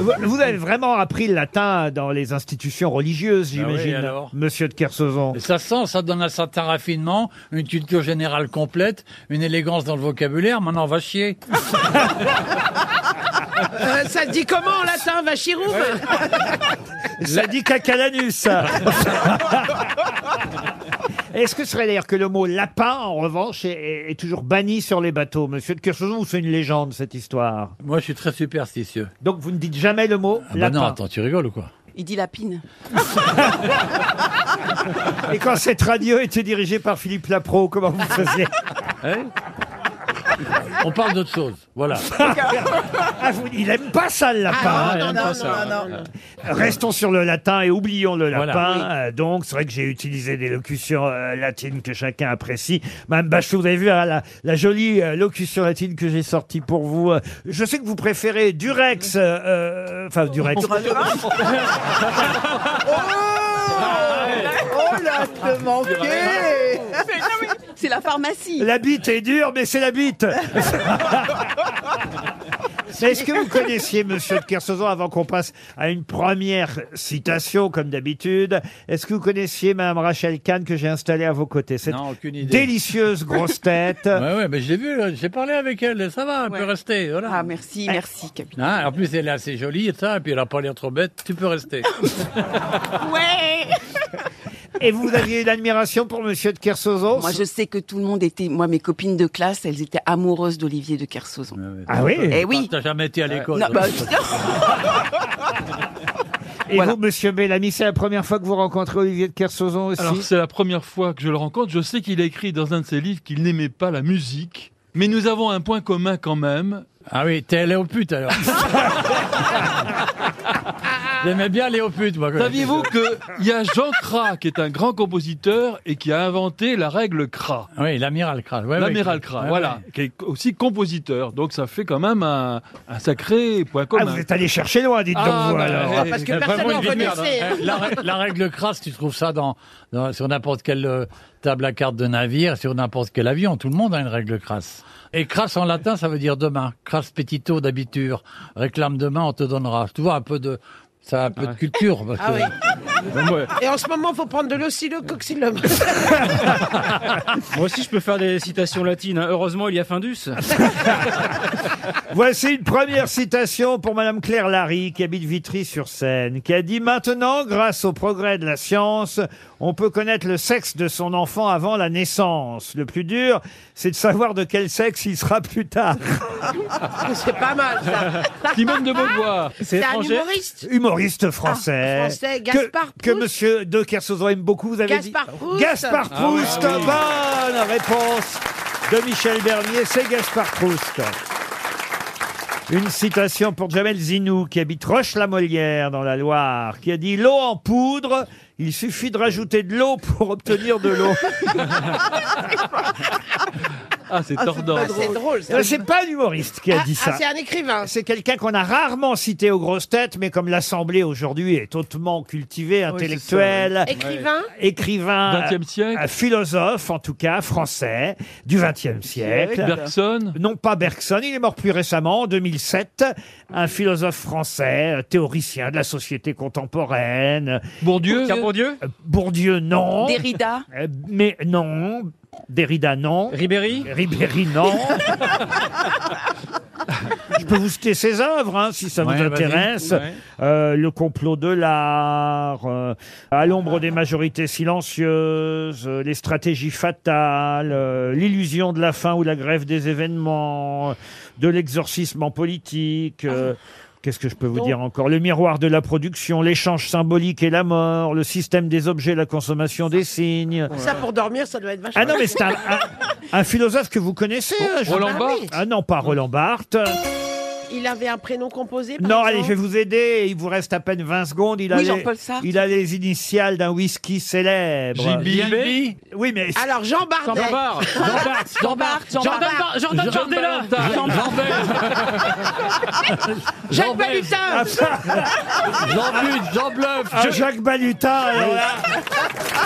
Vous, vous avez vraiment appris le latin dans les institutions religieuses, Ah oui, j'imagine, alors monsieur de Kersauzon. Et Ça sent, ça donne un certain raffinement, une culture générale complète, une élégance dans le vocabulaire. Maintenant, on va chier. Euh, ça se dit comment en latin Vachiroum Ça dit cacalanus, ça. Est-ce que ce serait d'ailleurs que le mot lapin, en revanche, est, est- est toujours banni sur les bateaux, monsieur de Kersauzon, ou c'est une légende, cette histoire Moi, je suis très superstitieux. Donc vous ne dites jamais le mot Ah bah non, lapin. attends, tu rigoles ou quoi Il dit lapine. Et quand cette radio était dirigée par Philippe Lapro, comment vous faisiez Hein On parle d'autre chose. Voilà. Ah, vous- Il aime pas ça, le lapin. hein. Ah, non, non, non, Restons sur le latin et oublions le Voilà. lapin. Euh, donc, c'est vrai que j'ai utilisé des locutions euh, latines que chacun apprécie. Madame Bachou, vous avez vu hein, la, la jolie euh, locution latine que j'ai sortie pour vous. Euh, Je sais que vous préférez Durex. euh, euh, Enfin, Durex. Oh Oh là, je te manquais C'est la pharmacie. La bite est dure, mais c'est la bite. Est-ce que vous connaissiez Monsieur de Kersauzon avant qu'on passe à une première citation, comme d'habitude Est-ce que vous connaissiez Madame Rachel Kahn que j'ai installée à vos côtés Cette Non, aucune idée. délicieuse grosse tête. Ouais, ouais, mais j'ai vu, là, j'ai parlé avec elle. Ça va, elle Ouais. peut rester. Voilà. Ah merci, merci capitaine. Hein, en plus, elle est assez jolie et ça, et puis elle a pas l'air trop bête. Tu peux rester. Ouais. Et vous aviez une admiration pour Monsieur de Kersauzon Moi, je sais que tout le monde était. Moi, mes copines de classe, elles étaient amoureuses d'Olivier de Kersauzon. Ah oui Eh Et, oui. Euh, T'as jamais été à l'école. Ah Non, bah, vous, Monsieur Bellamy, c'est la première fois que vous rencontrez Olivier de Kersauzon aussi Alors c'est la première fois que je le rencontre. Je sais qu'il a écrit dans un de ses livres qu'il n'aimait pas la musique. Mais nous avons un point commun quand même. Ah oui, t'es allé aux putes alors. J'aimais bien aller aux putes, moi. quand Saviez-vous qu'il y a Jean Cra, qui est un grand compositeur et qui a inventé la règle Cra, Ah Oui, l'amiral Kral. ouais, l'amiral ouais. Cra, Ouais, voilà, qui est aussi compositeur. Donc ça fait quand même un, un sacré point Ah, commun. vous êtes allé chercher loin, dites Ah, donc vous bah, alors. eh, Parce que C'est personne vraiment n'en une vie de merde, connaissait. hein. La, rè- la règle crasse, tu trouves ça dans, dans- sur n'importe quelle euh, table à cartes de navire, sur n'importe quel avion. Tout le monde a une règle crasse. Et crasse en latin, ça veut dire demain. Crasse petito d'habitude. Réclame demain, on te donnera. Tu vois, un peu de, ça a un peu de culture. parce Ah que- oui. Donc, ouais. Et en ce moment, faut prendre de l'oscillococcylum. Moi aussi, je peux faire des citations latines. hein. Heureusement, il y a Findus. Voici une première citation pour Madame Claire Larry, qui habite Vitry-sur-Seine, qui a dit Maintenant, grâce au progrès de la science, on peut connaître le sexe de son enfant avant la naissance. Le plus dur, c'est de savoir de quel sexe il sera plus tard. C'est pas mal ça. Simone de Beauvoir. C'est C'est un étranger. humoriste. Humoriste français. Ah, français, Que- Gaspard que, Proust. Monsieur de Kersauzon aime beaucoup, vous avez dit. Gaspard Proust. Gaspard Proust. Bonne réponse de Michel Bernier, c'est Gaspard Proust. Une citation pour Jamel Zinou, qui habite Roche-la-Molière, dans la Loire, qui a dit « L'eau en poudre, il suffit de rajouter de l'eau pour obtenir de l'eau Ah, c'est tordant. Ah, c'est drôle. ». ça. Euh, C'est pas un humoriste qui a Ah, dit ah, ça. c'est un écrivain. C'est quelqu'un qu'on a rarement cité aux grosses têtes, mais comme l'Assemblée aujourd'hui est hautement cultivée, intellectuelle, Écrivain. écrivain, 20e un siècle, philosophe en tout cas français du XXe siècle. Bergson. Non pas Bergson, il est mort plus récemment, en 2007, un philosophe français, euh, théoricien de la société contemporaine. Bourdieu. Pierre Bourdieu Euh, Bourdieu, non. Derrida. Euh, Mais non. Derrida, non. Ribéry Ribéry, non. Je peux vous citer ses œuvres, hein, si ça Ouais, vous vas-y. intéresse. Euh, le complot de l'art, euh, à l'ombre des majorités silencieuses, euh, les stratégies fatales, euh, l'illusion de la fin ou la grève des événements, euh, de l'exorcisme en politique. euh, Qu'est-ce que je peux vous dire encore Le miroir de la production, l'échange symbolique et la mort, le système des objets, la consommation des signes. Ça pour dormir, ça doit être vachement. Ah non, mais c'est un, un- un philosophe que vous connaissez. hein, je- Roland Ah Barthes. oui. Ah non, pas Roland Barthes. Il avait un prénom composé. par Non, allez, je vais exemple vous aider. Il vous reste à peine 20 secondes. Il a, Oui, les, Jean-Paul Sartre. il a les initiales d'un whisky célèbre. J.B. Oui, mais Alors Jean Bardet. Jean Bart Jean Bart Jordan Bar- Jordan Bardella Jean Bart Jacques Balutin. J'en bute, j'en bluffe. Ah, Jacques Balutin, alors là,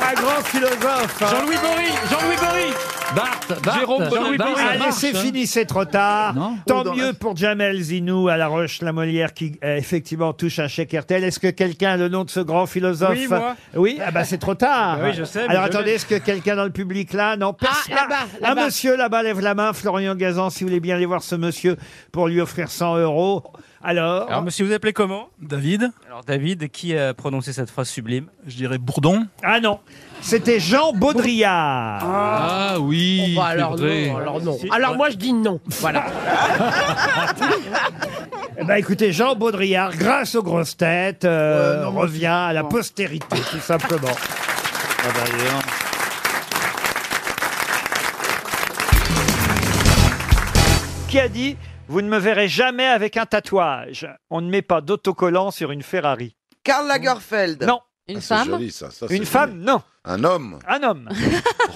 un grand philosophe. hein. Jean-Louis Bory Jean-Louis Bory Barthes, Barthes, Jérôme Jean-Louis Barthes. Barthes. ça Allez, marche, c'est hein. fini, c'est trop tard. Non. Tant mieux pour Jamel Zinou à La Roche-la-Molière qui euh, effectivement touche un chèque RTL. Est-ce que quelqu'un a le nom de ce grand philosophe Oui, moi. Oui, ah bah c'est trop tard. Bah oui, je sais, mais Alors je attendez, l'ai. est-ce que quelqu'un dans le public là Non, personne. là-bas, un là-bas. monsieur là-bas lève la main, Florian Gazan, si vous voulez bien aller voir ce monsieur pour lui offrir 100 euros. Alors, Alors, monsieur, vous appelez comment David, Alors, David, qui a prononcé cette phrase sublime je dirais Bourdon. ah non, c'était Jean Baudrillard. Ah oui, Bah, c'est alors vrai. non, alors non. Alors moi je dis non. Voilà. Eh ben, écoutez, Jean Baudrillard, grâce aux grosses têtes, euh, revient à la postérité, tout simplement. Qui a dit Vous ne me verrez jamais avec un tatouage On ne met pas d'autocollant sur une Ferrari. Karl Lagerfeld. Non, Une Ah, C'est femme joli, ça. Ça, une c'est femme, joli. non. Un homme. Un homme.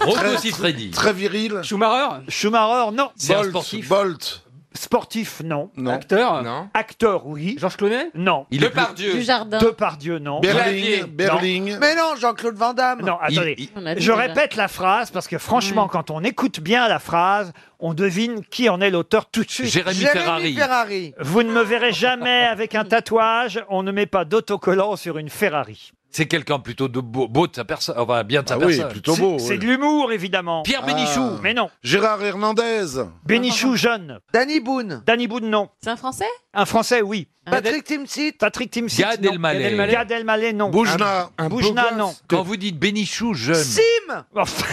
Rocco Siffredi. Très viril. Schumacher Schumacher, non. C'est un Bolt. sportif. Bolt. Sportif, non. Non. Acteur Non. Acteur, oui. Georges Clooney Non. Il est plus- du jardin. Depardieu, non. Berling. Berling. Mais non, Jean-Claude Van Damme. Non, il- attendez. il- On a dit Je déjà. répète la phrase parce que franchement, quand on écoute bien la phrase, on devine qui en est l'auteur tout de suite. Jérémy Ferrari. Ferrari. Vous ne me verrez jamais avec un tatouage, on ne met pas d'autocollant sur une Ferrari. C'est quelqu'un plutôt de beau, beau de sa personne, enfin bien de sa Ah oui, personne. plutôt C'est- beau. C'est oui. de l'humour, évidemment. Euh, Pierre Ah. Bénichou. Mais non. Gérard Hernandez. Bénichou jeune. Danny Boone. Danny Boone, non. C'est un français Un Français, oui. Patrick Timsit. Patrick Timsit, Gad non. Elmaleh. Gad Elmaleh, non. Boujna. Boujna, non. Quand vous dites Bénichou jeune, Ah. Sim. Ah. Enfin,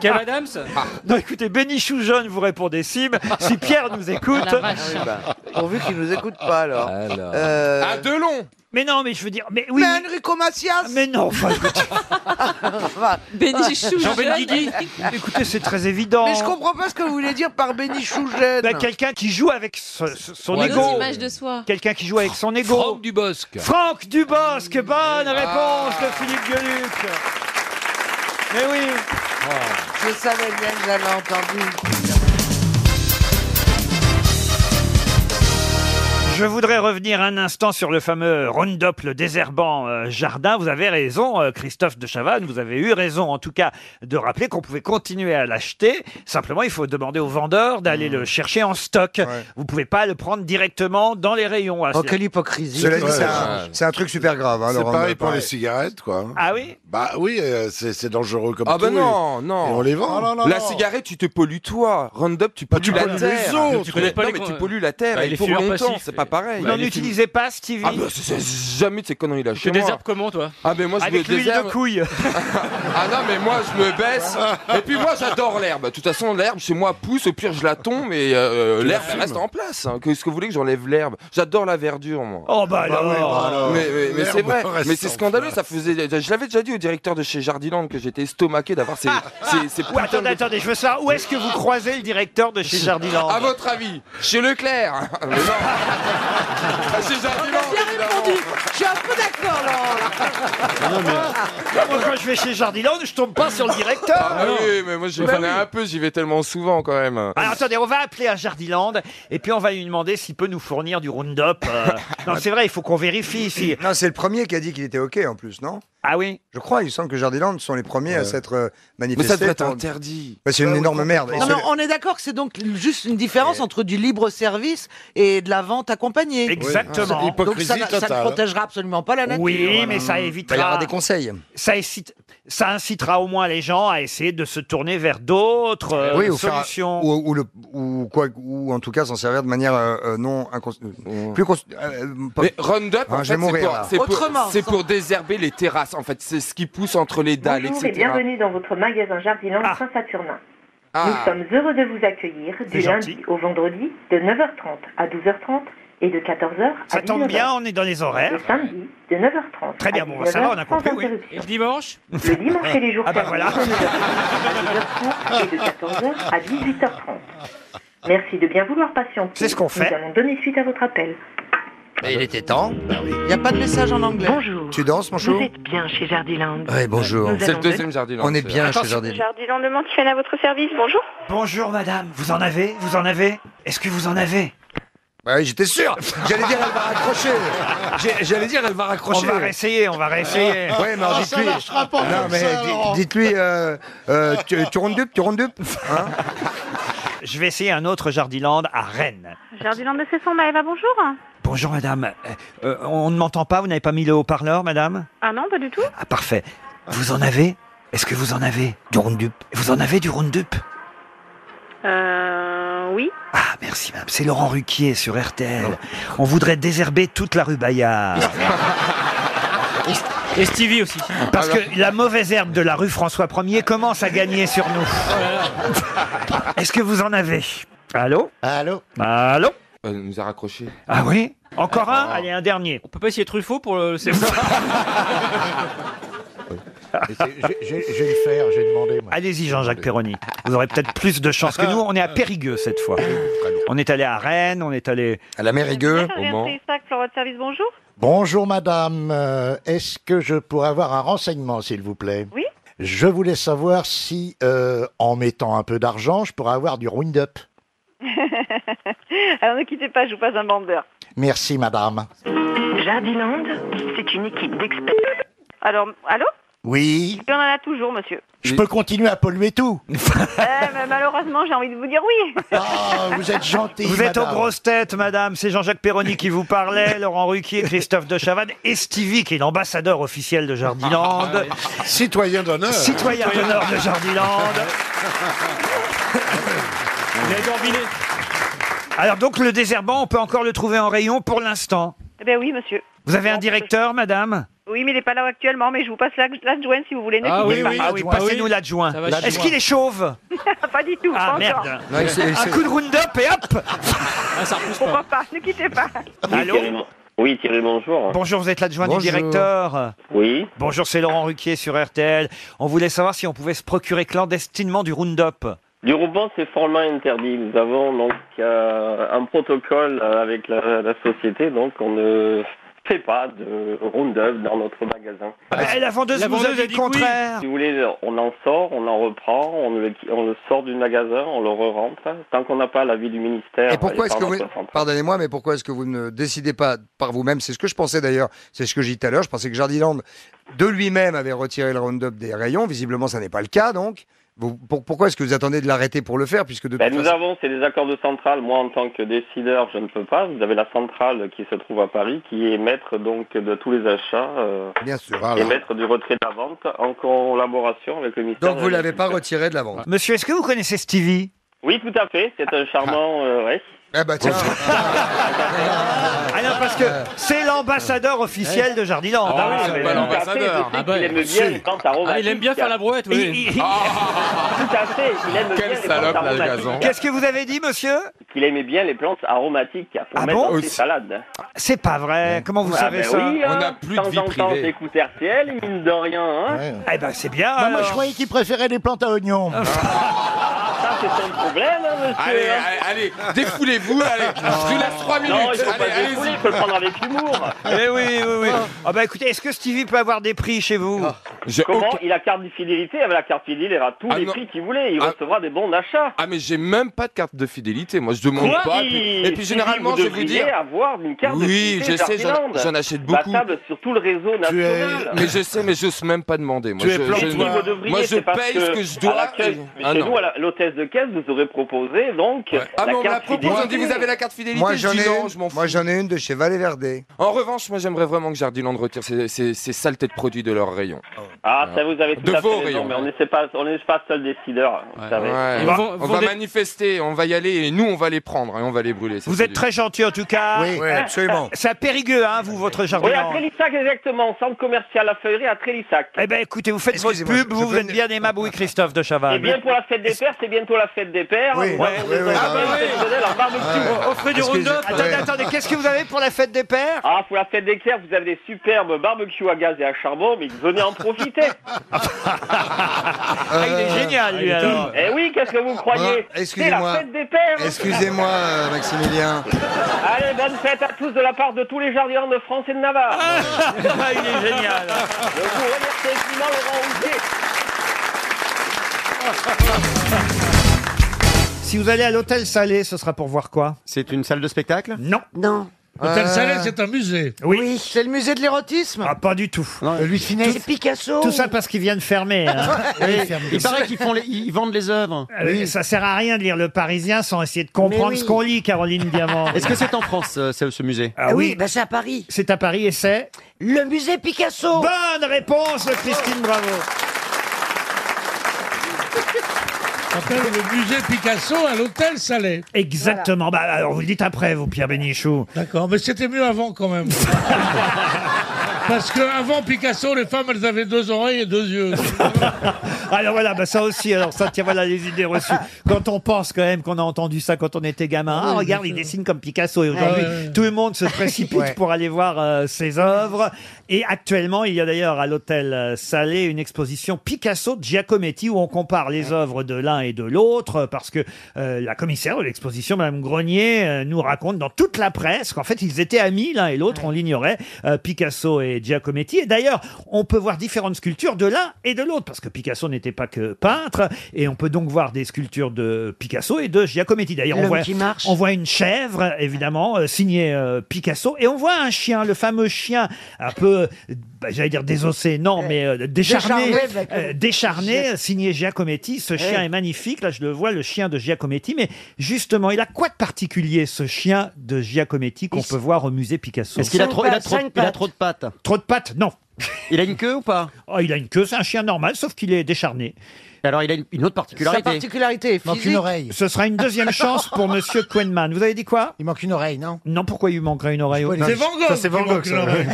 Kev Adams non, écoutez, Bénichou jeune, vous répondez Sim. Si Pierre nous écoute. Ah bah. La vache. Pourvu qu'il nous écoute pas alors. Alors. Euh, Delon Mais non, mais je veux dire, mais oui. Mais Enrico Macias. Mais non, enfin, Enfin, Bénichou. jeune. écoutez, c'est très évident. mais je comprends pas ce que vous voulez dire par Bénichou jeune. Bah, quelqu'un qui joue avec ce- ce- son Ouais, Une autre ego. image de soi. Quelqu'un qui joue avec son ego. Franck Dubosc. Franck Dubosc, bonne Ah. réponse de Philippe Gueluc. Mais oui. Je savais bien que j'avais entendu. Je voudrais revenir un instant sur le fameux Roundup, le désherbant euh, jardin. Vous avez raison, euh, Christophe de Chavannes, vous avez eu raison en tout cas de rappeler qu'on pouvait continuer à l'acheter. Simplement, il faut demander au vendeur d'aller Hmm. le chercher en stock. Vous pouvez pas le prendre directement dans les rayons. Ah, c'est- hypocrisie. Cela dit, Oh, Ouais, c'est un- c'est un, truc super grave. hein, C'est Laurent, pareil euh, pour les cigarettes, quoi. Ah oui Bah oui, euh, c'est c'est dangereux comme Ah tout. ben et- non, Et on non. les vend. Bah, La cigarette, tu te pollues toi. Roundup, tu pollues la terre. autres. Tu connais pollues- pas non, les mais tu con- pollues la terre. Bah, et les pour fumeurs longtemps, passifs, c'est et- pas pareil. Vous Bah, n'en il est utilisez pas, Stevie Ah ben c'est- c'est jamais de ces conneries là. Tu Chez moi. désherbes comment, toi Ah ben moi je Avec me l'huile de désherbe. couille. Ah non mais moi je me baisse. Et puis moi j'adore l'herbe. De toute façon l'herbe chez moi pousse. Au pire je la tombe et euh, l'herbe elle reste en place. hein. Qu'est-ce que vous voulez que j'enlève l'herbe J'adore la verdure moi. Oh bah Bah oui, alors. bah alors. Mais, mais- mais c'est Merde, vrai, reste mais c'est en scandaleux, place. ça faisait. Je l'avais déjà dit au directeur de chez Jardiland que j'étais estomaqué d'avoir ces, ces, ces Ou putains Ah, attendez, de- attendez, je veux savoir où est-ce que vous croisez le directeur de chez Jardiland À votre avis, chez Leclerc Ah, Mais non Ah, Chez Jardiland évidemment. Je suis un peu d'accord, Laurent. Moi, quand je vais chez Jardiland, je tombe pas sur le directeur. Bah Ah oui, mais moi j'y connais un peu, j'y vais tellement souvent quand Ah, même. Alors attendez, on va appeler à Jardiland et puis on va lui demander s'il peut nous fournir du Roundup. euh. Non, c'est vrai, il faut qu'on vérifie ici. Non, c'est le premier qui a dit qu'il était OK en plus, non Ah oui Je crois, il semble que Jardiland sont les premiers à s'être euh, Mais ça manifestés. devrait être pour- interdit. Bah, c'est une énorme merde. Et Non, ce- mais on est d'accord que c'est donc juste une différence entre du libre service et de la vente accompagnée. Exactement. Donc ça, Hypocrisie ne- ça hein. ne totale. protégera absolument pas la nature. Oui, mais ça Bah, il y aura évitera, des conseils. ça, incite- ça incitera au moins les gens à essayer de se tourner vers d'autres euh, Eh oui, ou, faire- solutions. ou, ou le- ou quoi, ou en tout cas s'en servir de manière euh, euh, non incons- euh, plus cons- euh, pas- Mais Roundup, Ah, en je fait, vais mourir, c'est pour, là. c'est pour- Autrement, c'est sans- pour désherber les terrasses. En fait, c'est ce qui pousse entre les dalles, Bonjour et etc. bienvenue dans votre magasin Jardiland Ah. Saint-Saturnin. Nous Ah, sommes heureux de vous accueillir du C'est lundi gentil. au vendredi de 9h30 à 12h30 et de 14h à Ça 19h. tombe bien, on est dans les Le horaires. samedi de 9h30 Très bien, à bon, bah, ça va, on a 19h30 compris, oui. interruption. Le dimanche Le dimanche et les jours Ah bah fériés voilà. de 9h30 à 12h30 et de 14h à 18h30. Merci de bien vouloir patienter. C'est ce qu'on fait. Nous allons donner suite à votre appel. Bah, il était temps. Bah Il n'y a pas de message en anglais. Bonjour. Tu danses, mon chou bien chez Jardiland. Ouais, bonjour. Nous c'est le allons deuxième jardin. On est bien chez Jardiland. Jardiland demande qui fait à votre service. Bonjour. Bonjour madame, vous en avez Vous en avez Est-ce que vous en avez Ouais, Bah j'étais sûr. J'allais dire, elle va raccrocher. J'ai- J'allais dire, elle va On raccrocher. Ah. va réessayer, on va réessayer. Ah, Ouais, mais alors, dites-lui. Non, mais di- dites-lui, euh, euh, tu, tu rondes dup, tu rondes dup. Hein Je vais essayer un autre Jardiland à Rennes. Jardiland de Cesson, Maëva, bonjour. Bonjour madame. Euh, euh, on ne m'entend pas, vous n'avez pas mis le haut-parleur madame Ah non, pas du tout. Ah parfait. Vous en avez Est-ce que vous en avez Du Roundup Vous en avez du Roundup Euh, oui. Ah merci madame, c'est Laurent Ruquier sur RTL. On voudrait désherber toute la rue Bayard. Et Stevie aussi. Parce que la mauvaise herbe de la rue François 1er commence à gagner sur nous. Est-ce que vous en avez Allô Allô Allô Elle Euh, nous a raccroché. Ah oui Encore un Allez, un dernier. On peut pas essayer Truffaut pour euh, le... Je vais le faire, j'ai demandé. Allez-y, Jean-Jacques Perroni. Vous aurez peut-être plus de chance que nous. On est à Périgueux cette fois. On est allé à Rennes, on est allé à la Mérigueux, Sac, Florent de Service, bonjour. Bonjour madame, Euh, est-ce que je pourrais avoir un renseignement s'il vous plaît Oui. Je voulais savoir si, euh, en mettant un peu d'argent, je pourrais avoir du round-up. Alors ne quittez pas, je vous passe un bandeur. Merci madame. Jardiland, c'est une équipe d'experts. Alors, allô Oui, On en a toujours, monsieur. je peux continuer à polluer tout. Ah, Bah, Eh, mais malheureusement, j'ai envie de vous dire oui. Ah, vous êtes gentil. Vous êtes aux madame. grosses têtes, madame. C'est Jean-Jacques Perroni qui vous parlait, Laurent Ruquier, Christophe de Chavannes et Stevie, qui est l'ambassadeur officiel de Jardiland. Citoyen d'honneur. Citoyen d'honneur de Jardiland. Eh ben, Alors donc, le désherbant, on peut encore le trouver en rayon pour l'instant. Eh ben oui, monsieur. Vous avez un directeur, madame Oui, mais il n'est pas là actuellement, mais je vous passe la- l'adjointe si vous voulez. Ne Ah quittez oui, pas. oui, Ah oui, adjoint. passez-nous l'adjoint. Ça va, Est-ce l'adjoint. qu'il est chauve Pas du tout. Ah pas encore. merde Un coup de round-up et Ah, hop Pourquoi pas Ne quittez pas. Allô Oui, Thierry, bonjour. Bonjour, vous êtes l'adjoint du Bonjour. directeur Oui. Bonjour, c'est Laurent Ruquier sur RTL. On voulait savoir si on pouvait se procurer clandestinement du round-up. Du ruban, c'est fortement interdit. Nous avons donc euh, un protocole euh, avec la, la société, donc on ne fait pas de round-up dans notre magasin. Eh, la vendeuse vous a dit le contraire Si vous voulez, on en sort, on en reprend, on le, on le sort du magasin, on le re-rentre. Tant qu'on n'a pas l'avis du ministère. Et pourquoi il est-ce pas que vous, notre centre. pardonnez-moi, mais pourquoi est-ce que vous ne décidez pas par vous-même C'est ce que je pensais d'ailleurs, c'est ce que j'ai dit tout à l'heure. Je pensais que Jardiland, de lui-même, avait retiré le Roundup des rayons. Visiblement, ça n'est pas le cas, donc. Vous- pour- pourquoi est-ce que vous attendez de l'arrêter pour le faire puisque de Ben, toute nous façon- avons, c'est des accords de centrale. Moi, en tant que décideur, je ne peux pas. Vous avez la centrale qui se trouve à Paris, qui est maître donc de tous les achats. euh, Bien sûr. Et maître du retrait de la vente en collaboration avec le ministère. Donc vous l'avez pas retiré de la vente. Monsieur, est-ce que vous connaissez Stevie Oui, tout à fait. C'est un charmant. euh, ouais. Eh ben tiens. Ah non, parce que c'est l'ambassadeur officiel de Jardiland. Ah oui, c'est pas l'ambassadeur. Ah bah, si. Ah, il aime bien faire la brouette, oui. Tout à fait. Il aime bien les plantes aromatiques. Qu'est-ce que vous avez dit, monsieur Qu'il aimait bien les plantes aromatiques pour Ah mettre bon dans ses Aussi. salades. C'est pas vrai. Comment vous Ah savez ben ça oui, hein, de temps en temps, j'écoute RTL, mine de rien. hein. Eh ben, c'est bien. Bah, moi, alors. je croyais qu'il préférait les plantes à oignons. Ah. Ça, c'est son problème, hein, monsieur. Allez, hein. allez, allez, Ah, défoulez-vous, allez, je vous laisse 3 minutes. Non, il faut allez, pas se défouler, il faut le prendre avec humour. Eh oui, oui, oui. Ah bah écoutez, est-ce que Stevie peut avoir des prix chez vous Comment Il a carte de fidélité, avec la carte fidélité, il aura tous les non. prix qu'il voulait, il Ah. recevra des bons d'achat. Ah mais j'ai même pas de carte de fidélité, moi je demande Quoi pas. Et Si- puis, et puis si généralement je vais vous devriez dire. avoir une carte de oui, fidélité je sais, j'en Jardiland. j'en achète beaucoup. Battable sur tout le réseau national. Mais je sais, mais j'ose même pas demander. Moi, Tu es je, planté. je- Mais vous devriez, moi je c'est parce paye ce que je à dois. l'accueil- et- mais Ah chez non. nous, à la- l'hôtesse de caisse vous aurait proposé donc Ah la mais on me la carte propose, on dit fidélité. vous avez la carte fidélité. Moi je j'en dis ai, non, une- je m'en fous. moi j'en ai une de chez Valet Verdé. En revanche, moi j'aimerais vraiment que Jardiland retire ces, ces, ces saletés de produits de leur rayon. Ah, ça vous avez tout De à fait vos raison, rayons. mais on n'est pas, on n'est pas seul décideur. vous savez. Ouais. Bon, on va manifester, on va y aller et nous on va les prendre et on va les brûler. ces Vous êtes produits. très gentil en tout cas. Euh, Oui, oui, absolument. C'est à Périgueux, hein, vous, votre Oui, à Jardiland. Trélissac, exactement, centre commercial à Feuillerie à Trélissac. Eh ben écoutez, vous faites votre Excusez-moi, pub, je- vous, je vous peux- êtes bien aimable, oui, Christophe de Et Chavannes. Eh bien pour la fête des pères, c'est bientôt la fête des pères. Oui, Vous ouais, avez ouais, des ouais. enfants Ah bah oui. exceptionnels, en barbecue. Ouais. Offrez du Excusez- round-up. Attendez, Ouais. attendez, qu'est-ce que vous avez pour la fête des pères Ah, pour la fête des pères, vous avez des superbes barbecues à gaz et à charbon, mais venez en profiter. Ah, il Euh, est génial, lui, alors. Eh oui, qu'est-ce que vous croyez Ah, excusez-moi. C'est la fête des pères. Excusez-moi euh, Maximilien. Allez, bonne fête à tous de la part de tous les jardins de France et de Navarre. Ah, il est génial. Je vous remercie infiniment, Laurent Rouget. Si vous allez à l'hôtel Salé, ce sera pour voir quoi C'est une salle de spectacle Non. Non. Euh, Hôtel Salé, c'est un musée. Oui. C'est le musée de l'érotisme Ah, pas du tout. Lui C'est Picasso. Tout ça parce qu'ils viennent fermer. hein. Oui, il paraît qu'ils font les- ils vendent les œuvres. Oui. Ah Ça sert à rien de lire Le Parisien sans essayer de comprendre Mais oui. ce qu'on lit, Caroline Diamant. Est-ce que c'est en France, euh, ce, ce musée Ah oui. oui, bah, c'est à Paris. C'est à Paris et c'est Le musée Picasso. Bonne réponse de Christine Bravo. s'appelle le musée Picasso à l'hôtel Salé. Exactement. Bah, alors vous le dites après, vous, Pierre Bénichou. D'accord, mais c'était mieux avant quand même. Parce que avant Picasso, les femmes, elles avaient deux oreilles et deux yeux. Alors voilà, bah ça aussi, alors ça, tiens, voilà les idées reçues. Quand on pense quand même qu'on a entendu ça quand on était gamin, ah, Oui, regarde, bien il sûr. dessine comme Picasso. Et aujourd'hui, Euh. Ouais, ouais. tout le monde se précipite Ouais. pour aller voir euh, ses œuvres. Et actuellement, il y a d'ailleurs à l'hôtel euh, Salé une exposition Picasso de Giacometti où on compare les œuvres de l'un et de l'autre euh, parce que euh, la commissaire de l'exposition, Madame Grenier, euh, nous raconte dans toute la presse qu'en fait, ils étaient amis l'un et l'autre, on l'ignorait, euh, Picasso et Giacometti. Et d'ailleurs, on peut voir différentes sculptures de l'un et de l'autre parce que Picasso n'était pas que peintre et on peut donc voir des sculptures de Picasso et de Giacometti. D'ailleurs, on L'homme voit, qui marche. on voit une chèvre, évidemment, euh, signée euh, Picasso, et on voit un chien, le fameux chien, un peu, euh, bah, j'allais dire désossé, non, mais euh, décharné, Décharné, bah, comme- euh, décharné, euh, signé Giacometti. Ce chien Ouais. est magnifique, là je le vois, le chien de Giacometti, mais justement, il a quoi de particulier ce chien de Giacometti qu'on peut voir au musée Picasso Est-ce qu'il a trop, il a trop, il a trop de pattes Trop de pattes, non. Il a une queue ou pas oh, Il a une queue, c'est un chien normal, sauf qu'il est décharné. Alors il a une, autre Sa particularité est physique. Ce sera une deuxième chance pour Monsieur Quenman. Vous avez dit quoi Il manque une oreille, non Non, pourquoi il lui manquerait une oreille C'est Van Gogh Ça, c'est Van qui Gogh, manque une ça. oreille.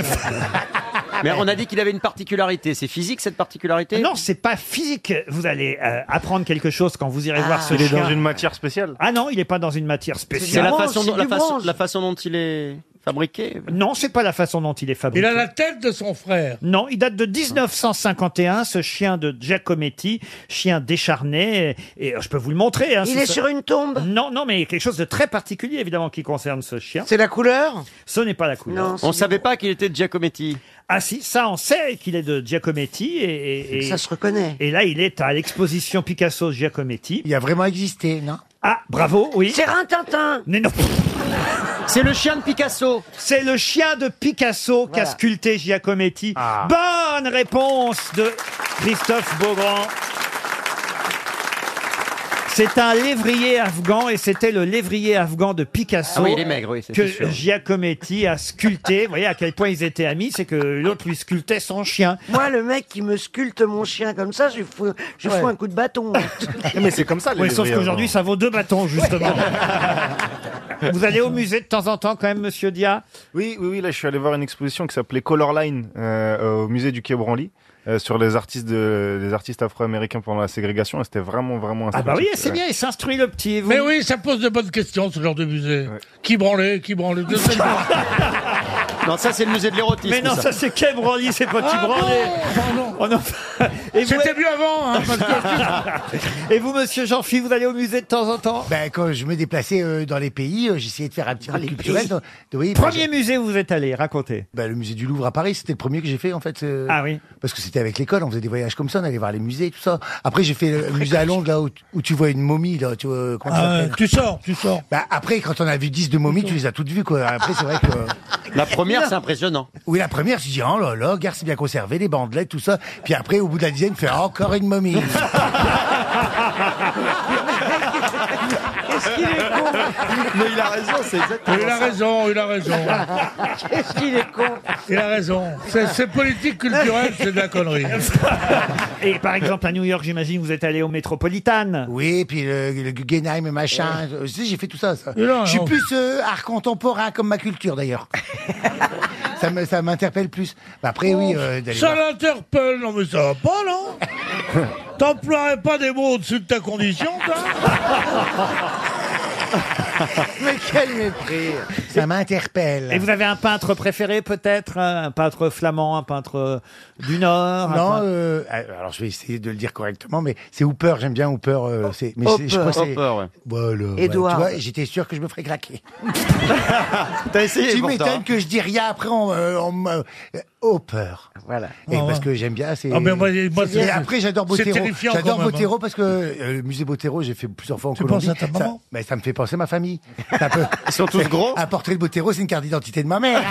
Mais ouais. on a dit qu'il avait une particularité. C'est physique cette particularité Non, c'est pas physique. Vous allez euh, apprendre quelque chose quand vous irez Ah. voir ce Il est chien. dans une matière spéciale Ah non, il n'est pas dans une matière spéciale. C'est la façon, dont- la, façon, la façon dont il est fabriqué. Non, c'est pas la façon dont il est fabriqué. Il a la tête de son frère. Non, il date de 1951, ce chien de Giacometti, chien décharné. Et, et je peux vous le montrer. hein, Il si est ça- sur une tombe Non, non, mais quelque chose de très particulier, évidemment, qui concerne ce chien. C'est la couleur Ce n'est pas la couleur. on savait pas qu'il était de Giacometti. Ah si, ça on sait qu'il est de Giacometti et, et- et- Ça se reconnaît. Et là, il est à l'exposition Picasso Giacometti. Il a vraiment existé, non Ah, bravo, oui. C'est Rintintin. Mais non. C'est le chien de Picasso. C'est le chien de Picasso qu'a Voilà. sculpté Giacometti. Ah. Bah, Bonne réponse de Christophe Beaugrand. C'est un lévrier afghan et c'était le lévrier afghan de Picasso Ah oui, il est maigre, oui, c'est que sûr. Giacometti a sculpté. Vous voyez à quel point ils étaient amis, c'est que l'autre lui sculptait son chien. Moi, le mec qui me sculpte mon chien comme ça, je lui fous, je lui fous Ouais. un coup de bâton. Eh, Mais c'est comme ça, les Oui, sauf lévriers qu'aujourd'hui, afghans. ça vaut deux bâtons justement. Vous allez au musée de temps en temps quand même, monsieur Dia Oui, oui, oui, là je suis allé voir une exposition qui s'appelait Colorline euh, au musée du Quai Branly. euh, sur les artistes, de, les artistes afro-américains pendant la ségrégation, et c'était vraiment, vraiment Ah bah oui, instructif. c'est bien, il s'instruit le petit. vous. Mais oui, ça pose de bonnes questions, ce genre de musée. Qui branlait, qui branlait. de cette- Non, ça c'est le musée de l'érotisme. Mais non, ça, c'est Quai Branly, c'est pas Oh, Ah, hein. C'était mieux avant, hein, parce Et vous, monsieur Jean-Phil, vous allez au musée de temps en temps ben, Quand je me déplaçais euh, dans les pays, euh, j'essayais de faire un petit peu culturel. donc- donc, oui, par Premier musée où vous êtes allé, racontez. Ben, le musée du Louvre à Paris, c'était le premier que j'ai fait en fait. euh, Ah oui. Parce que c'était avec l'école, on faisait des voyages comme ça, on allait voir les musées, tout ça. Après, j'ai fait le musée à Londres, là où, tu- où tu vois une momie, là, tu vois. euh, comment ça Ah, s'appelle tu sors, tu sors. Ben, après, quand on a vu 10 de momies, tu les as toutes vues, quoi. Après, c'est vrai que. euh, La première, c'est impressionnant. Oui, la première, je dis, oh là là, regarde, c'est bien conservé, les bandelettes, tout ça. Puis après, au bout de la dizaine, tu fais encore une momie. Qu'est-ce qu'il est con Mais il a raison, c'est exactement Il a raison, il a raison. Qu'est-ce qu'il est con Il a raison. C'est c'est politique culturelle, c'est de la connerie. Et par exemple, à New York, j'imagine, vous êtes allé au Metropolitan. Oui, puis le, le Guggenheim et machin. Euh, si, j'ai fait tout ça. ça. Mais non, je suis non. plus euh, art contemporain comme ma culture d'ailleurs. ça me- ça m'interpelle plus. Bah, après, oui, euh, d'aller Oh, ça voir. l'interpelle, non mais ça va pas, non T'emploierais pas des mots au-dessus de ta condition, toi Mais quel mépris Ça m'interpelle. Et vous avez un peintre préféré peut-être euh, Un peintre flamand, un peintre euh, du Nord un Non, peintre- euh, alors je vais essayer de le dire correctement, mais c'est Hooper, j'aime bien Hooper. Oh, euh, c'est, mais Hooper, c'est- je crois que c'est- Hooper, ouais. Voilà, ouais, Édouard. tu vois, j'étais sûr que je me ferais craquer. T'as essayé Tu pourtant, m'étonnes hein. que je dis rien après on, euh, on me- euh, Hooper. Voilà. Et Ah ouais. parce que j'aime bien, c'est. Ah, mais moi, moi, Et c'est- après j'adore c'est Botero. terrifiant quand J'adore même, hein. Botero parce que euh, le musée Botero, j'ai fait plusieurs fois en Tu Colombie. penses à ta Ça- maman mais ça me fait penser à ma famille. C'est un peu- Ils sont tous gros Un portrait de Botero, c'est une carte d'identité de ma mère.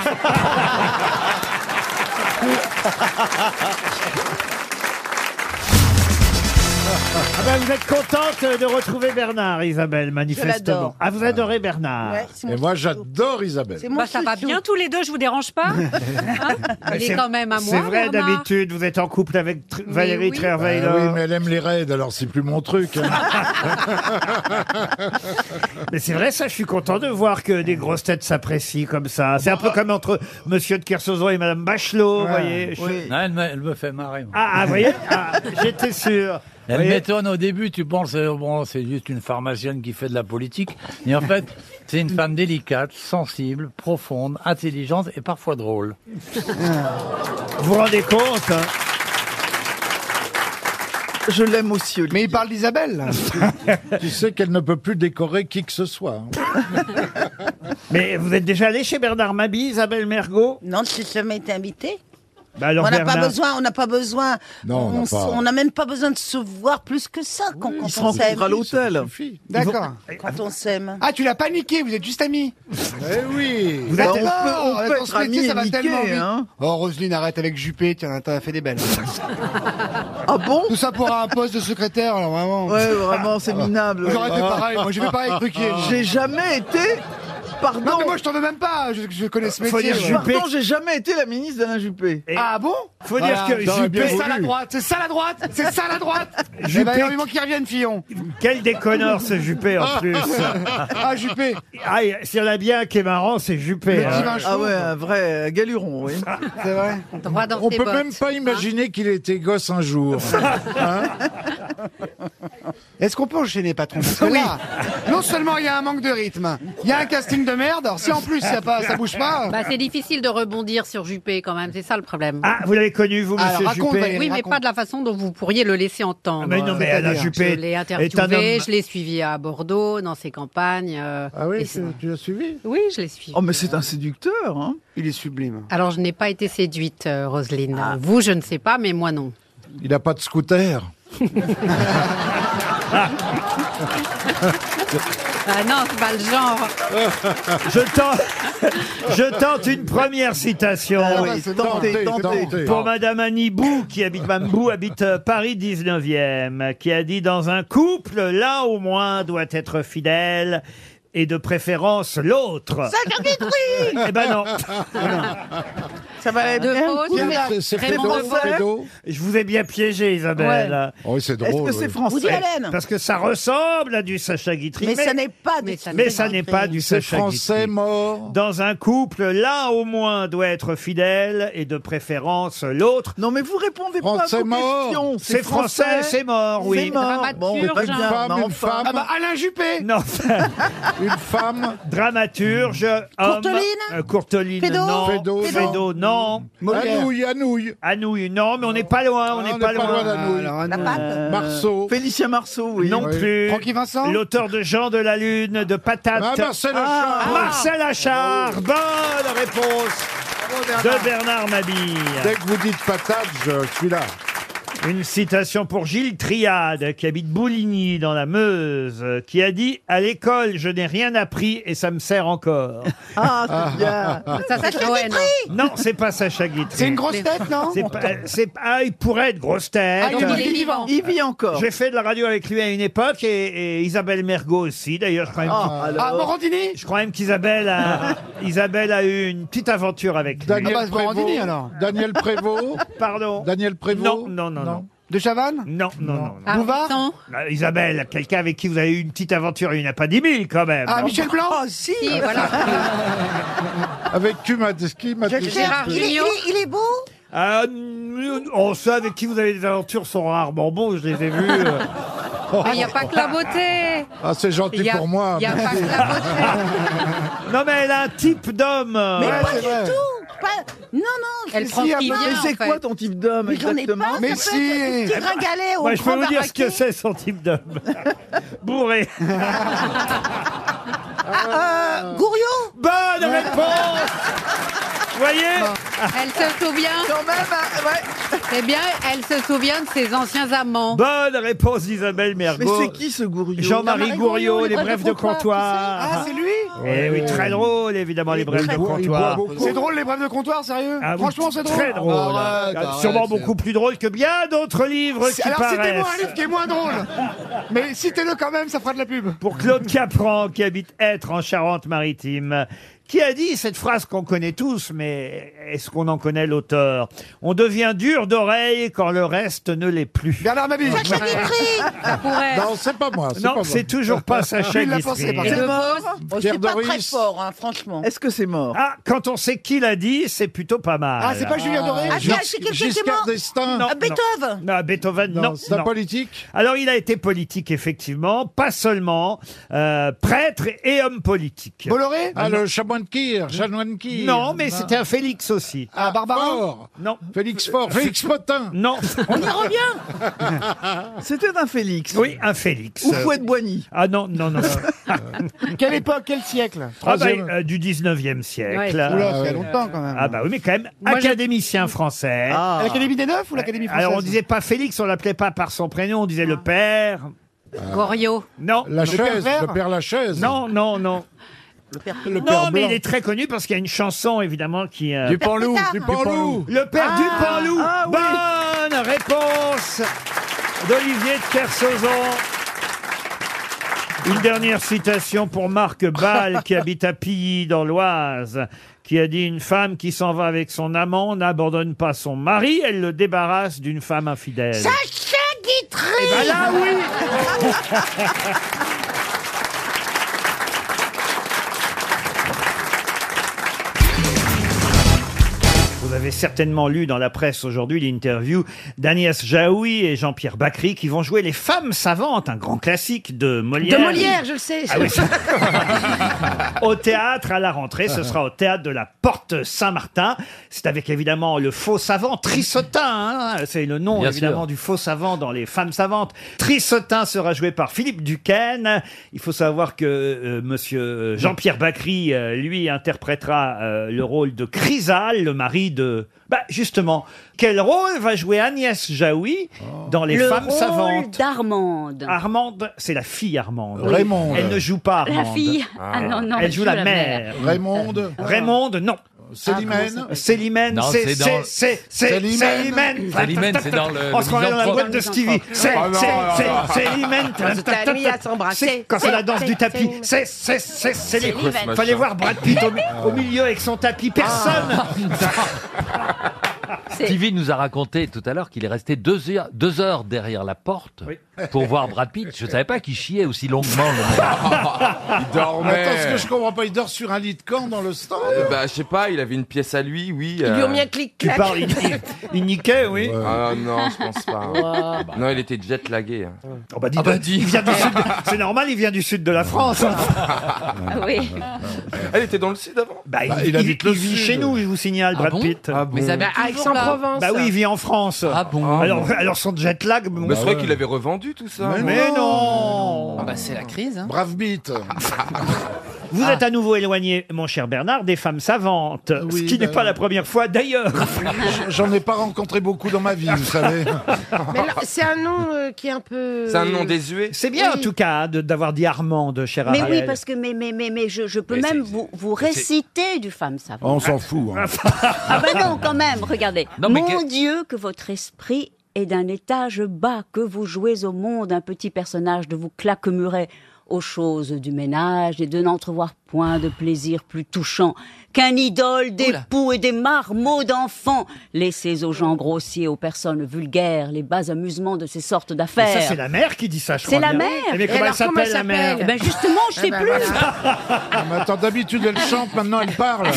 Ah ben, vous êtes contente de retrouver Bernard, Isabelle, manifestement. l'adore. Ah, vous adorez Bernard. Ouais, c'est mon Et moi, j'adore Isabelle. Bah, ça va bien tous les deux, je vous dérange pas Hein Il est quand même à moi. C'est vrai, Bernard. d'habitude, vous êtes en couple avec Tr- Mais Valérie oui. Trierweiler. Ah Bah oui, mais elle aime les raids, alors c'est plus mon truc. hein. mais c'est vrai, ça, je suis content de voir que des grosses têtes s'apprécient comme ça. C'est un peu comme entre Monsieur de Kersozo et Madame Bachelot, vous Oh, voyez. Je- Non, elle, me, elle me fait marrer. moi. Ah, ah, vous voyez Ah, J'étais sûr. Elle Vous voyez m'étonne au début, tu penses, euh, bon, c'est juste une pharmacienne qui fait de la politique. Et en fait, c'est une femme délicate, sensible, profonde, intelligente et parfois drôle. Vous vous rendez compte hein Je l'aime aussi, Mais il parle d'Isabelle. tu sais qu'elle ne peut plus décorer qui que ce soit. Mais vous êtes déjà allé chez Bernard Mabie, Isabelle Mergot Non, je n'ai jamais été invitée. Bah alors, on n'a pas Bernard- besoin, on n'a pas besoin. Non, on n'a s- pas- on n'a même pas besoin de se voir plus que ça quand, quand on s'aime. l'hôtel. D'accord. Eh, Quand on s'aime. Ah, tu l'as paniqué, vous êtes juste amis. Eh oui. Vous êtes- on peut, on peut attends, être ce métier, amis ça et va niquer, tellement vite. hein. Oh, Roselyne, arrête avec Juppé, tiens, t'as fait des belles. ah bon Tout ça pour un poste de secrétaire, alors vraiment. Ouais, vraiment, c'est minable. J'aurais été pareil, moi, j'ai fait pareil avec Ruquier. J'ai jamais été. Pardon. Non, mais moi, je t'en veux même pas, je, je connais ce Faut métier. dire Juppé. Pardon, j'ai jamais été la ministre d'Alain Juppé. Ah bon Faut dire que Juppé- C'est ça la droite, c'est ça la droite, c'est ça la droite. Juppé- Eh ben, il faut qu'ils reviennent, Fillon. Quel déconneur ce Juppé en Ah. plus Ah, Juppé Ah, et s'il y en a bien un qui est marrant, c'est Juppé. Le hein. divin chauve. Ah ouais, un vrai galuron, oui. C'est vrai. On peut même pas imaginer qu'il était gosse un jour. Hein Est-ce qu'on peut enchaîner, patron Parce que là, non seulement il y a un manque de rythme, il y a un casting de merde, alors si en plus il y a pas, ça bouge pas. euh, Bah, c'est difficile de rebondir sur Juppé quand même, c'est ça le problème. Ah, vous l'avez connu, vous, Alors, monsieur raconte, Juppé Valérie, oui, mais pas de la façon dont vous pourriez le laisser entendre. Mais non, mais Alain C'est-à-dire, Juppé Je l'ai est un interviewé, homme- je l'ai suivi à Bordeaux, dans ses campagnes. ah oui, tu l'as suivi Oui, je l'ai suivi. Oh, mais c'est un séducteur, hein Il est sublime. Alors, je n'ai pas été séduite, euh, Roselyne. Vous, je ne sais pas, mais moi non. Il n'a pas de scooter. Ah non, c'est pas le genre. Je tente, je tente une première citation. Ah oui, c'est tenté, tenté. hein. tenté. Pour Madame Annie Bou, qui habite Madame Bou, habite euh, Paris 19e, qui a dit dans un couple, l'un au moins doit être fidèle. Et de préférence l'autre. Sacha Guitry Eh ben non. Ça va aller De bien. Paul, Pierre, c'est- c'est Raymond pédo, Devers. pédo. Je vous ai bien piégé, Isabelle. Ouais. Oh Oui, Oh, c'est drôle, Est-ce que c'est oui. français Woody Allen. Parce que ça ressemble à du Sacha Guitry. Mais ça n'est pas du Ah, Sacha Mais ça n'est Guitry. pas du C'est Sacha français Guitry. mort. Dans un couple, l'un au moins doit être fidèle et de préférence l'autre. Non, mais vous répondez Français pas aux mort. questions. C'est français, c'est mort, oui. C'est mort. Dramaturge. Bon, pas Une une femme, femme, une enfin. femme. Ah bah, Alain Juppé. Non. Une femme. Dramaturge. homme. Courteline Euh, Courteline, Fédot non. Fédot, Fédot, non. non. Molière. Anouille, Anouille. Anouille, non, mais on n'est pas loin, Ah, Ah, on n'est pas, loin. Euh, Marceau. Félicien Marceau, oui. Non Oui. plus. Francky Vincent L'auteur de Jean de la Lune, de Patate. Ah, Marcel Ah, Achard. Oh. Marcel Achard. Bonne réponse de Bernard Mabille. Dès que vous dites patate, je suis là. Une citation pour Gilles Triade, qui habite Bouligny, dans la Meuse, euh, qui a dit « À l'école, je n'ai rien appris et ça me sert encore. Ah, c'est bien. Ça, c'est Sacha Cohen. » Non, c'est pas Sacha Guitry. C'est une grosse tête, non C'est pas- c'est- Ah, il pourrait être grosse tête. Ah, il est- il est vivant. Il vit encore. J'ai fait de la radio avec lui à une époque, et, et Isabelle Mergot aussi, d'ailleurs. je crois même Ah, qu'il- ah, Morandini Je crois même qu'Isabelle a... Isabelle a eu une petite aventure avec lui. Daniel Ah bah, c'est Morandini, Prévost. alors. Daniel Prévost. Pardon. Daniel Prévost. Non, non, non, non. De Chavannes Non, non, non. non. Bouvard Ah, Isabelle, quelqu'un avec qui vous avez eu une petite aventure, il n'y en a pas 10 000 quand même. Ah, Michel Blanc Oh, Si, Avec qui m'a qui m'a Gérard il, est, il est- il est beau Ah, mm, on sait avec qui vous avez des aventures sont rarement bons, je les ai vus. euh. Ah, Il n'y a pas que la beauté. Ah, c'est gentil Il y a- pour moi. il y a merci. pas que la Non, mais elle a un type d'homme. Mais Ouais, pas c'est du vrai. tout pas- Non, non Elle si, prend ce ah qui bah, vient, Mais en c'est fait. quoi ton type d'homme Mais j'en ai exactement pas, Mais ça si peut être des petits gringalet au Moi, je peux grand vous dire ce que baraquet. c'est, son type d'homme. Bourré. Ah, euh, Gouriot Bonne réponse Vous voyez Elle se souvient. hein, C'est bien, elle se souvient de ses anciens amants. Bah, Bonne réponse d'Isabelle Mergo. Mais c'est qui, ce Gouriot Jean-Marie Jean-Marie Gouriot, Gouriot, les brèves de comptoir. Ah, c'est lui Eh oui, très drôle, évidemment, les brèves de comptoir. C'est drôle les brèves de comptoir, sérieux Ah oui, Franchement, c'est drôle. Très drôle. Arrête, arrête, Sûrement c'est- beaucoup plus drôle que bien d'autres livres qui C'est- Alors citez-moi un paraissent. livre qui est moins drôle. Mais citez-le quand même, ça fera de la pub. Pour Claude Capran, qui habite Être en Charente-Maritime, qui a dit cette phrase qu'on connaît tous, mais est-ce qu'on en connaît l'auteur On devient dur d'oreille quand le reste ne l'est plus. Bernard Mabille Sacha Guitry ah. Non, c'est pas moi. c'est Non, pas moi. c'est toujours pas Sacha Il l'a Guitry. pensé, par Et contre. le Oh, Pierre C'est pas très Doris. fort, hein, franchement. Est-ce que c'est mort Ah, quand on sait qui l'a dit, c'est plutôt pas mal. Ah, c'est pas Julien Doré Ah, tiens, c'est quelqu'un qui est Giscard mort d'Estaing. Ah, Beethoven Non, Beethoven, non. Non, c'est un politique Alors, il a été politique, effectivement, pas seulement euh, prêtre et homme politique. Bolloré Ah, le chanoine de Kir, chanoine Kir. Non, mais Non. c'était un Félix aussi. Ah, Barbara Non. Félix Fort. Félix Potin. Non. On y revient C'était un Félix. Oui, un Félix. Ou Fouet de Boigny. Ah non, non, non. non. Quelle époque, quel siècle Ah bah, euh, du 19e siècle. Ouais. Oula, ça fait longtemps, quand même. Ah bah oui, mais quand même académicien français. L'Académie des Neufs ou l'Académie française Alors on disait pas Félix, on l'appelait pas par son prénom, on disait le père. Goriot. Non. La Le chaise, père Vert le père Lachaise. Non, non, non. Le père, non, mais il est très connu parce qu'il y a une chanson évidemment qui. euh, Dupanloup, Père Pétard. Dupanloup. Le père Ah, Dupanloup. ah oui. Bonne réponse d'Olivier de Kersauzon. Une dernière citation pour Marc Ball, qui habite à Pilly, dans l'Oise, qui a dit Une femme qui s'en va avec son amant n'abandonne pas son mari, elle le débarrasse d'une femme infidèle. Sacha Guitry Eh ben là, oui Vous avez certainement lu dans la presse aujourd'hui l'interview d'Agnès Jaoui et Jean-Pierre Bacry qui vont jouer Les Femmes Savantes, un grand classique de Molière. De Molière, je le sais. Ah oui. au théâtre à la rentrée. Ce sera au théâtre de la Porte Saint-Martin. C'est avec évidemment le faux savant Trissotin. hein. C'est le nom Bien évidemment sûr. du faux savant dans les femmes savantes. Trissotin sera joué par Philippe Duquesne. Il faut savoir que euh, Monsieur Jean-Pierre Bacry, euh, lui, interprétera euh, le rôle de Chrysal, le mari de. Bah justement, quel rôle va jouer Agnès Jaoui dans les Oh. le femmes rôle savantes d'Armande. Armande, c'est la fille Armande. Oui. Raymonde. Elle ne joue pas La Armande. fille. Ah non, non, Elle joue la, mère. Euh, Raymonde. Raymonde, non. Euh, Ah, Célimène. Célimène, Non, c'est c'est dans- c'est c'est c'est Célimène. Célimène. Célimène, c'est dans le- On le se croirait dans la misanthrope. boîte de Stevie. C'est Ah non, c'est non, c'est non. Célimène. On s'était Ta- ta- mis à ta- s'embrasser. c'est- Quand c'est la danse C'est- du tapis. c'est- C'est c'est c'est c'est les- quoi ce Fallait machin voir Brad Pitt au mi- Ah. au milieu avec son tapis. Personne. Stevie nous a raconté tout à l'heure qu'il est resté deux heures, deux heures derrière la porte pour voir Brad Pitt. Je ne savais pas qu'il chiait aussi longuement. Le mec. Attends, ce que je comprends pas, il dort sur un lit de camp dans le stand. Euh, bah, je sais pas, il avait une pièce à lui, oui. euh, Ils lui ont mis un Tu clic-clac. parles, il, il- il niquait, oui. Ah non, je pense pas. Non, il était jet lagué. hein. Ah, Oh Ah, bah dis donc, il vient du sud. C'est normal, il vient du sud de la France. oui. Elle était dans le sud avant. Bah, il, il- il vit chez nous, je vous Ah signale, Brad Pitt. Mais ça va à Toujours là. Aix-en-Provence. Bah oui, il vit en France. Ah bon alors, alors son jet lag. bon. Mais c'est vrai qu'il avait revendu tout ça. Mais, non bah c'est la crise. Brave bite. Vous êtes Ah. à nouveau éloigné, mon cher Bernard, des femmes savantes. ce qui n'est pas la première fois d'ailleurs. bah J'en ai pas rencontré beaucoup dans ma vie, vous savez. Mais là, c'est un nom euh, qui est un peu. désuet. C'est bien Oui. en tout cas de- d'avoir dit Armand de cher Mais oui, Ariel. parce que mais, mais, mais, mais je, je peux même vous, vous réciter du femme savante. On s'en fout. hein. Ah bah non, quand même, regardez. Non, mais Mon que- Dieu, que votre esprit est d'un étage bas, que vous jouez au monde un petit personnage de vous claquemurer aux choses du ménage et de n'entrevoir point de plaisir plus touchant qu'un idole d'époux et des marmots d'enfants. Laissez aux gens grossiers, aux personnes vulgaires, les bas amusements de ces sortes Mais d'affaires. ça, c'est la mère qui dit ça, je C'est crois. la bien. mère. Eh, Mais comment elle s'appelle, la mère Eh Ben justement, je sais plus. Ah, mais attends, d'habitude elle chante, maintenant elle parle.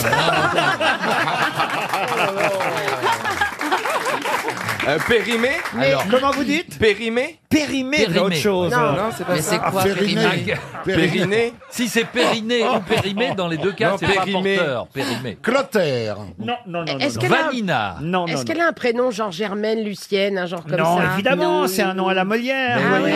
périmé Alors. Comment vous dites Euh, Périmé Périmé, c'est autre chose. Non, non, c'est pas Mais ça. c'est Ah, Ah, quoi, Périmé Périmé Périmé Si c'est périmé ou périmé, dans les deux cas, Non, c'est pas périmé. porteur. Périmé. Clotaire. Non, non, non. non, Est-ce non. qu'elle a, Vanina. Non, est-ce non, qu'elle a un prénom genre Germaine, Lucienne, un genre comme non, ça évidemment, c'est un nom à la Molière. vous voyez.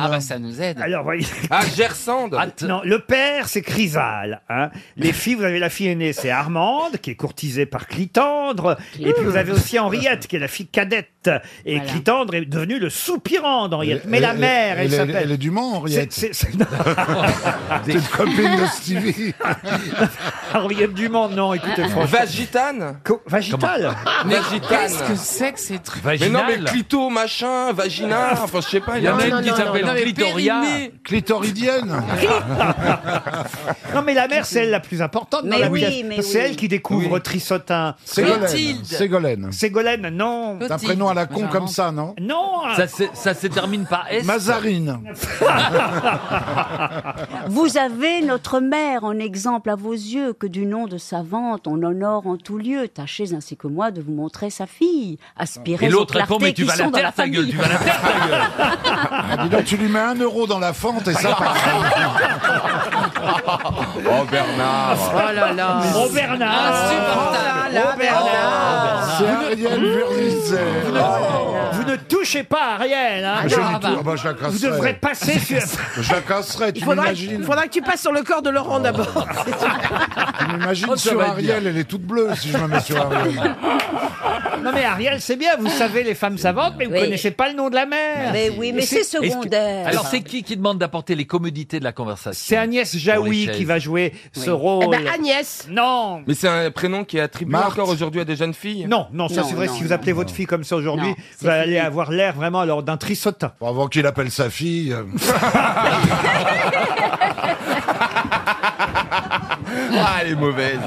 Ah bah ça nous aide. Alors, voyez. Ah, Gersande Non, le père, c'est Chrysal. hein. Les filles, vous avez la fille aînée, c'est Armande, qui est courtisée par Clitandre. Et puis vous avez aussi Henriette, qui est la fille cadette. Et Clitandre est devenu le soupirant d'Henriette. Mais Elle- la elle- mère, elle, elle- s'appelle. elle est du Mans, Henriette. C'est c'est- C'est une copine de Stevie. Henriette Dumont, non, écoutez, Ah. franchement. Vagitane Co- Vagital Mais Vagitane. qu'est-ce que c'est que ces trucs Mais non, mais clito, machin, vagina, Ah. enfin je sais pas. Il y en a une qui s'appelle Clitoria. Clitoridienne. Non, mais la mère, c'est elle la plus importante dans Mais la oui, pièce. mais Parce que C'est oui. elle qui découvre Trissotin. Ségolène. Ségolène. Ségolène, non. T'as un prénom à la con comme ça, non Non. Ça, se- ça se termine par S. Mazarine. Vous avez notre mère en exemple à vos yeux, que du nom de savante on honore en tout lieu. Tâchez ainsi que moi de vous montrer sa fille. Aspirez Et aux l'autre clartés répond, mais tu qui vas la sont dans taire ta famille. gueule, tu vas la taire ta gueule. Ah, dis donc, tu lui mets un euro dans la fente et ça passe. Oh Bernard. Oh là là. Oh Bernard. Oh Ah, Bernard. C'est Ariel Wurlitzer. Oh. Vous ne touchez pas à Ariel. Hein. Ah, je Ah, lui bah. tou- ah, bah, je la Vous casserai. devrez passer sur. Je la casserai, Il tu faudra, m'imagines. Oh. faudra que tu passes sur le corps de Laurent d'abord. Tu m'imagines Oh, ça sur va être Ariel, elle est toute bleue si je me mets sur Ariel. Non mais Ariel, c'est bien, vous savez les femmes savantes, mais vous Oui. connaissez pas le nom de la mère. Mais oui, mais Et c'est est-ce que- secondaire. Alors c'est qui qui demande d'apporter les commodités de la conversation C'est Agnès Pour les Jaoui chaises. qui va jouer ce Oui. rôle. Eh ben, Agnès Non Mais c'est un prénom qui est attribué encore aujourd'hui à des jeunes filles Non, non, ça c'est vrai, si vous appelez votre fille comme ça aujourd'hui, vous allez avoir l'air vraiment alors d'un trissotin. Avant qu'il appelle sa fille. euh, Ah, elle est mauvaise.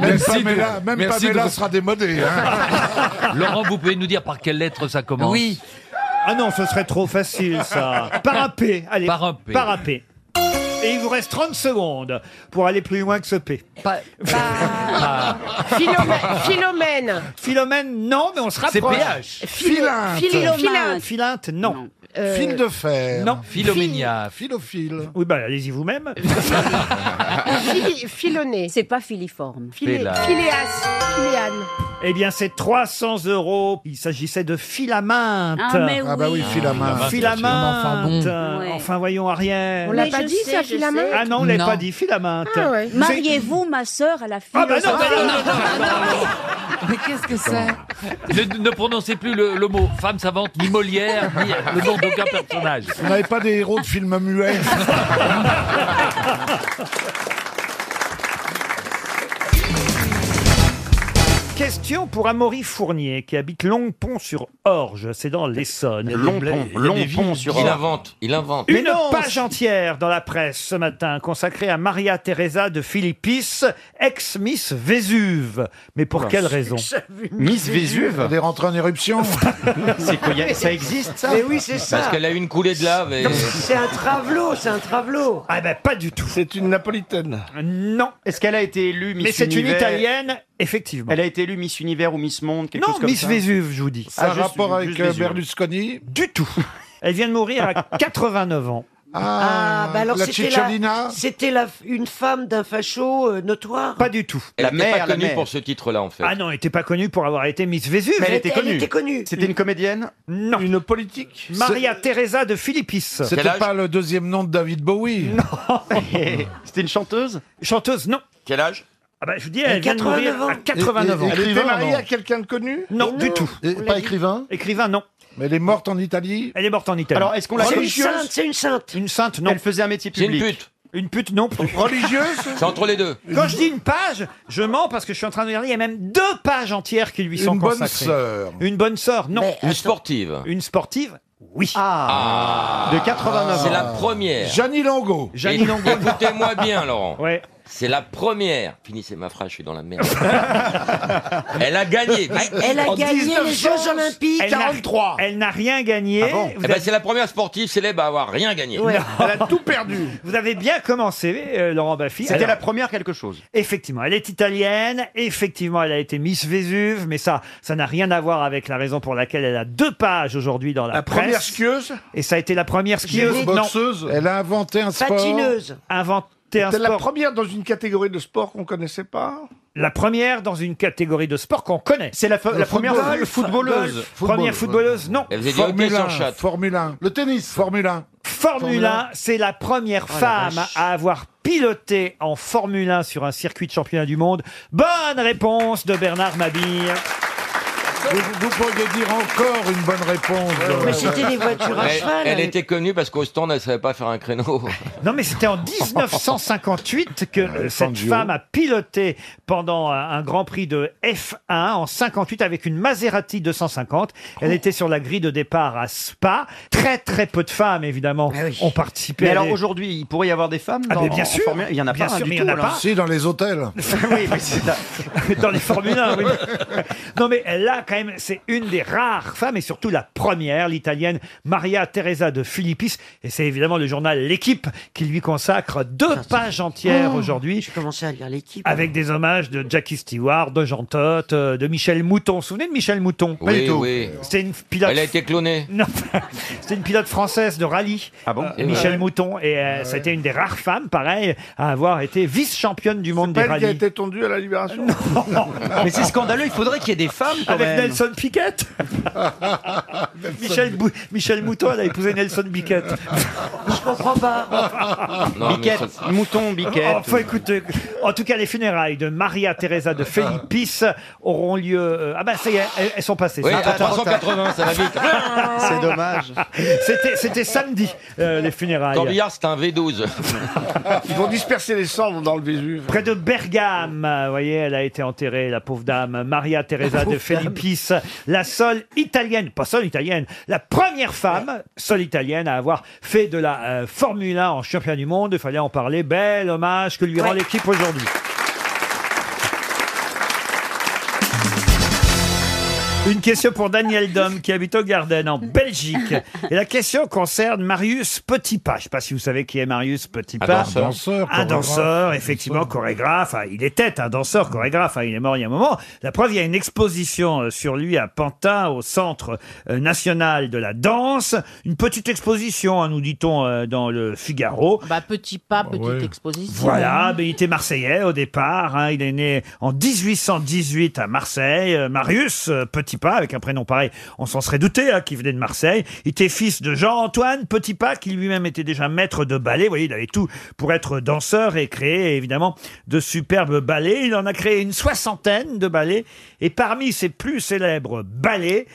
Même Merci Pamela, de- même merci Pamela de- sera démodée. Hein. Laurent, vous pouvez nous dire par quelle lettre ça commence Oui. Ah non, ce serait trop facile ça. Par un P, allez. Par un P. Par un P. Et il vous reste 30 secondes pour aller plus loin que ce P. Philomè- Philomène. Philomène, non, mais on se C'est rapproche. PH. Philinte. Philomène. Philinte. Philinte, non. Euh, Fil de fer. Non. Philoménia. Philophile. Oui, bah allez-y vous-même. Phili- Philonée. C'est pas filiforme. Philé- Phila. Philéas. Philéane. Eh bien, c'est 300 euros. Il s'agissait de Filaminte. Ah, mais Ah bah oui, oui. Philaminte. Filaminte. Philaminte, Enfin, Ouais. voyons, Ariel. On l'a pas dit, ça, Philaminte Ah non, on l'a Non. pas dit, Filaminte. Ah ouais. Vous avez- Mariez-vous ma sœur à la fille. Ah bah non, bah non, non, non, Mais qu'est-ce que c'est ne, ne prononcez plus le, le mot femme savante, ni Molière, ni le nom d'aucun personnage. On n'avait pas des héros de films muets. Question pour Amaury Fournier, qui habite Longpont-sur-Orge, c'est dans l'Essonne. Longpont, Longpont sur Il Orge. invente, il invente. Une page entière dans la presse ce matin consacrée à Maria Teresa de Philippis, ex-Miss Vésuve. Mais pour Oula. quelle raison Miss Vésuve Des rentrées en éruption. C'est quoi, y a- ça existe, ça Mais oui, c'est ça. Parce qu'elle a eu une coulée de lave et... C'est un travelot, c'est un travelot. Ah ben pas du tout. C'est une napolitaine. Non. Est-ce qu'elle a été élue Miss Mais c'est une Univers Italienne, effectivement. Elle a été élue Miss Univers ou Miss Monde, quelque non, chose comme Miss ça Vésuve, je vous dis. Ça a Ah, juste- rapport avec juste euh, Vésuve. Berlusconi. Du tout. Elle vient de mourir à 89 ans. Ah, bah alors la c'était Cicciolina la- C'était la, une femme d'un facho euh, notoire. Pas du tout. La Elle n'est mère, pas la connue mère. pour ce titre-là, en fait. Ah non, elle n'était pas connue pour avoir été Miss Vésuve. Mais elle était connue. connue. C'était une comédienne Non. Une politique Maria Teresa de Philippis. C'était pas le deuxième nom de David Bowie. C'était une chanteuse Chanteuse, non. Quel âge Ah bah, je vous dis, Elle a elle vient de 89 mourir ans. à 89 ans. Et- et- Elle était Écrivain, mariée non. à quelqu'un de connu Non, du tout. Et pas écrivain. Écrivain, non. Mais elle est morte en Italie. Elle est morte en Italie. Alors, est-ce qu'on l'a C'est une religieuse sainte, c'est une sainte. Une sainte, non. Elle faisait un métier C'est une public. pute. Une pute, non plus. Religieuse C'est entre les deux. Quand je dis une page, je mens parce que je suis en train de regarder, il y a même deux pages entières qui lui sont Une bonne consacrées. sœur. Une bonne sœur, non. Une sportive. Une sportive, Oui. Ah. De 89. C'est la première. Jeannie Longo. Et- Écoutez-moi bien, Laurent. Ouais. C'est la première. Finissez ma phrase, je suis dans la merde. Elle a gagné. Elle a En gagné les 1900, Jeux Olympiques. elle n'a- Elle n'a rien gagné. Eh Vous ben, avez- c'est la première sportive célèbre à avoir rien gagné. tout perdu. Vous avez bien commencé, euh, Laurent Baffy. C'était la première quelque chose. Effectivement, elle est italienne. Effectivement, elle a été Miss Vésuve, mais ça, ça n'a rien à voir avec la raison pour laquelle elle a deux pages aujourd'hui dans la, La presse. première skieuse Et ça a été la première skieuse. Judo non. boxeuse Elle a inventé un sport. Patineuse. Inventé un C'était la sport. première dans une catégorie de sport qu'on connaissait pas. La première dans une catégorie de sport qu'on connaît. C'est la, Le la première football. footballeuse. Football. Première footballeuse, non. Elle faisait du Formule hockey sur 1, chatte. Formule 1. Le tennis. Formule 1. Formule Formule 1, 1. c'est la première Oh la femme vache. à avoir piloté en Formule 1 sur un circuit de championnat du monde. Bonne réponse de Bernard Mabille. Vous, vous pourriez dire encore une bonne réponse. euh, elle, Elle était connue parce qu'au stand, elle savait pas faire un créneau. Non, mais c'était en 1958 que euh, cette Fangio. femme a piloté pendant un, un Grand Prix de F1 en 58 avec une Maserati 250. Elle était sur la grille de départ à Spa. Très très peu de femmes évidemment ont participé. Mais à alors des- aujourd'hui, il pourrait y avoir des femmes Ah, dans, mais bien en sûr. Formule un Il y en a Bien pas sûr, du il y tout. en a alors. pas. Si, dans les hôtels. oui, mais c'est ça. dans les Formule 1, oui. Non, mais elle, là, quand même, c'est une des rares femmes, et surtout la première, l'italienne Maria Teresa de Philippis. Et c'est évidemment le journal L'Équipe qui lui consacre deux pages entières Oh, aujourd'hui. J'ai commencé à lire L'Équipe. Avec des hommages de Jackie Stewart, de Jean Todt, euh, de Michel Mouton. Vous vous souvenez de Michel Mouton Oui, oui. C'était une pilote. Elle a été clonée. Ah Non, c'était une pilote française de rallye. bon euh, Michel Ouais. Mouton. Et euh, ça a été une des rares femmes, pareil, à avoir été vice-championne du monde des Elle qui a rallyes. été tendue à la libération. Mais c'est scandaleux, il faudrait qu'il y ait des femmes quand Avec même. Nelson Piquette Michel, Bou- Michel Mouton, elle a épousé Nelson Biquette. Je comprends pas. Non, mais Biquette, ça- Mouton, Biquette. Enfin, écoutez, Oh, en tout cas, les funérailles de Maria Teresa de Felippis auront lieu. euh, ah ben, ça y est, elles, elles sont passées. Oui, ça. à 380, ça va vite. C'est dommage. C'était, c'était samedi, euh, les funérailles. Corbillard, c'est un V12. Ils vont disperser les cendres dans le Vésuve. Près de Bergame, vous voyez, elle a été enterrée, la pauvre dame, Maria Teresa de pauvre Felippis, la seule italienne, pas seule italienne, la première femme, seule italienne, à avoir fait de la euh, Formule 1 en championnat du monde. Il fallait en parler. Bel hommage que lui rend Ouais. l'équipe aujourd'hui. Une question pour Daniel Dom qui habite au Garden en Belgique. Et la question concerne Marius Petitpas. Je ne sais pas si vous savez qui est Marius Petitpas. Un danseur, Un chorégraphe. danseur, effectivement, chorégraphe. Enfin, il était un danseur, chorégraphe. Enfin, il est mort il y a un moment. La preuve, il y a une exposition euh, sur lui à Pantin, au Centre euh, national de la danse. Une petite exposition, hein, nous dit-on, euh, dans le Figaro. Bah, petit pas, petite exposition. Voilà, ben, il était marseillais au départ. hein. il est né en 1818 à Marseille. Euh, Marius euh, Petitpas, avec un prénom pareil, on s'en serait douté hein, qu'il venait de Marseille. Il était fils de Jean-Antoine Petitpas, qui lui-même était déjà maître de ballet. Vous voyez, il avait tout pour être danseur et créer évidemment de superbes ballets. Il en a créé une soixantaine de ballets. Et parmi ses plus célèbres ballets,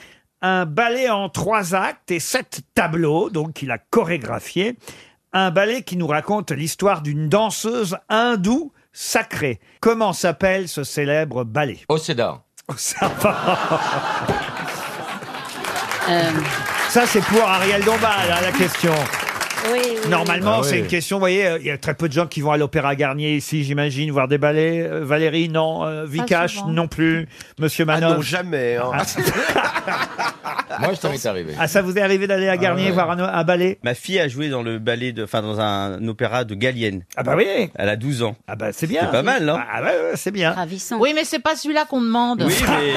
un ballet en trois actes et sept tableaux, donc qu'il a chorégraphié. Un ballet qui nous raconte l'histoire d'une danseuse hindoue sacrée. Comment s'appelle ce célèbre ballet Oh, Océda. Ça, va. Ça, c'est pour Ariel Dombal, hein, la question. Oui, Normalement, Ah ouais. c'est une question, vous voyez, euh, il y a très peu de gens qui vont à l'Opéra Garnier ici, j'imagine, voir des ballets. Euh, Valérie, non. Euh, Vikash, souvent. non plus. Monsieur Ah, Manon. jamais. Moi, je t'en est arrivé. Ah, ça vous est arrivé d'aller à Garnier ouais. voir un, un ballet Ma fille a joué dans le ballet de, enfin dans un opéra de Gallienne. Ah bah oui. Elle a 12 ans. Ah bah c'est bien. C'est pas mal, non Ah bah ouais, c'est bien. Oui, mais c'est pas celui-là qu'on demande. Oui, mais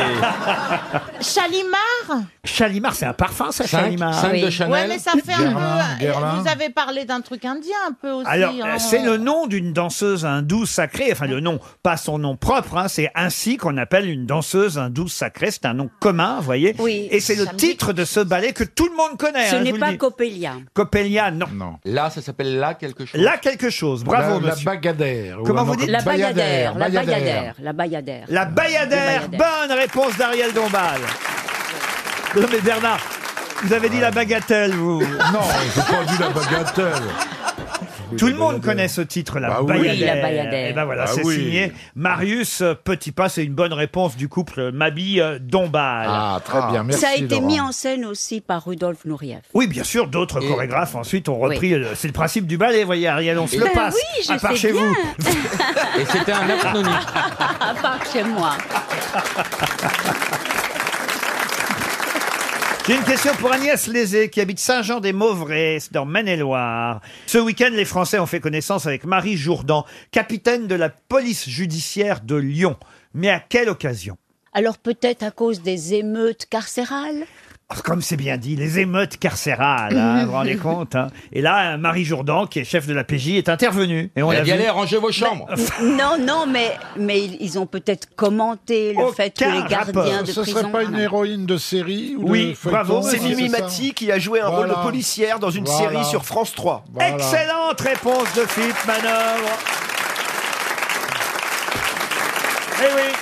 Chalimard Chalimard, c'est un parfum, ça, Cinq- Chalimard. cinq de Oui. Chanel. Ouais, mais ça fait un Guerlain, peu- Guerlain. Vous avez parlé d'un truc indien un peu aussi. Alors, hein. euh, c'est le nom d'une danseuse hindoue sacrée. Enfin, le nom, pas son nom propre. hein, c'est ainsi qu'on appelle une danseuse hindoue sacrée. C'est un nom commun, vous voyez. Et c'est le ça me dit titre de ce ballet que tout le monde connaît. Ce hein, je n'est vous le pas dis. Coppelia. Coppelia, non. Ah, Là, ça s'appelle là quelque chose. Là, quelque chose. Bravo, la, monsieur. La bagadère. ou Comment un vous nom dites comme- La Bayadère, la Bayadère, la Bayadère. Ah, La Bayadère. Le Bonne réponse d'Ariel Dombal. Non, mais Bernard, vous avez dit la bagatelle, vous. Non, j'ai pas dit la bagatelle. Tout le monde connaît ce titre, la Bah oui. Bayadère. Oui, la Bayadère. Et ben voilà, Bah c'est oui. signé Marius Petit Pas. C'est une bonne réponse du couple Mabille euh, Dombal. Ah, très bien, Ça a été mis en scène aussi par Rudolf Nourieff. Oui, bien sûr, d'autres chorégraphes ensuite ont repris. le- C'est le principe du ballet, voyez, Ariel, on se le Ben passe. oui, je à part sais chez bien. vous. Et c'était un apnonique. à part chez moi. J'ai une question pour Agnès Lézé qui habite Saint-Jean-des-Mauvrais, c'est dans Maine-et-Loire. Ce week-end, les Français ont fait connaissance avec Marie Jourdan, capitaine de la police judiciaire de Lyon. Mais à quelle occasion Alors peut-être à cause des émeutes carcérales Ah, Comme c'est bien dit, les émeutes carcérales, hein, vous vous rendez compte hein. Et là, Marie Jourdan, qui est chef de la PJ, est intervenue. Et on Elle l'a a dit, vu. allez, rangez vos chambres. Non, non, mais, mais ils- ils ont peut-être commenté le fait que les gardiens de Ce prison... serait pas une héroïne de série ou de feuilleton, C'est ça, Mimi ça Mati qui a joué un rôle de Voilà. policière dans une Voilà. série sur France 3. Voilà. Excellente réponse de Philippe Manœuvre. Eh oui.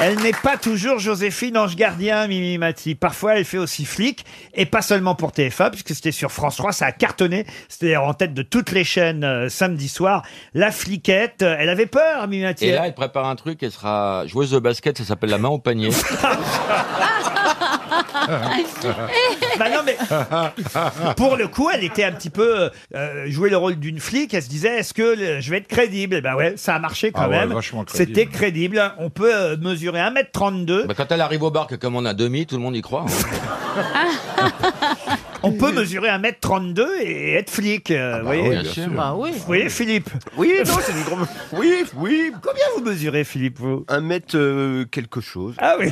Elle n'est pas toujours Joséphine Ange Gardien, Mimi Mati. Parfois, elle fait aussi flic, et pas seulement pour TF1, puisque c'était sur France 3, ça a cartonné. C'était d'ailleurs en tête de toutes les chaînes euh, samedi soir. La fliquette, euh, elle avait peur, Mimi Mati. Et là, elle prépare un truc, elle sera joueuse de basket, ça s'appelle la main au panier. Bah non, mais pour le coup, elle était un petit peu euh, jouer le rôle d'une flic. Elle se disait, est-ce que le- je vais être crédible Eh Ben ouais, ça a marché quand Ah ouais, même. vachement crédible. C'était crédible. On peut euh, mesurer 1m32. Bah, quand elle arrive au bar, que comme on a demi, tout le monde y croit. hein. On peut mesurer 1m32 et être flic. euh, vous voyez Ah oui, bien sûr. Bah Vous voyez, Philippe Oui, non, c'est une grande. Oui, oui. Combien vous mesurez, Philippe, vous Un mètre euh, quelque chose. Ah oui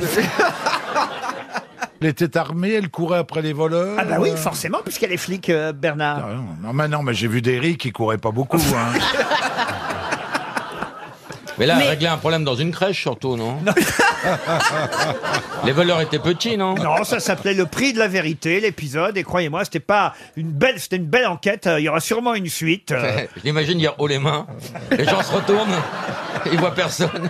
Elle était armée, elle courait après les voleurs. Ah Ah bah oui, forcément, puisqu'elle est flic, euh, Bernard. Non, mais non, mais j'ai vu des riz qui couraient pas beaucoup. hein. Mais là, régler un problème dans une crèche surtout, non Les voleurs étaient petits, non Non, ça s'appelait Le prix de la vérité, l'épisode. Et croyez-moi, c'était pas une belle, c'était une belle enquête. Euh, Il y aura sûrement une suite. euh. Je l'imagine dire haut les mains, les gens se retournent, ils voient personne.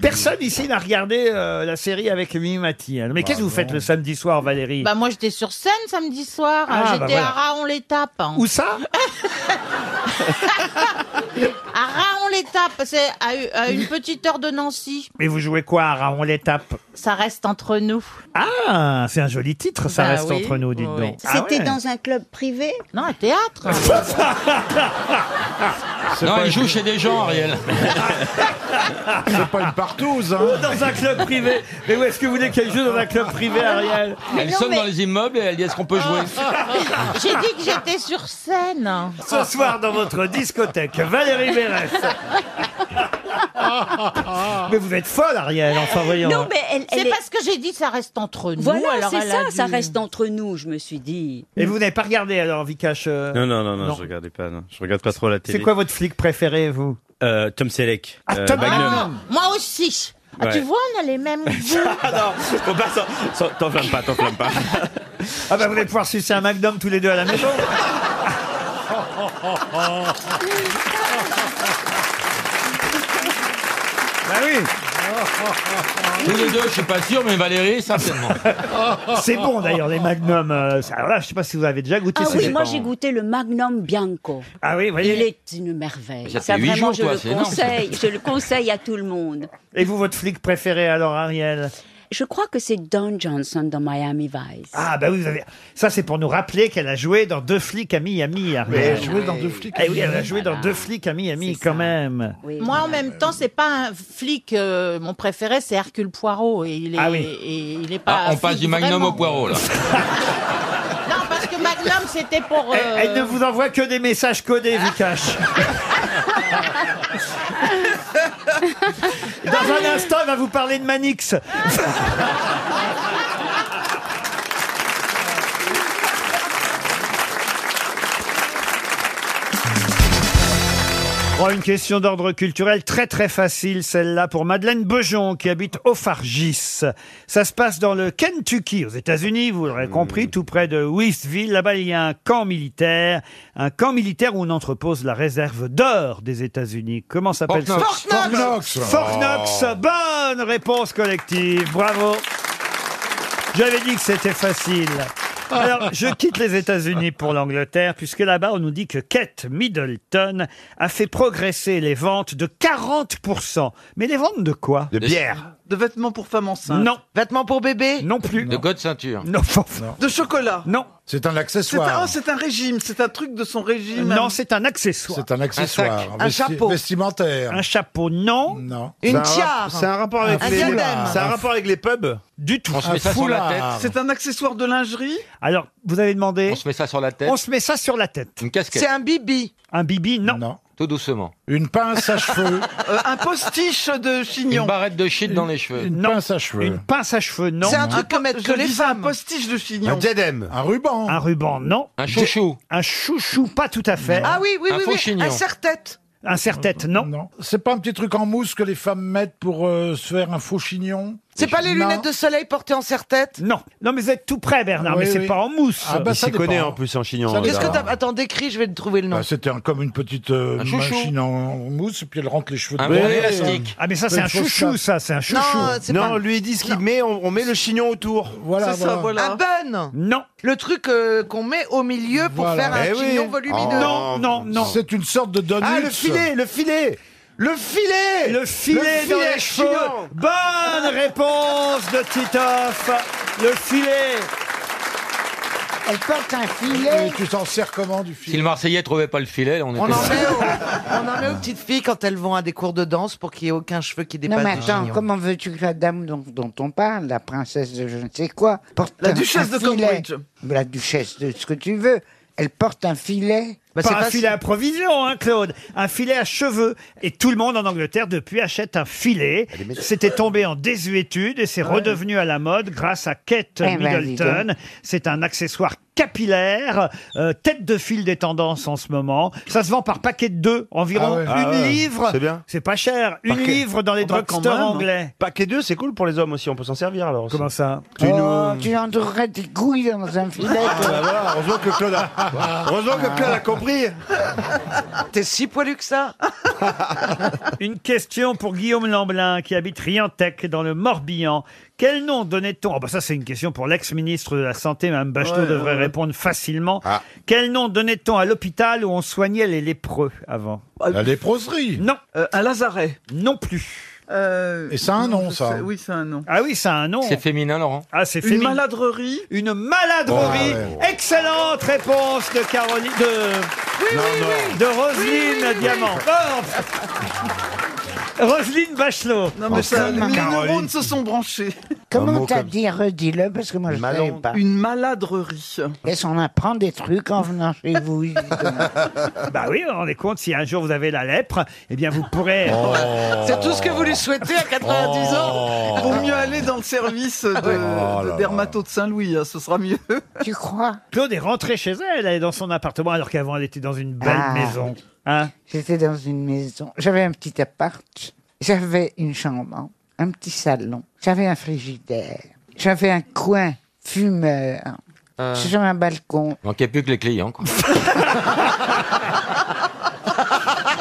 Personne ici n'a regardé euh, la série avec Mimi Mati. hein. Mais Bah qu'est-ce que vous faites le samedi soir, Valérie Bah moi j'étais sur scène samedi soir, hein. Ah, j'étais bah voilà. à Rat on les tape. hein. Où ça À Rat on les tape, c'est à, u- à une petite heure de Nancy. Mais vous jouez quoi à Raon l'étape Ça reste entre nous. Ah, c'est un joli titre, ça Bah reste oui, entre nous, dites oui. donc. Ah C'était dans un club privé Non, un théâtre. Non, ils jouent Ah, chez des gens, Ariel. C'est pas une partouze. Hein. Oh, Ou dans un club privé. Mais où est-ce que vous voulez qu'elle joue dans un club privé, Ariel Elle sonne dans les immeubles et elle dit est-ce qu'on peut jouer Ah. J'ai dit que j'étais sur scène. Ce soir dans votre discothèque, Valérie Mérès. Oh. Mais vous êtes folle, Ariel, en voyons. Non, mais elle- elle C'est est- parce que j'ai dit ça reste entre nous. Voilà, alors c'est elle ça, a dû- ça reste entre nous, je me suis dit. Et vous n'avez pas regardé alors, Vikash euh, Non, non, non, non, Non. je regardais pas. Non. Je regarde pas trop la télé. C'est quoi votre flic préféré, vous euh, Tom Selleck. euh, Tom Magnum. Magnum. Moi aussi. Ah, tu Ouais. vois, on a les mêmes goûts. Ah non, faut pas s'en- s'en- t'enflamme pas, t'enflamme pas. Ah bah vous allez pouvoir sucer un McDonald's tous les deux à la maison. Bah oui. Tous les deux, je suis pas sûr, mais Valérie, certainement. Oh, C'est bon d'ailleurs les Magnum. euh, ça- alors là, je sais pas si vous avez déjà goûté. Ah ces oui, moi dépens. j'ai goûté le Magnum Bianco. Ah oui, voyez. Il est une merveille. Ça fait huit jours, vraiment, je toi, c'est le énorme. conseille. Je le conseille à tout le monde. Et vous, votre flic préféré alors, Ariel Je crois que c'est Don Johnson dans Miami Vice. Ah bah oui, vous avez. Ça c'est pour nous rappeler qu'elle a joué dans deux flics à Miami. Ariel. Mais elle a joué dans Deux Flics à Eh oui, elle a Miami. joué dans deux flics à Miami quand même. Moi, en même temps, c'est pas un flic. euh, mon préféré, c'est Hercule Poirot. Et il est, Ah oui. et il est pas. Ah, on flic passe du magnum vraiment. au poireau, là. Non, parce que Magnum, c'était pour. Eh, euh, Elle, elle ne vous envoie que des messages codés, Vikash. Dans un instant, elle va vous parler de Manix. Oh, une question d'ordre culturel très très facile, celle-là, pour Madeleine Bejon, qui habite Ophargis. Ça se passe dans le Kentucky, aux États-Unis, vous l'aurez compris, tout près de Louisville. Là-bas, il y a un camp militaire, un camp militaire où on entrepose la réserve d'or des États-Unis. Comment s'appelle ça Fort Knox. Fort Knox. Fort Knox. Oh. Bonne réponse collective, bravo J'avais dit que c'était facile Alors, je quitte les États-Unis pour l'Angleterre, puisque là-bas, on nous dit que Kate Middleton a fait progresser les ventes de 40%. Mais les ventes de quoi De bière. De vêtements pour femmes enceintes Non. Vêtements pour bébé Non plus. De god ceinture. Non. De chocolat Non. C'est un accessoire. C'est un, oh, c'est un régime, c'est un truc de son régime. Non, c'est un accessoire. C'est un accessoire. sac, un vesti- chapeau. Vestimentaire. Un chapeau, non. Non. Une tiare. Un diadème. C'est un rapport avec les pubs Du tout. On se met ça sur la tête. C'est un accessoire de lingerie Alors, vous avez demandé. On se met ça sur la tête. On se met ça sur la tête. Une casquette. C'est un bibi. Un bibi, non. Tout doucement. Une pince à cheveux. Euh, un postiche de chignon. Une barrette de shit dans les cheveux. Une pince à cheveux. Une pince à cheveux, non. C'est un truc comme être que les femmes. Un postiche de chignon. diadème. Un ruban. Un ruban, non. Un chouchou. Un chouchou, pas tout à fait. Ah oui, oui, oui, oui. Un serre-tête. Un serre-tête, non. C'est pas un petit truc en mousse que les femmes mettent pour euh, se faire un faux chignon C'est pas les Non. lunettes de soleil portées en serre-tête Non. Non, mais vous êtes tout près, Bernard, Oui, mais c'est oui. pas en mousse. Ah bah, Il ça s'y dépend. connaît, en plus, en chignon, Ça Qu'est-ce que dépend. t'as Attends, décris, je vais te trouver le nom. Bah, C'était un- comme une petite euh, Un chouchou. machine en en mousse, et puis elle rentre les cheveux Un dedans. bon élastique. Ah, mais ça, c'est un chouchou, ça, c'est un chouchou. Non, c'est pas- lui, ils disent qu'il met, on, on met le chignon autour. Voilà, C'est ça, voilà. Un bun Non. Le truc euh, qu'on met au milieu pour Voilà. faire un Eh oui. Oh. chignon volumineux. Non, non, non. C'est une sorte de donut. Ah, le filet, le filet Le filet Le filet, dans les cheveux. chignon. Bonne réponse de Titoff. Le filet. Elle porte un filet. tu t'en sers comment du filet Si le Marseillais trouvait pas le filet, on était. en met On en met aux petites filles quand elles vont à des cours de danse pour qu'il n'y ait aucun cheveu qui dépasse Non mais du attends, chignon. comment veux-tu que la dame dont, dont on parle, la princesse de je ne sais quoi, porte La un- duchesse de un filet Cambridge. La duchesse de ce que tu veux, elle porte un filet. Bah, pas un filet à provision, hein, Claude. Un filet à cheveux. Et tout le monde en Angleterre depuis achète un filet. C'était tombé en désuétude et c'est redevenu à la mode grâce à Kate Eh ben, dis Middleton. donc. C'est un accessoire capillaire, euh, tête de file des tendances en ce moment. Ça se vend par paquet de deux, environ Ah ouais. une Ah ouais, livre. c'est bien. C'est pas cher. Une Paquet- livre dans les Oh, bah, quand drugstores hein. même. anglais. Paquet 2, c'est cool pour les hommes aussi, on peut s'en servir alors. Comment ça tu Oh, nous- tu endurerais tes couilles dans un filet. Ah, bah voilà, heureusement que Claude a, heureusement que Claude a compris. T'es si poilu que ça Une question pour Guillaume Lamblin qui habite Riantec dans le Morbihan. Quel nom donnait-on Ah bah ça c'est une question pour l'ex-ministre de la Santé, Mme Bachelot Ouais, devrait ouais. Ah. répondre facilement. Quel nom donnait-on à l'hôpital où on soignait les lépreux avant Ah, La léproserie. Euh, Non. un lazaret. Non plus. Et ça a un nom, ça. oui, c'est un nom. Ah oui, c'est un nom. C'est féminin, Laurent Ah, c'est Une féminin. maladrerie. Une maladrerie. Oh, Excellente réponse de Caroline de de Roselyne Diamant. Oh, pff. Roselyne Bachelot. Non, mais ça, les neurones Caroline. se sont branchés. Comment t'as dit, redis-le, parce que moi je ne savais pas. Une maladrerie. Est-ce qu'on apprend des trucs en venant chez vous justement Bah oui, on est compte, si un jour vous avez la lèpre, eh bien vous pourrez... C'est tout ce que vous lui souhaitez à 90 ans. Vaut mieux aller dans le service de, de dermato de Saint-Louis, hein, ce sera mieux. Tu crois Claude est rentrée chez elle, elle est dans son appartement, alors qu'avant elle était dans une belle Ah. maison. Hein J'étais dans une maison. J'avais un petit appart. J'avais une chambre, un petit salon. J'avais un frigidaire. J'avais un coin fumeur. Euh. Sur un balcon. Manquait plus que les clients, quoi.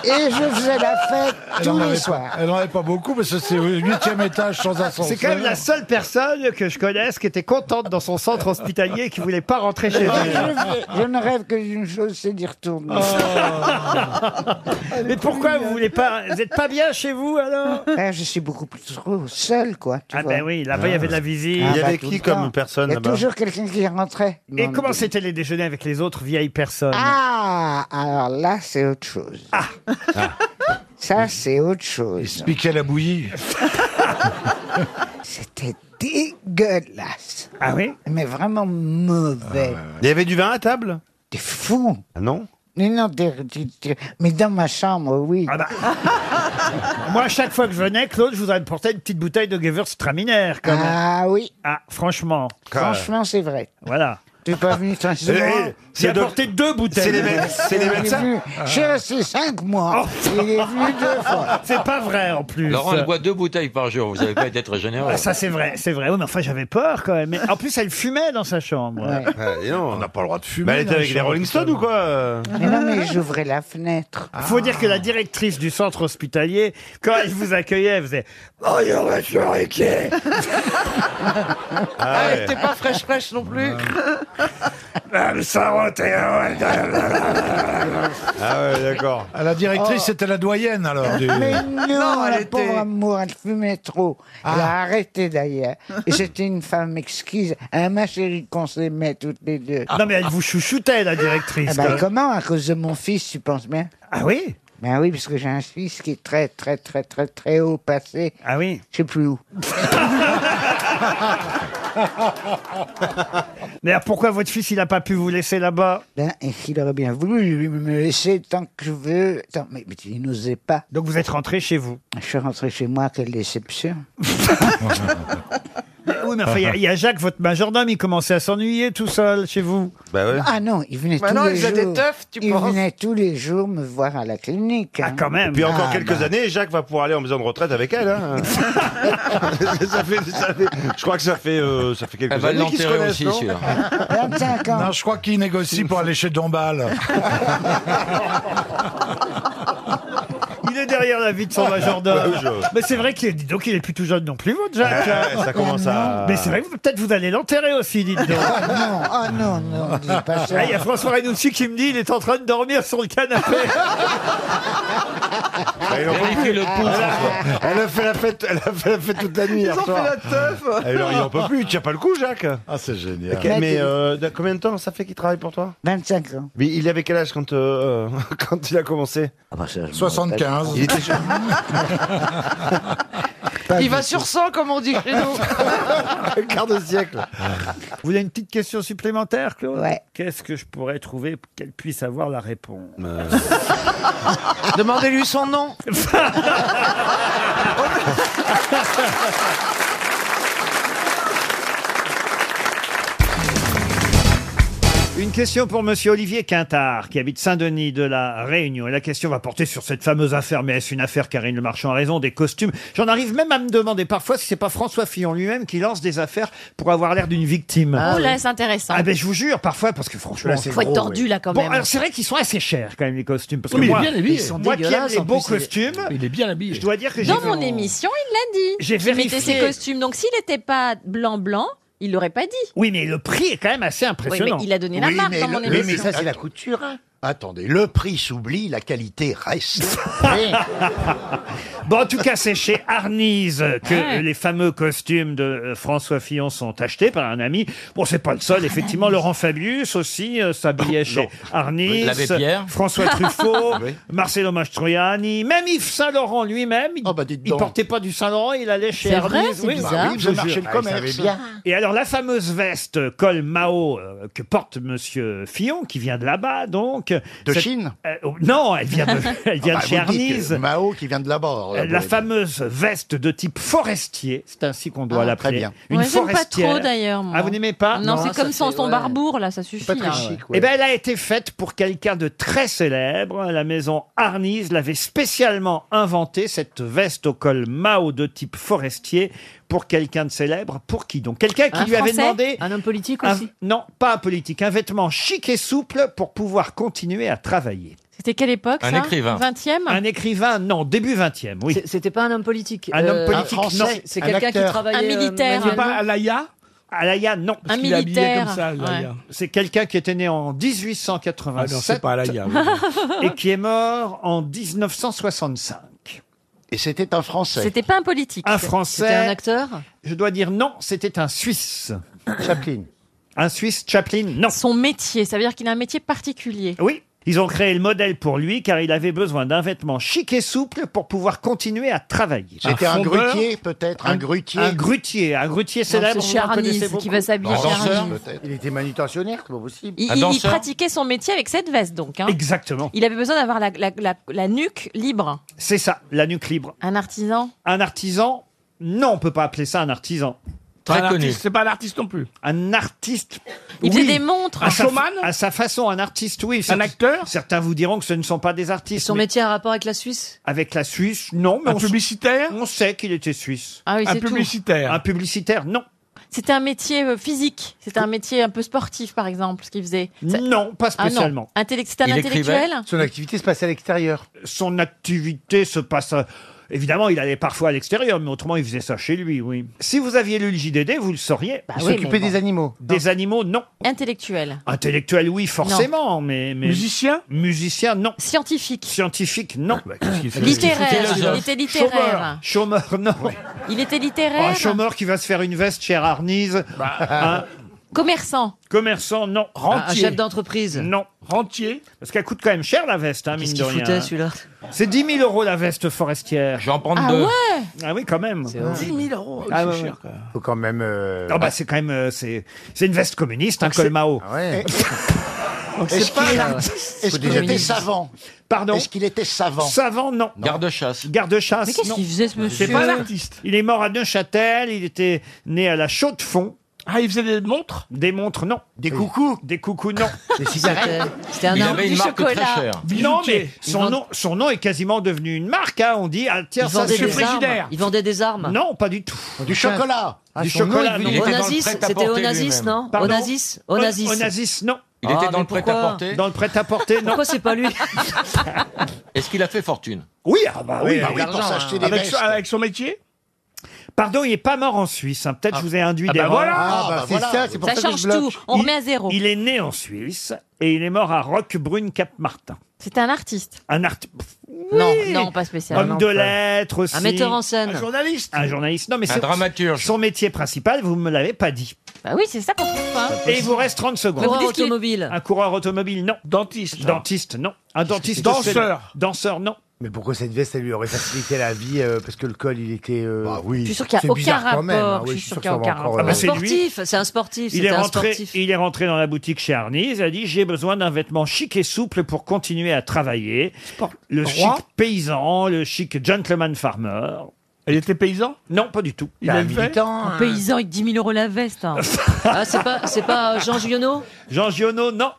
Et je faisais la fête Elle tous en les avait soirs. Ah, pas- elle en avait pas beaucoup parce que c'est au huitième étage sans ascenseur. C'est quand même la seule personne que je connaisse qui était contente dans son centre hospitalier et qui voulait pas rentrer Et chez elle. Je, je ne rêve que d'une chose, c'est d'y retourner. Oh. Mais pourquoi vous voulez pas Vous êtes pas bien chez vous alors Ah, je suis beaucoup plus trop seul, quoi. tu Ah vois. ben oui, là-bas il y avait de la visite. Ah, bah, tout le temps. Il y a toujours quelqu'un qui rentrait. Et comment c'était les déjeuners avec les autres vieilles personnes Ah, alors là, c'est autre chose. Ah. Ça, c'est autre chose. Piqué à la bouillie. C'était dégueulasse. Ah oui Mais vraiment mauvais. Il y avait du vin à table T'es fou Ah non Mais non, t'es- t'es- t'es- mais dans ma chambre, oui. Ah bah. Moi, à chaque fois que je venais, Claude, je vous apportais une petite bouteille de Gewürztraminer. Quand même. Ah oui. Ah, franchement. Franchement, c'est vrai. Voilà. Tu es pas venu très souvent. Eh, J'ai apporté deux bouteilles. Ah. J'ai resté cinq mois. Il est venu deux fois. C'est Oh, pas vrai en plus. Laurent, elle boit deux bouteilles par jour. Vous n'avez pas été très généreux. Ah, ça c'est vrai, c'est vrai. Oui, mais enfin j'avais peur quand même. Mais en plus elle fumait dans sa chambre. on n'a pas le droit de fumer. Mais Bah, elle hein, était avec les Rolling Stones ou quoi euh Ah, Ah. Mais non, mais j'ouvrais la fenêtre. Il faut dire que la directrice du centre hospitalier, quand elle vous accueillait, elle faisait « Oh, yo, monsieur Riquet Ah, elle était pas fraîche fraîche non plus. euh, Ah ouais, d'accord. Ah, La directrice, Oh. c'était la doyenne Ah, alors. du- Mais non, Non, la elle pauvre était- amour, elle fumait trop. Elle a Ah. arrêté d'ailleurs. Et c'était une femme exquise. Hein, ma chérie, qu'on s'aimait toutes les deux. Non, mais elle vous chouchoutait, la directrice. Ah bah, quand même. comment À cause de mon fils, tu penses bien Ah oui Ben oui, parce que j'ai un fils qui est très, très, très, très, très haut passé. Ah oui Je sais plus où. D'ailleurs, pourquoi votre fils, il n'a pas pu vous laisser là-bas Ben, et qu'il aurait bien voulu il me laisser tant que je veux. Tant- mais, mais il n'osait pas. Donc vous êtes rentré chez vous Je suis rentré chez moi, quelle déception. Oui, mais enfin, il y a- il y, a Jacques, votre majordome, il commençait à s'ennuyer tout seul chez vous. Bah Ah non, il venait Bah tous non, les il faisait des jours. teufs, tu il penses venait tous les jours me voir à la clinique. Ah quand même. Puis encore quelques bah. années, Jacques va pouvoir aller en maison de retraite avec elle. hein. Ça fait- ça fait- je crois que ça fait, euh, ça fait quelques Elle va années qu'ils se l'enterrer connaissent, aussi, non celui-là. Ah, Non, je crois qu'il négocie pour aller chez Dombal. Il est derrière la vie de son majordome. Ouais, je- Mais c'est vrai qu'il est, dis donc il est plus tout jeune non plus, votre Jacques. Ah, Ouais, hein. ça commence à- Mais c'est vrai que vous- peut-être vous allez l'enterrer aussi, dites donc. Ah non, non, non, dis pas ça. Ah, Il y a François Reynoucci qui me dit il est en train de dormir sur le canapé. Elle, en peut Vérifie plus. le Elle pouls, a, elle a fait la fête, elle a fait la fête toute la nuit. Ils hier ont soir. fait la teuf. Elle leur- il en peut plus, il tient pas le coup, Jacques. Ah, c'est génial. mais euh, de- combien de temps ça fait qu'il travaille pour toi 25 ans. Mais il avait quel âge quand, euh, euh, quand il a commencé Ah, bah, me 75. rappelle. Il était jeune. Il va sur 100, comme on dit chez nous. Quart de siècle. Vous voulez une petite question supplémentaire, Claude Ouais. Qu'est-ce que je pourrais trouver pour qu'elle puisse avoir la réponse Euh, Demandez-lui son nom. Une question pour Monsieur Olivier Quintard, qui habite Saint-Denis de la Réunion. Et la question va porter sur cette fameuse affaire, mais est-ce une affaire Karine Le Marchand a raison, des costumes J'en arrive même à me demander parfois si c'est pas François Fillon lui-même qui lance des affaires pour avoir l'air d'une victime. Oh là, c'est intéressant. Ah ben je vous jure, parfois, parce que franchement... Là, c'est Faut être gros, tordu, oui. là, quand Bon, même. alors c'est vrai qu'ils sont assez chers, quand même, les costumes. Parce Oui, que mais il est moi, bien habillé. Ils sont Moi qui aime les beaux dégueulasses, en plus, il est- costumes... il est bien habillé. Je dois dire que j'ai... Dans vu- mon émission, il l'a dit. J'ai Il mettait vérifié. ses costumes. Donc s'il n'était pas blanc-blanc, il l'aurait pas dit. Oui, mais le prix est quand même assez impressionnant. Oui, mais il a donné la Oui, marque mais dans le- mon oui, émission. mais ça, c'est la couture. hein. Attendez, le prix s'oublie, la qualité reste. Euh, Bon, en tout cas, c'est chez Arnise que Ah Ouais. les fameux costumes de euh, François Fillon sont achetés par un ami. Bon, c'est pas le Ah seul. Effectivement, Laurent Fabius aussi euh, s'habillait chez Arnise. L'abbé Pierre. François Truffaut, Oui. Marcelo Mastroianni, même Yves Saint-Laurent lui-même. il portait pas du Saint-Laurent, il allait chez C'est vrai, Arnise. c'est bizarre. je Ça jure. marchait le Ah, il commerce. savait bien. Et alors, la fameuse veste euh, col Mao euh, que porte Monsieur Fillon, qui vient de là-bas, donc. De Chine oh, Non, elle vient de, elle vient Ah de bah, chez vous dites, Arnise. euh, Mao qui vient de là-bas. Euh, La fameuse veste de type forestier, c'est ainsi qu'on doit Ah, l'appeler. très bien. Une Ouais, j'aime pas forestière. trop, d'ailleurs, moi. Ah, vous n'aimez pas Non, c'est comme son, son barbour, là, ça suffit. hein. Eh ben, elle a été faite pour quelqu'un de très célèbre. La maison Arnise l'avait spécialement inventée, cette veste au col Mao de type forestier, pour quelqu'un de célèbre. Pour qui donc Quelqu'un qui Un lui avait Français demandé. Un homme politique Ah. un- aussi. non, pas un politique, un vêtement chic et souple pour pouvoir continuer à travailler. C'était quelle époque Un ça écrivain. 20e Un écrivain, non, début 20e, oui. C'était pas un homme politique. Un homme Euh, politique, Français. non. C'est quelqu'un qui travaillait. Un euh, militaire. manuellement. C'est pas Alaya Alaya, non. Parce Un qu'il est habillé militaire, comme ça, Alaya. ouais. C'est quelqu'un qui était né en Ah non, 1887. c'est pas Alaya, oui. et qui est mort en 1965. Et c'était un Français. C'était pas un politique. Un Français. C'était un acteur Je dois dire non, c'était un Suisse. Chaplin. Un Suisse, Chaplin, non. Son métier, ça veut dire qu'il a un métier particulier. Oui. Ils ont créé le modèle pour lui car il avait besoin d'un vêtement chic et souple pour pouvoir continuer à travailler. C'était un fondeur, grutier, peut-être, un grutier. Un grutier, un grutier célèbre. c'est chez vous en Arnis, connaissez qui beaucoup. va s'habiller Un chez danseur, Arnis. Il était manutentionnaire, c'est pas possible. Il, il- il pratiquait son métier avec cette veste, donc. hein. Exactement. Il avait besoin d'avoir la, la- la- la nuque libre. C'est ça, la nuque libre. Un artisan Un artisan Non, on peut pas appeler ça un artisan. Très Un connu. artiste, C'est pas un artiste non plus. Un artiste. Il oui. faisait des montres. À Un sa, showman À sa façon, un artiste, oui. Un acteur Certains vous diront que ce ne sont pas des artistes. Son métier a rapport avec la Suisse Avec la Suisse, non. Mais Un publicitaire On sait qu'il était suisse. Ah oui, Un c'est tout. publicitaire Un publicitaire, non. C'était un métier euh, physique. C'était un métier un peu sportif, par exemple, ce qu'il faisait. Ça- Non, pas Ah non. spécialement. Intellec- C'était un intellectuel activité se passait à l'extérieur. Son activité se passe. à- Évidemment, il allait parfois à l'extérieur, mais autrement, il faisait ça chez lui, oui. Si vous aviez lu le JDD, vous le sauriez. Il Bah oui, s'occupait mais bon. des animaux. Des animaux, non. Intellectuel. Intellectuel, oui, forcément, mais, mais. Musicien Musicien, non. Scientifique Scientifique, non. faisait Littéraire, il était littéraire. Chômeur, chômeur, non. Il était Oh, un littéraire. chômeur qui va se faire une veste chez Arnise. Hein Commerçant. Commerçant, non. Ah, Un- un chef d'entreprise Non. Rentier Parce qu'elle coûte quand même cher la veste, hein, mine Qu'est-ce de qu'il rien, foutait, hein. celui-là C'est 10 000 euros la veste forestière. J'en prends Ah deux. ouais Ah oui, quand même. 10 000 Oh, euros. Ah c'est ouais, cher, ouais. quand même. Faut quand même. Ah bah c'est quand même euh, c'est c'est une veste communiste, hein, un Donc c'est- col Mao. Donc c'est Est-ce pas qu'il un est- artiste. est-ce qu'il était savant Pardon Est-ce qu'il était savant Savant, non. Garde-chasse. Garde-chasse. Mais qu'est-ce non. qu'il faisait, ce monsieur C'est pas un artiste. Il est mort à Neuchâtel. Il était né à la Chaux-de-Fonds. Ah, il faisait des montres Des montres, non. Des coucous Des coucous, non. Des cigarettes C'était un Il homme avait du une marque chocolat. très chère. Non, mais Bijoutier. son Il vend- nom, son nom est quasiment devenu une marque. hein. On dit, ah tiens, Il ça vendait c'est des armes. Il vendait des armes Non, pas du tout. Du chocolat. Ah, Du son nom est chocolat, venu- non. Il était dans le Onassis, prêt-à-porter c'était Onassis, lui-même. non Pardon Onassis, Onassis. O- Onassis, non. Il était Ah, dans mais le pourquoi prêt-à-porter Dans le prêt-à-porter, non. Pourquoi c'est pas lui Est-ce qu'il a fait fortune Oui, ah bah oui, Ah bah oui, oui, pour s'acheter des avec, vestes. son- avec son métier Pardon, il n'est pas mort en Suisse. hein. Peut-être je vous ai induit Ah des bah voilà Ah erreurs. bah c'est ça, c'est pour Ça ça que je change bloque. tout. On Il- remet à zéro. Il est né en Suisse et il est mort à Roquebrune-Cap-Martin. C'était un artiste. Un art... Non, Oui. non, pas spécialement. Homme de lettres aussi. Un metteur en scène. Un journaliste. Un journaliste. Non, mais Un c'est- Son métier principal, vous me l'avez pas dit. Bah oui, c'est ça qu'on trouve pas. Et il vous reste 30 secondes. Coureur Vous dites qu'il- automobile. Un coureur automobile, non. Dentiste. Dentiste, non. Un dentiste. Danseur. célèbre. Danseur, non. Mais pourquoi cette veste, elle lui aurait facilité la vie euh, Parce que le col, il était. euh, Bah Je suis sûr qu'il y a c'est aucun bizarre quand même, hein. rapport, Oui, je suis sûr qu'il y a ça va aucun encore, rapport. euh, Ah, c'est lui. Sportif, c'est un sportif. Il est, c'était un rentré, sportif. il est rentré dans la boutique chez Arnise. Il a dit J'ai besoin d'un vêtement chic et souple pour continuer à travailler. Le Roi. chic paysan, le chic gentleman farmer. Il était paysan Non, pas du tout. Il Bah, avait fait militant, Un hein. paysan avec 10 000 euros la veste. ah, c'est pas, c'est pas Jean Giono Oh, Jean Giono, non.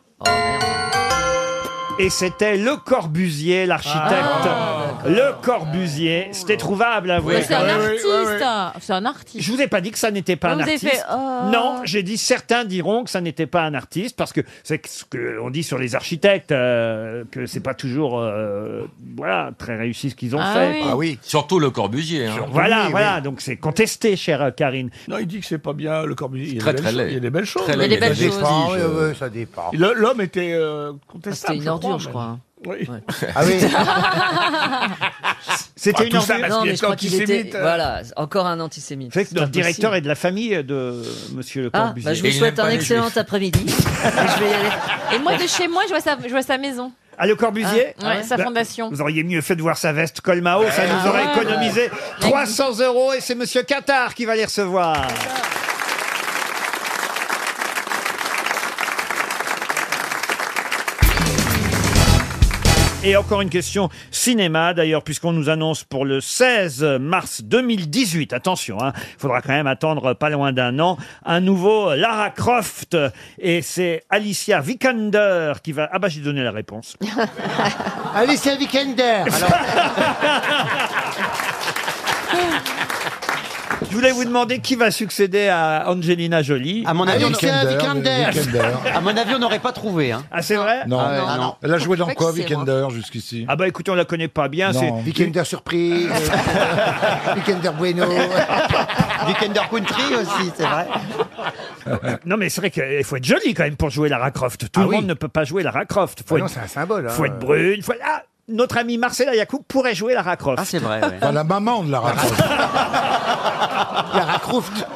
Et c'était Le Corbusier, l'architecte. Ah, le Corbusier. C'était trouvable, à vous. Mais c'est un artiste. C'est un artiste. Je vous ai pas dit que ça n'était pas Vous un avez artiste. fait, oh. Non, j'ai dit certains diront que ça n'était pas un artiste parce que c'est ce que on dit sur les architectes euh, que c'est pas toujours euh, voilà très réussi ce qu'ils ont fait. Ah Surtout le Corbusier. hein. Voilà, voilà, donc c'est contesté, chère euh, Karine. Non, il dit que c'est pas bien le Corbusier. Il y a Très, des très belles laid. choses- Il y a des belles choses. Très laid, Il y a des euh. il y a Ça belles des choses. dépend, choses. oui, oui, ça dépend. Le- L'homme était euh, contestable. C'était une ordure, je crois. mais- Oui. Ah oui. C'était Bah, une tout ça ordure. Non, parce qu'il mais était je crois qu'il était- antisémite, euh. voilà. Encore un antisémite. Fait que C'est notre impossible. directeur est de la famille de Monsieur Le Ah, Corbusier. bah, je vous souhaite un excellent après-midi. Je vais y aller. Et moi, de chez moi, je vois sa, je vois sa maison. Ah, Le Corbusier Bah, Ah, ouais, sa fondation. Vous auriez mieux fait de voir sa veste Colmao, ça nous aurait ouais, économisé 300 euros et c'est Monsieur Qatar qui va les recevoir. Et encore une question cinéma, d'ailleurs, puisqu'on nous annonce pour le 16 mars 2018, attention, il faudra quand même attendre pas loin d'un an, un nouveau Lara Croft. Et c'est Alicia Vikander qui va... Ah bah j'ai donné la réponse. Alicia Vikander. Je voulais vous demander qui va succéder à Angelina Jolie. À mon avis, Alicia on- Vikander. Vikander. À mon avis, on n'aurait pas trouvé. Ah, c'est vrai Non. Ah ouais, Non, non. non. Elle a joué dans quoi, Vexé, Weekender, jusqu'ici Ah bah écoutez, on la connaît pas bien. Non. c'est Vikander surprise. Vikander bueno. Vikander country aussi, c'est vrai. Euh, Non, mais c'est vrai qu'il faut être joli quand même pour jouer Lara Croft. Tout Ah le oui. monde ne peut pas jouer Lara Croft. Ah non, c'est un symbole, hein. Faut être brune. Faut... Ah, notre ami Marcela Yacoub pourrait jouer Lara Croft. Ah, c'est vrai. Enfin, la maman de la raconte. Lara Croft.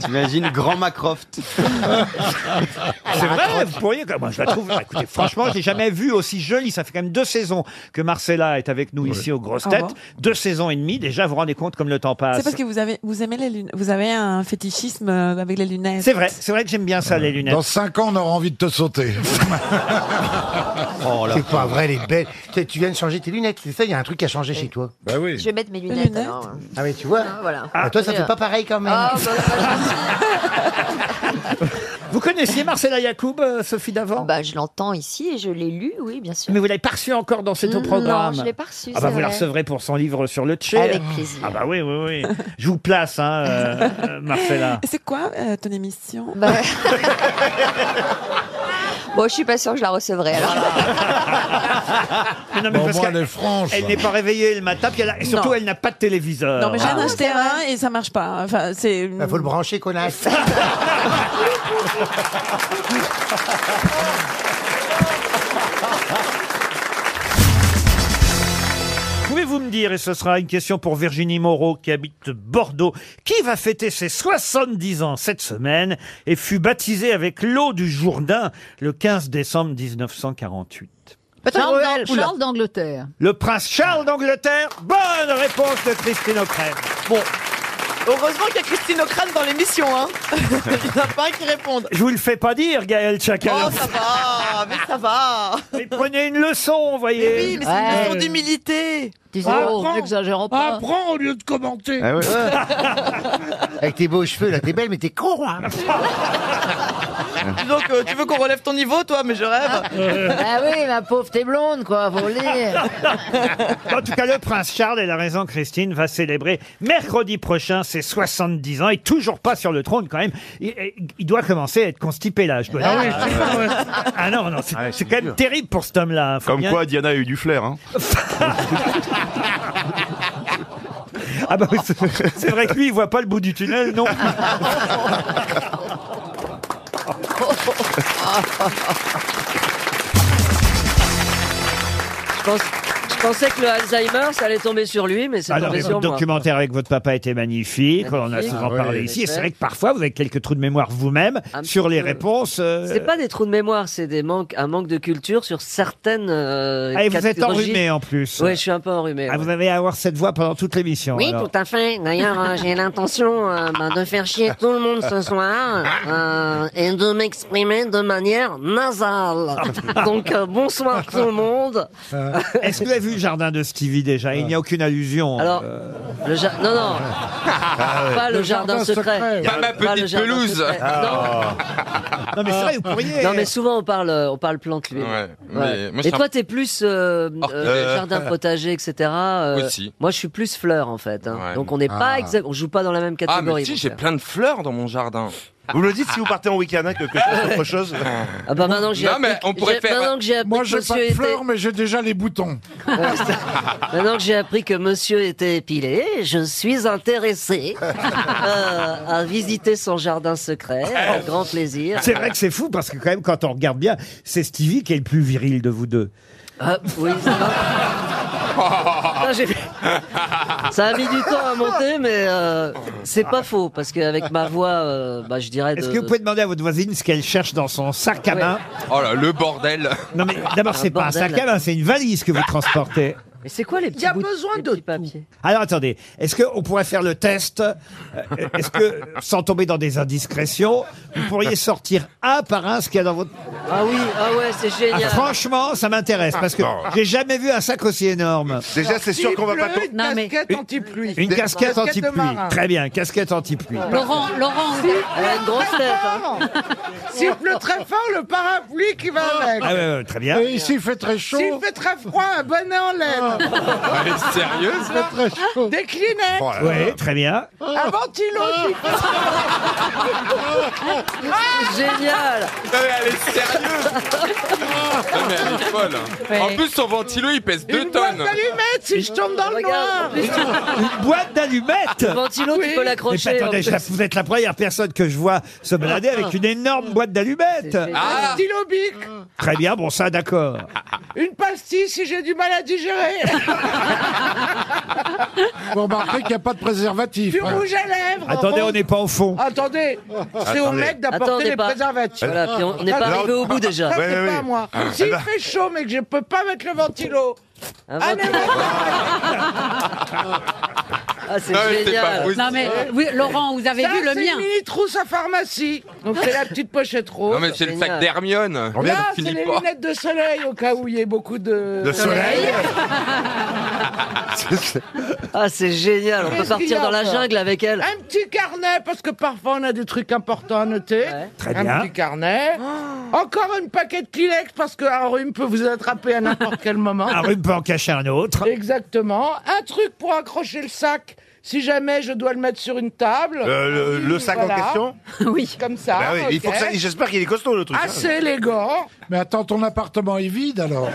T'imagines Grand Macroft C'est vrai, vous pourriez. Moi, je la trouve. bah, Écoutez, franchement, j'ai jamais vu aussi jolie. Ça fait quand même deux saisons que Marcella est avec nous ici aux grosses Au têtes. revoir. Deux saisons et demie. Déjà, vous vous rendez compte comme le temps passe. C'est parce que vous avez, vous aimez les lun- vous avez un fétichisme euh, avec les lunettes. C'est vrai, c'est vrai que j'aime bien ça, les lunettes. Dans 5 ans, on aura envie de te sauter. Oh, Oh c'est pas vrai, les belles. Tu sais, Tu viens de changer tes lunettes, c'est ça Il y a un truc qui a changé chez toi. Bah oui. Je vais mettre mes lunettes. alors. Ah oui, tu vois. Ah, voilà. Ah, toi, ça fait pas pareil quand même. Ah, bah, Vous connaissiez Marcella Yacoub, euh, Sophie Davant bah, je l'entends ici et je l'ai lu, oui, bien sûr. Mais vous l'avez pas reçue encore dans cet Non, programme je l'ai pas reçue, Ah bah c'est vous la vrai. recevrez pour son livre sur le Tché. Avec plaisir. Ah bah oui, oui, oui. Je vous place, hein, euh, euh, Marcella. Et C'est quoi euh, ton émission Bah, Bon, je suis pas sûre que je la recevrai. Alors. Mais non, mais parce qu'elle- Elle n'est pas réveillée le matin, puis elle a- et surtout Non. elle n'a pas de téléviseur. Ah. Non, mais Ah, j'en ai acheté un et ça marche pas. Enfin, c'est. Bah, faut le brancher, connasse. Pouvez-vous me dire, et ce sera une question pour Virginie Moreau qui habite Bordeaux, qui va fêter ses 70 ans cette semaine et fut baptisé avec l'eau du Jourdain le 15 décembre 1948 Charles Noël, d'Ang- oula. Charles d'Angleterre. Le prince Charles d'Angleterre Bonne réponse de Christine O'Crève. Bon, Heureusement qu'il y a Christine O'Crane dans l'émission, hein. Il n'y en a pas un qui réponde. je vous le fais pas dire, Gaël Chakal. Oh, ça va, mais ça va. Mais prenez une leçon, vous voyez. Mais oui, mais c'est une leçon d'humilité. Apprends au lieu de commenter. Ah ouais. Avec tes beaux cheveux, là, t'es belle, mais t'es con, hein. Dis donc, euh, tu veux qu'on relève ton niveau, toi, mais je rêve. Ah oui, ma pauvre, t'es blonde, quoi, faut le dire. En tout cas, le prince Charles, et la raison Christine, va célébrer mercredi prochain ses 70 ans et toujours pas sur le trône quand même. Il, il doit commencer à être constipé là, je dois Ah dire. oui, c'est ça, ouais. Ah non, non, c'est c'est quand même terrible pour cet homme-là. hein. Faut Comme bien- quoi, Diana a eu du flair. Hein. Ah bah oui, c'est c'est vrai que lui, il voit pas le bout du tunnel, non. Ah, Je, pense- je pensais que le Alzheimer, ça allait tomber sur lui, mais c'est Alors, Ah tombé mais sur votre moi. documentaire avec votre papa était magnifique. On en a Magnifique. souvent Ah ouais. parlé ici. Et C'est Ouais. vrai que parfois, vous avez quelques trous de mémoire vous-même Un sur petit les peu. réponses. euh, C'est pas des trous de mémoire, c'est des manques, un manque de culture sur certaines. euh, Ah, et vous êtes catégories. enrhumé en plus. Ouais, je suis un peu enrhumé. Ah, ouais. vous allez avoir cette voix pendant toute l'émission. Oui, alors. tout à fait. D'ailleurs, euh, j'ai l'intention euh, bah, de faire chier tout le monde ce soir euh, et de m'exprimer de manière nasale. Donc, euh, bonsoir tout le monde. Euh, Est-ce que vous avez vu le jardin de Stevie déjà Il n'y a aucune allusion. Alors, le ja- non, non. pas euh, le, jardin, secret. Ah. Pas ma Pas le petite jardin pelouse. secret. Ah. Non, mais c'est vrai, vous pourriez. Non, mais souvent, on parle, euh, on parle plantes, lui. Ouais, mais Ouais. moi, je Et suis un- toi, t'es plus euh, euh, Euh. jardin potager, etc. euh, Aussi. Moi, je suis plus fleurs, en fait. hein. Donc, on n'est Ah. pas exact, on joue pas dans la même Ah, catégorie. mais si, donc, j'ai euh. plein de fleurs dans mon jardin. Vous me le dites si vous partez en week-end, hein, que, que je fasse autre chose Ah bah maintenant que j'ai Non, appris mais que- on pourrait j'ai- faire- maintenant que j'ai appris Moi, que j'ai pas monsieur de était- fleurs, mais j'ai déjà les boutons. Maintenant que j'ai appris que monsieur était épilé, je suis intéressé euh, à visiter son jardin secret, avec grand plaisir. C'est vrai que c'est fou parce que quand même quand on regarde bien, c'est Stevie qui est le plus viril de vous deux. Ah, oui, ça va. Ça, j'ai- ça a mis du temps à monter, mais euh, c'est pas faux, parce qu'avec ma voix, euh, bah, je dirais... Est-ce de- que vous pouvez demander à votre voisine ce qu'elle cherche dans son sac à Ouais. Ah, main Oh là, le bordel. Non mais d'abord c'est Un pas un bordel. sac à main, c'est une valise que vous transportez. Mais c'est quoi les petits Il y a besoin de papier Alors attendez, est-ce qu'on pourrait faire le test Euh, Est-ce que, sans tomber dans des indiscrétions, vous pourriez sortir un par un ce qu'il y a dans votre... Ah oui, ah ouais, c'est génial. Ah, franchement, ça m'intéresse parce que j'ai jamais vu un sac aussi énorme. Ah, Déjà, c'est sûr qu'on va pas... Une casquette anti-pluie. Une casquette de anti-pluie. marin. Très bien, casquette anti-pluie. Laurent, Laurent, Si, elle a une grosse tête, hein. S'il pleut très fort, le parapluie qui va avec. Ah ouais, ouais, très bien. Et ici, il fait très chaud. Ah. S'il fait très froid, un bonnet en laine. Elle est sérieuse, là Très chaud. Des Kleenex. Oh Oh Oui, très bien. Un ventilo. Génial Ah. Non, mais elle est sérieuse. Non, mais elle est folle. En plus, son ventilo, il pèse 2 tonnes. d'allumettes si je tombe dans le noir. Une boîte d'allumettes Le ventilo, tu peux Mais l'accrocher, attendez, en fait. je la- vous êtes la première personne que je vois se balader avec une énorme boîte d'allumettes. Un stylo bic, Très bien, bon, ça, d'accord. Ah, une pastille si j'ai du mal à digérer. Vous remarquerez qu'il n'y a pas de préservatif. Du hein. rouge à lèvres. Attendez, on n'est pas au fond. Attendez, c'est au Attendez. mec Attends, on d'apporter n'est les pas- préservatifs. Voilà, puis on- on n'est pas Ah, arrivé au bout, déjà. Ça, Ouais, c'est ouais, pas ouais. moi. Ah, S'il bah. fait chaud, mais que je peux pas mettre le ventilo. Ah, mais Ah, c'est Non, mais c'est génial. pas possible. Non, mais euh, oui, Laurent, vous avez Ça, vu le c'est mien une mini trousse à pharmacie. Donc c'est la petite pochette rose. Non, mais c'est le sac d'Hermione. Là, c'est Philippe les Port. lunettes de soleil au cas où il y ait beaucoup de, De soleil. Ah, c'est génial, Qu'est-ce qu'il y a encore Un petit carnet, parce que parfois on a des trucs importants à noter. Très un bien. petit carnet. Encore un paquet de Kleenex, parce qu'un rhume peut vous attraper à n'importe quel moment. Un rhume peut en cacher Ah, un autre. Exactement. Un truc pour accrocher le sac. Si jamais je dois le mettre sur une table. Euh, le- le sac en question Oui. Comme Ah, ça. Bah oui, il faut ok. que ça- J'espère qu'il est costaud le truc. hein. Assez élégant. Mais attends, ton appartement est vide alors.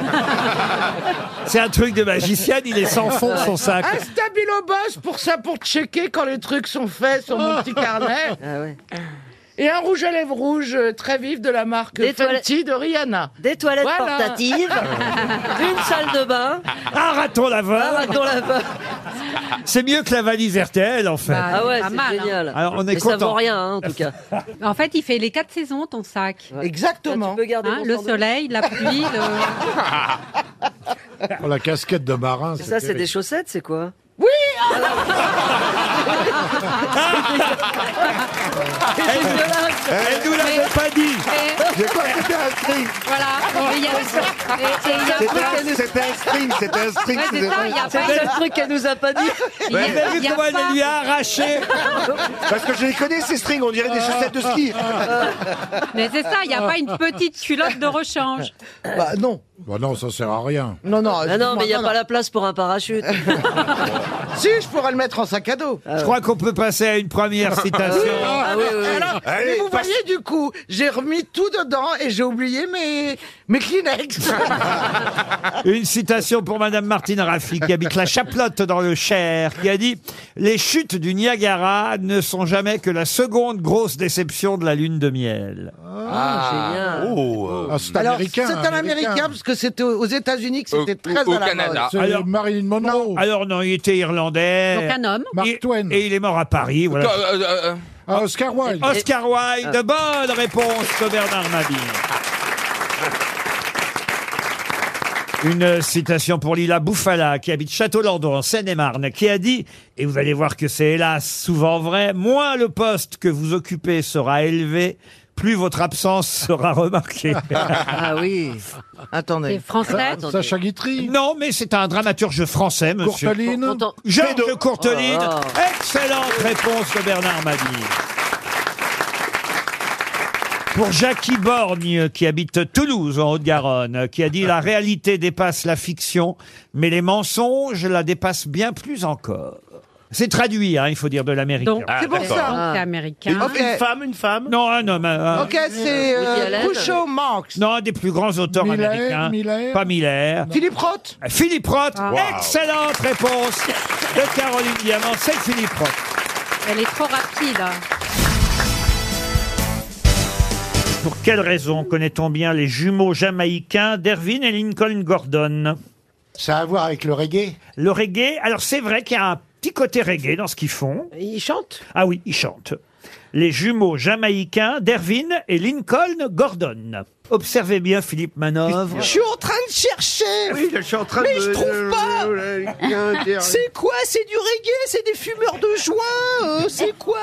C'est un truc de magicienne, il est sans fond, son sac. Un stabilo boss pour ça, pour checker quand les trucs sont faits sur Oh. mon petit carnet. Ah Et un rouge à lèvres rouge euh, très vif de la marque Des toilettes- Fenty de Rihanna. Des toilettes portatives, une salle de bain. Un Ah. raton laveur. Un Ah, raton laveur. C'est mieux que la valise RTL, en fait. Bah, Ah ouais, pas c'est mal, hein. génial. Alors, on est Mais ça content. vaut rien, hein, en tout cas. En fait, il fait les quatre saisons, ton sac. Exactement. Hein, mon le sandwich. soleil, la pluie, le... Oh, la casquette de marin. Ça, c'est des chaussettes, c'est quoi Oui Elle nous l'avait pas dit J'ai quoi C'était un string Voilà, et il y a- et- et il y a un truc qu'elle nous- C'était un string, c'était un string. Ouais, c'est ça, il y a pas- C'était- le truc qu'elle nous a pas dit. Il y a- Ouais. Vous avez vu il y a comment elle pas- lui a arraché Parce que je les connais ces strings, on dirait des chaussettes de ski. Mais c'est ça, il n'y a Euh, pas une petite culotte de rechange. Bah non. Bah non, ça sert à rien. Non, non. Ah non, mais il n'y a non, pas non. la place pour un parachute. Si, je pourrais le mettre en sac à dos. Ah, Je crois qu'on peut passer à une première citation. Oui. Ah Ah, Alors, Allez, mais vous passe- voyez, du coup, j'ai remis tout dedans et j'ai oublié mes, mes Kleenex. Une citation pour Madame Martine Raffi, qui habite la Chaplotte dans le Cher, qui a dit « Les chutes du Niagara ne sont jamais que la seconde grosse déception de la lune de miel. Ah, génial. Oh, euh, c'est Alors, américain. C'est un américain, parce que c'était aux aux États-Unis que c'était très à la mode. C'est Alors- Marilyn Monroe. Alors non, il était irlandais. Donc un homme. Mark Twain. Et il est mort à Paris. Voilà. euh, Ah, Oscar Wilde. Oscar Wilde, bonne réponse de Bernard Mabille. Une citation pour Lila Bouffala, qui habite Château-Landau, en Seine-et-Marne, qui a dit, et vous allez voir que c'est hélas souvent vrai, moins le poste que vous occupez sera élevé, plus votre absence sera remarquée. Ah oui. Attendez. C'est français Ah, Sacha Guitry. Non, mais c'est un dramaturge français, monsieur. Courteline. Courton- Georges Courteline. Oh là Excellente réponse de Bernard Mabille. Pour Jackie Borgne, qui habite Toulouse, en Haute-Garonne, qui a dit « La réalité dépasse la fiction, mais les mensonges la dépassent bien plus encore. » C'est traduit, hein, il faut dire, de l'américain. c'est pour d'accord. ça. C'est américain. Une- une femme, une femme Non, un homme. un- un- Eh. Ok, c'est euh, Couchot Marx. Non, un des plus grands auteurs Miller, américains. Miller Pas Miller. Philippe Roth Philippe Roth, Ah. Wow. excellente réponse de Caroline Diamant, c'est Philippe Roth. Elle est trop rapide. hein. Pour quelle raison connaît-on bien les jumeaux jamaïcains Dervin et Lincoln Gordon Ça a à voir avec le reggae Le reggae, alors c'est vrai qu'il y a un petit côté reggae dans ce qu'ils font. Ils chantent Ah oui, ils chantent. Les jumeaux jamaïcains Dervin et Lincoln Gordon. Observez bien Philippe Manœuvre. Je suis en train de chercher. Oui, je suis en train Mais de- je trouve pas. C'est quoi C'est du reggae C'est des fumeurs de joint euh, C'est quoi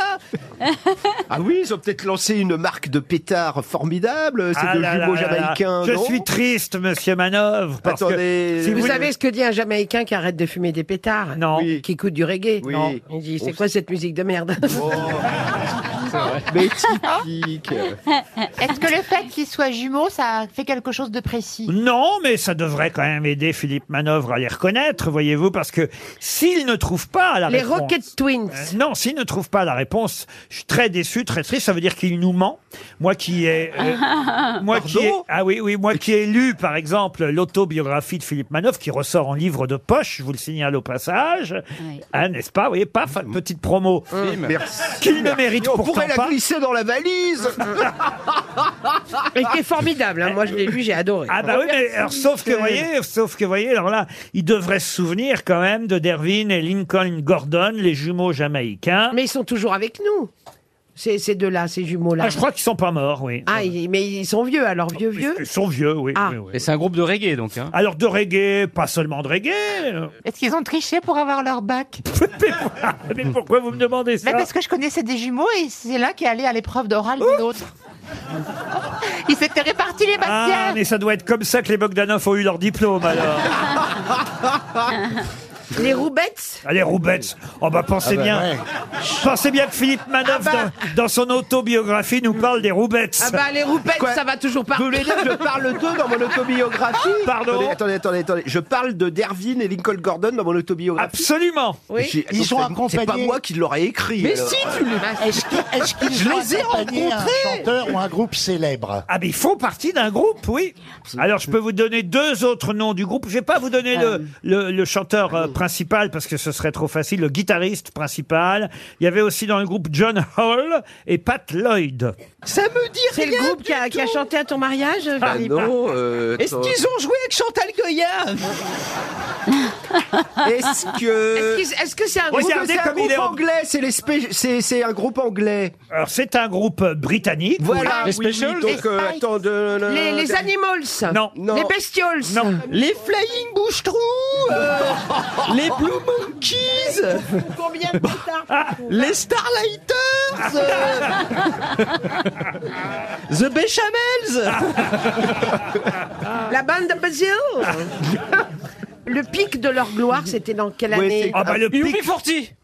Ah oui, ils ont peut-être lancé une marque de pétard formidable. C'est Ah de là jumeaux là là là. jamaïcains. Je non suis triste, monsieur Manœuvre. Parce Attendez. que si Vous vous- savez ce que dit un Jamaïcain qui arrête de fumer des pétards Non. Qui écoute du reggae Oui. Non. Il dit, c'est quoi cette musique de merde Mais typique. Est-ce que le fait qu'ils soient jumeaux, ça fait quelque chose de précis Non, mais ça devrait quand même aider Philippe Manœuvre à les reconnaître, voyez-vous, parce que s'il ne trouve pas la Les réponse... Rocket Twins. Euh, non, s'il ne trouve pas la réponse, je suis très déçu, très triste. Ça veut dire qu'il nous ment. Moi qui ai... euh, moi qui ai, ah oui, oui, moi qui ai lu, par exemple, l'autobiographie de Philippe Manoff, qui ressort en livre de poche, je vous le signale au passage. Ah, n'est-ce pas Vous voyez, paf, petite promo. Film. Merci. Qu'il ne mérite Mais on pourtant pourrait la pas. glisser dans la valise. Mais qui est formidable, hein. moi je l'ai lu, j'ai adoré. Ah bah oui, mais alors, sauf que voyez, sauf que voyez, alors là, il devrait se souvenir quand même de Dervin et Lincoln Gordon, les jumeaux jamaïcains. Mais ils sont toujours avec nous, ces, ces deux-là, ces jumeaux-là. Ah, je crois qu'ils sont pas morts, oui. Ah, ils- mais ils sont vieux, alors vieux, vieux. Ils sont vieux, oui. Ah. oui, oui. Et c'est un groupe de reggae, donc. Hein. Alors de reggae, pas seulement de reggae. Est-ce qu'ils ont triché pour avoir leur bac Mais pourquoi vous me demandez ça Mais Parce que je connaissais des jumeaux et c'est là qu'est allé à l'épreuve d'oral de l'autre. Ils s'étaient répartis les Ah, matières. mais ça doit être comme ça que les Bogdanov ont eu leur diplôme alors. Les roubettes Allez, Roubettes. Oh bah pensez Ah bah, bien. ouais. Pensez bien que Philippe Manoff, dans, dans son autobiographie, nous parle des Roubettes. bah. Ah bah les roupettes, ça va toujours pas. Vous voulez dire que je parle d'eux dans mon autobiographie Ah, Pardon attendez, attendez, attendez, attendez. Je parle de Dervin et Lincoln Gordon dans mon autobiographie. Absolument Mais j'ai- Ils donc, sont c'est- accompagnés- C'est pas moi qui l'aurais écrit. Mais alors. si, tu les- Est-ce que- est-ce qu'ils Je ont les ai accompagné un rencontrés chanteur ou un groupe célèbre Ah mais ils font partie d'un groupe, oui. Alors je peux vous donner deux autres noms du groupe. Je vais pas vous donner Euh. le, le, le chanteur euh, principal parce que ce serait trop facile, le guitariste principal. Il y avait aussi dans le groupe John Hall et Pat Lloyd. Ça me dit C'est le groupe qui a, qui a chanté à ton mariage, Ah Philippe non, euh, Est-ce attends. qu'ils ont joué avec Chantal Goya Est-ce que- Est-ce qu'ils- est-ce que c'est un Est-ce que groupe- c'est un comme il groupe est en- anglais, c'est les spé- c'est c'est un groupe anglais. Alors c'est un groupe euh, britannique. Voilà, oui. oui, oui, donc euh, attends de, de- Les, les de- animals Non. Les bestioals Non. Les Flying Bush Trou Les Blue Monkeys Combien de Ah. guitares Les Starlighters The Bechamels La bande de Bazio Le pic de leur gloire, c'était dans euh, quelle année Ah bah, le pic,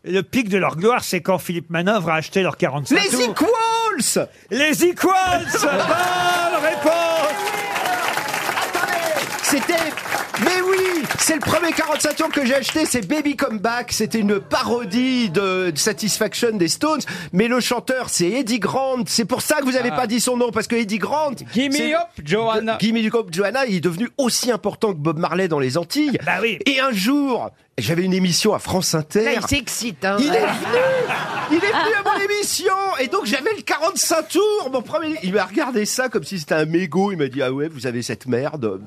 le pic de leur gloire, c'est quand Philippe Manœuvre a acheté leur 45 Les tours. Equals Les Equals Bonne réponse C'était. Mais oui C'est le premier 45 tours que j'ai acheté, c'est Baby Come Back. C'était une parodie de, de Satisfaction des Stones. Mais le chanteur, c'est Eddie Grant. C'est pour ça que vous n'avez Ah. pas dit son nom, parce que Eddie Grant. Gimme c'est- up, Johanna. de- Gimme up, Johanna. Il est devenu aussi important que Bob Marley dans les Antilles. Bah oui. Et un jour, j'avais une émission à France Inter. Là, il s'excite, hein. Il est venu Il est venu à mon émission Et donc j'avais le 45 tours, mon premier... Il m'a regardé ça comme si c'était un mégot, il m'a dit « Ah ouais, vous avez cette merde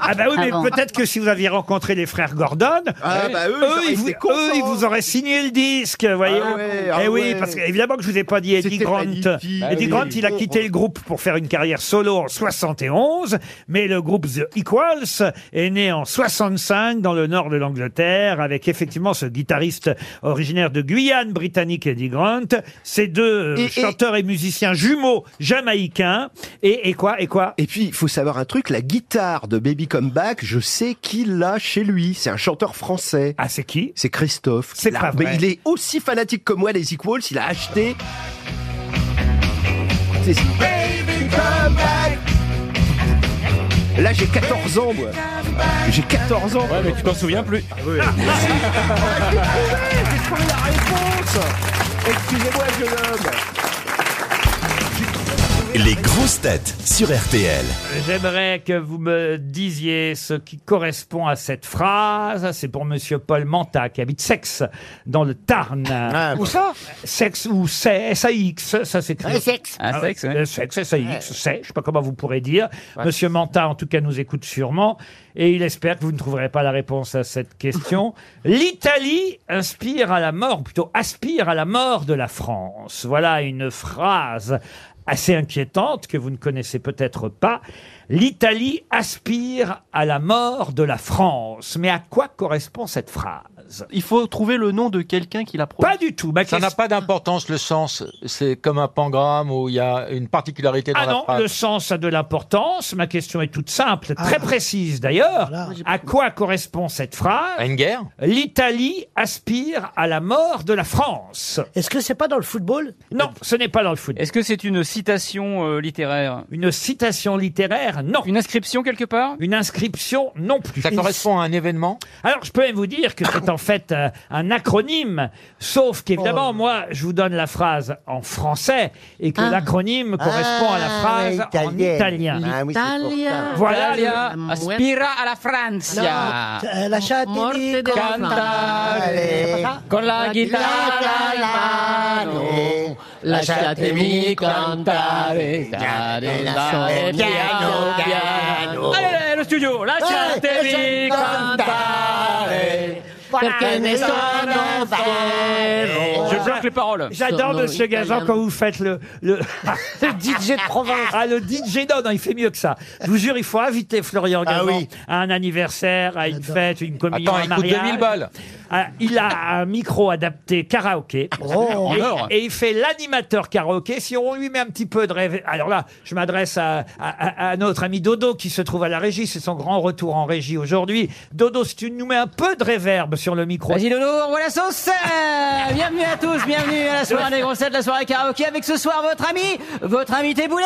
Ah bah oui, mais Ah bon. peut-être que si vous aviez rencontré les frères Gordon, Ah bah eux, ils auraient ils été vous, contents. hein. eux, ils vous auraient signé le disque, voyez. Ah ouais, ah Eh oui, ouais. parce que évidemment que je vous ai pas dit Eddie C'était Grant. magnifique. Eddie Ah Grant, oui. il a quitté le groupe pour faire une carrière solo en 71, mais le groupe The Equals est né en 65 dans le nord de l'Angleterre avec effectivement ce guitariste originaire de Guyane britannique Eddie Grant, ces deux euh, Et- et- chanteurs et musiciens jumeaux jamaïcains et, et quoi et quoi !» Et puis, il faut savoir un truc, la guitare de Baby Come Back, je sais qui l'a chez lui. C'est un chanteur français. Ah, c'est qui C'est Christophe. C'est Là, pas vrai. Mais il est aussi fanatique que moi des Equals, il a acheté... C'est- Là, j'ai 14 ans, moi J'ai 14 ans Ouais, mais tu t'en souviens plus. J'ai trouvé la réponse Excusez-moi, jeune homme Les grosses têtes sur RTL. J'aimerais que vous me disiez ce qui correspond à cette phrase. C'est pour Monsieur Paul Manta qui habite Sex dans le Tarn. Où ça Sex ou c'est SAX, ça s'écrit. Ah, Sex. Ah, Sex, ouais. euh, Sex, SAX, c'est, je sais pas comment vous pourrez dire. Monsieur Manta, en tout cas, nous écoute sûrement et il espère que vous ne trouverez pas la réponse à cette question. L'Italie inspire à la mort, ou plutôt aspire à la mort de la France. Voilà une phrase assez inquiétante que vous ne connaissez peut-être pas. L'Italie aspire à la mort de la France. Mais à quoi correspond cette phrase Il faut trouver le nom de quelqu'un qui la Pas du tout. Ma Ça n'a pas d'importance le sens. C'est comme un pangramme où il y a une particularité dans Ah la non, phrase. le sens a de l'importance. Ma question est toute simple, très précise d'ailleurs. À quoi correspond cette phrase À une guerre L'Italie aspire à la mort de la France. Est-ce que c'est pas dans le football Non, ce n'est pas dans le football. Est-ce que c'est une citation euh, littéraire Une citation littéraire Non. Une inscription quelque part Une inscription non plus. Ça correspond à un événement Alors, je peux même vous dire que c'est en fait euh, un acronyme, sauf qu'évidemment, moi, je vous donne la phrase en français et que Ah. l'acronyme correspond à la Ah, phrase en italienne. italien. Ah oui, c'est pour ça. Voilà. Italia le- aspira alla Francia. No, eh, lasciatemi cantare con la chitarra in mano. Lasciatemi cantare, dare dare, e piano piano. Eh, Allora, eh, lo studio, lasciatemi cantare. Perché ne sono fiero. Je bloque les Oh. paroles. J'adore, monsieur Gazan, quand vous faites le, le... DJ de province. Ah, le DJ, non, non, il fait mieux que ça. Je vous jure, il faut inviter Florian Gazan à un anniversaire, à une fête, une communion, Ah Attends, un il coûte mariage. 2000 balles. Ah, il a un micro adapté karaoké. Oh. et, En or. et il fait l'animateur karaoké. Si on lui met un petit peu de rêve. Alors là, je m'adresse à, à- à- à notre ami Dodo qui se trouve à la régie. C'est son grand retour en régie aujourd'hui. Dodo, si tu nous mets un peu de réverb sur le micro. Vas-y Lolo, on voit la sauce Euh, Bienvenue à tous, bienvenue à la soirée des grossettes, la soirée karaoké avec ce soir votre ami, votre invité Boulet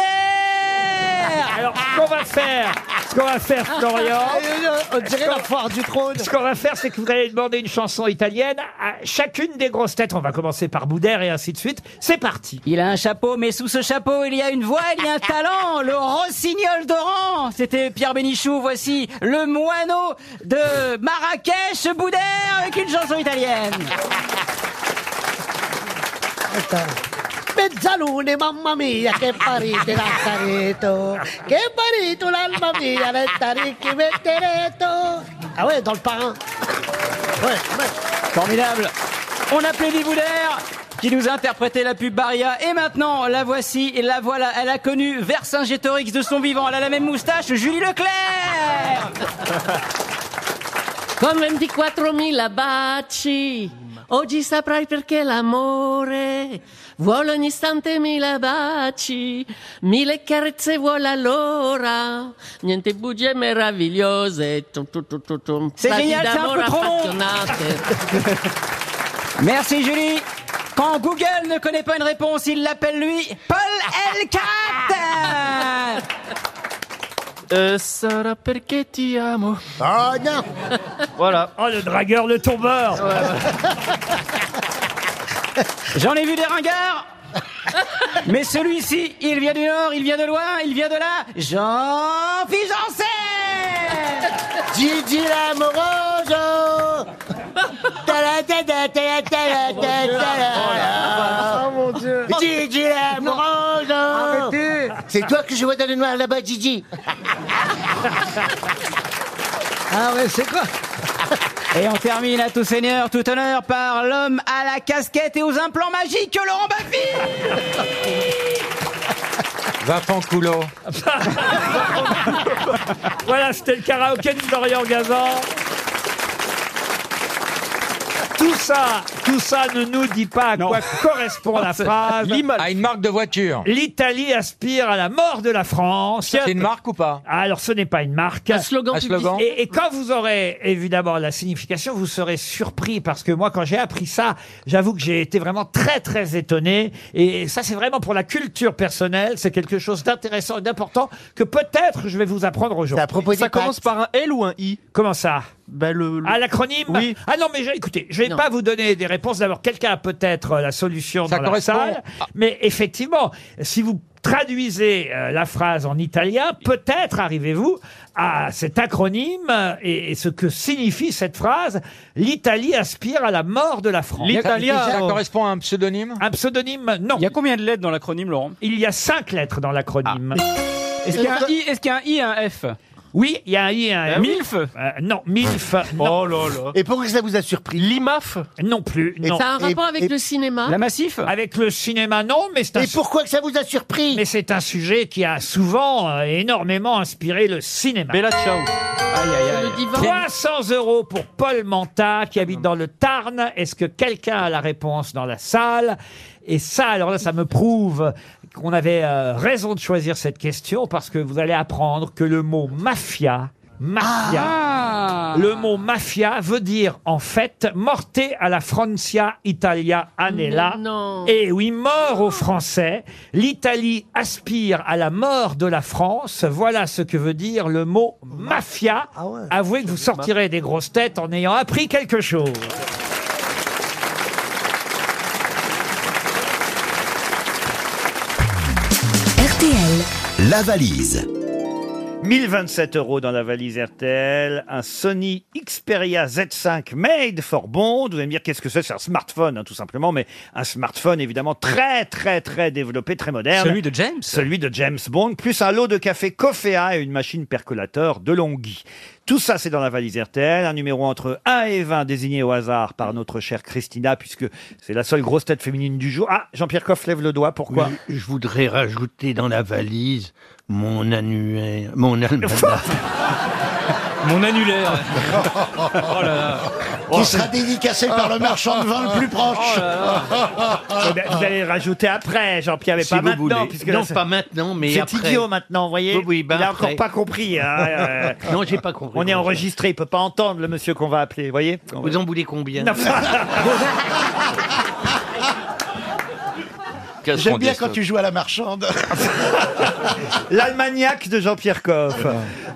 Alors, ce qu'on va faire, ce qu'on va faire, Florian. Ah, On dirait la foire du trône. Ce qu'on va faire, c'est que vous allez demander une chanson italienne à chacune des grosses têtes. On va commencer par Boudère et ainsi de suite. C'est parti. Il a un chapeau, mais sous ce chapeau, il y a une voix, il y a un talent, le rossignol d'Oran. C'était Pierre Bénichou, voici le moineau de Marrakech, Boudet, avec une chanson italienne. Mezzalune, mamma mia, che parite l'altareto, che parito l'alma mia, l'altaricchi mettereto. Ah ouais, dans le parrain. Formidable. On applaudit Boudet qui nous a interprété la pub Baria. Et maintenant, la voici, et la voilà. Elle a connu Vercingétorix de son vivant. Elle a la même moustache, Julie Leclerc. Con 24.000 baci, oggi saprai perché l'amore vuole ogni istante mille baci, mille carezze vuole allora, niente bugie meravigliose. Tum, tum, tum, tum, tum. C'est Frasi génial, c'est un d'amore peu trop long. appassionate. Merci Julie. Quand Google ne connaît pas une réponse, il l'appelle lui Paul Elkat. sarà perché ti amo. Oh non Voilà. Oh le dragueur, le tombeur J'en ai vu des ringards. Mais celui-ci, il vient du nord, il vient de loin, il vient de là. Jean Figencet Gigi l'amoroso. Ta-la, ta-ta, ta-la, ta-la, ta-la. mon Dieu. Gigi l'amoroso. C'est toi que je vois dans le noir là-bas, Gigi. Ah ouais, c'est quoi Et on termine à tout seigneur, tout honneur par l'homme à la casquette et aux implants magiques, Laurent Baffy Va Fanculo. Voilà, c'était le karaoké de Florian Gazan. Tout ça, tout ça ne nous dit pas à quoi correspond la phrase. À une marque de voiture. L'Italie aspire à la mort de la France. C'est une marque ou pas Alors, ce n'est pas une marque. Un slogan. Un slogan. Et, et quand vous aurez évidemment la signification, vous serez surpris parce que moi, quand j'ai appris ça, j'avoue que j'ai été vraiment très très étonné. Et ça, c'est vraiment pour la culture personnelle, c'est quelque chose d'intéressant et d'important que peut-être je vais vous apprendre aujourd'hui. Ça commence par un L ou un I Ben, Comment ça le, le- À l'acronyme Oui. Ah non, mais j'ai- écoutez, je vais Non. pas vous donner des réponses. D'abord, quelqu'un a peut-être euh, la solution Ça dans la correspond salle. Mais effectivement, si vous traduisez euh, la phrase en italien, peut-être arrivez-vous à cet acronyme euh, et, et ce que signifie cette phrase. L'Italie aspire à la mort de la France. Ça, ça correspond à un pseudonyme Un pseudonyme, non. Il y a combien de lettres dans l'acronyme, Laurent Ah. Il y a cinq lettres dans l'acronyme. Est-ce qu'il y a un I, est-ce qu'il y a un I et un F Oui, il y a un I et un Euh, F. Milf Euh, Non, MILF. Oh là là. Et pourquoi ça vous a surpris L'IMAF Non plus. Et non. ça a un rapport avec le cinéma La Massif Avec le cinéma, non, mais c'est Et pourquoi que ça vous a surpris Mais c'est un sujet qui a souvent euh, énormément inspiré le cinéma. Bella Ciao. 300 euros pour Paul Manta qui habite dans le Tarn. Est-ce que quelqu'un a la réponse dans la salle Et ça, alors là, ça me prouve qu'on avait euh, raison de choisir cette question parce que vous allez apprendre que le mot mafia, mafia, Ah. le mot mafia veut dire en fait morte à la Francia Italia Anella. Mais non. Et oui, mort aux Français. L'Italie aspire à la mort de la France. Voilà ce que veut dire le mot mafia. Avouez que vous sortirez des grosses têtes en ayant appris quelque chose. RTL. La valise. 1027 euros dans la valise RTL, un Sony Xperia Z5 made for Bond. Vous allez me dire qu'est-ce que c'est C'est un smartphone, hein, tout simplement, mais un smartphone évidemment très très très développé, très moderne. Celui de James Celui de James Bond, plus un lot de café Coffea et une machine percolateur de Longhi. Tout ça, c'est dans la valise RTL, un numéro entre 1 et 20 désigné au hasard par notre chère Christina, puisque c'est la seule grosse tête féminine du jour. Ah, Jean-Pierre Coff lève le doigt, pourquoi Mais Je voudrais rajouter dans la valise mon annuaire, mon almanach. Mon annulaire. Oh là là. Qui sera dédicacé par le marchand de vin le plus proche. Oh là là. Eh ben, vous allez rajouter après, Jean-Pierre, mais Si pas vous maintenant. voulez. Puisque Non, c'est- pas maintenant, mais c'est après. idiot maintenant, vous voyez. Oui, oui, ben il a après. encore pas compris. hein, euh. Non, j'ai pas compris. On est enregistré, il peut pas entendre le monsieur qu'on va appeler, vous voyez. Vous en voulez combien Non. J'aime bien quand tu joues à la marchande. L'Almagnac de Jean-Pierre Coff.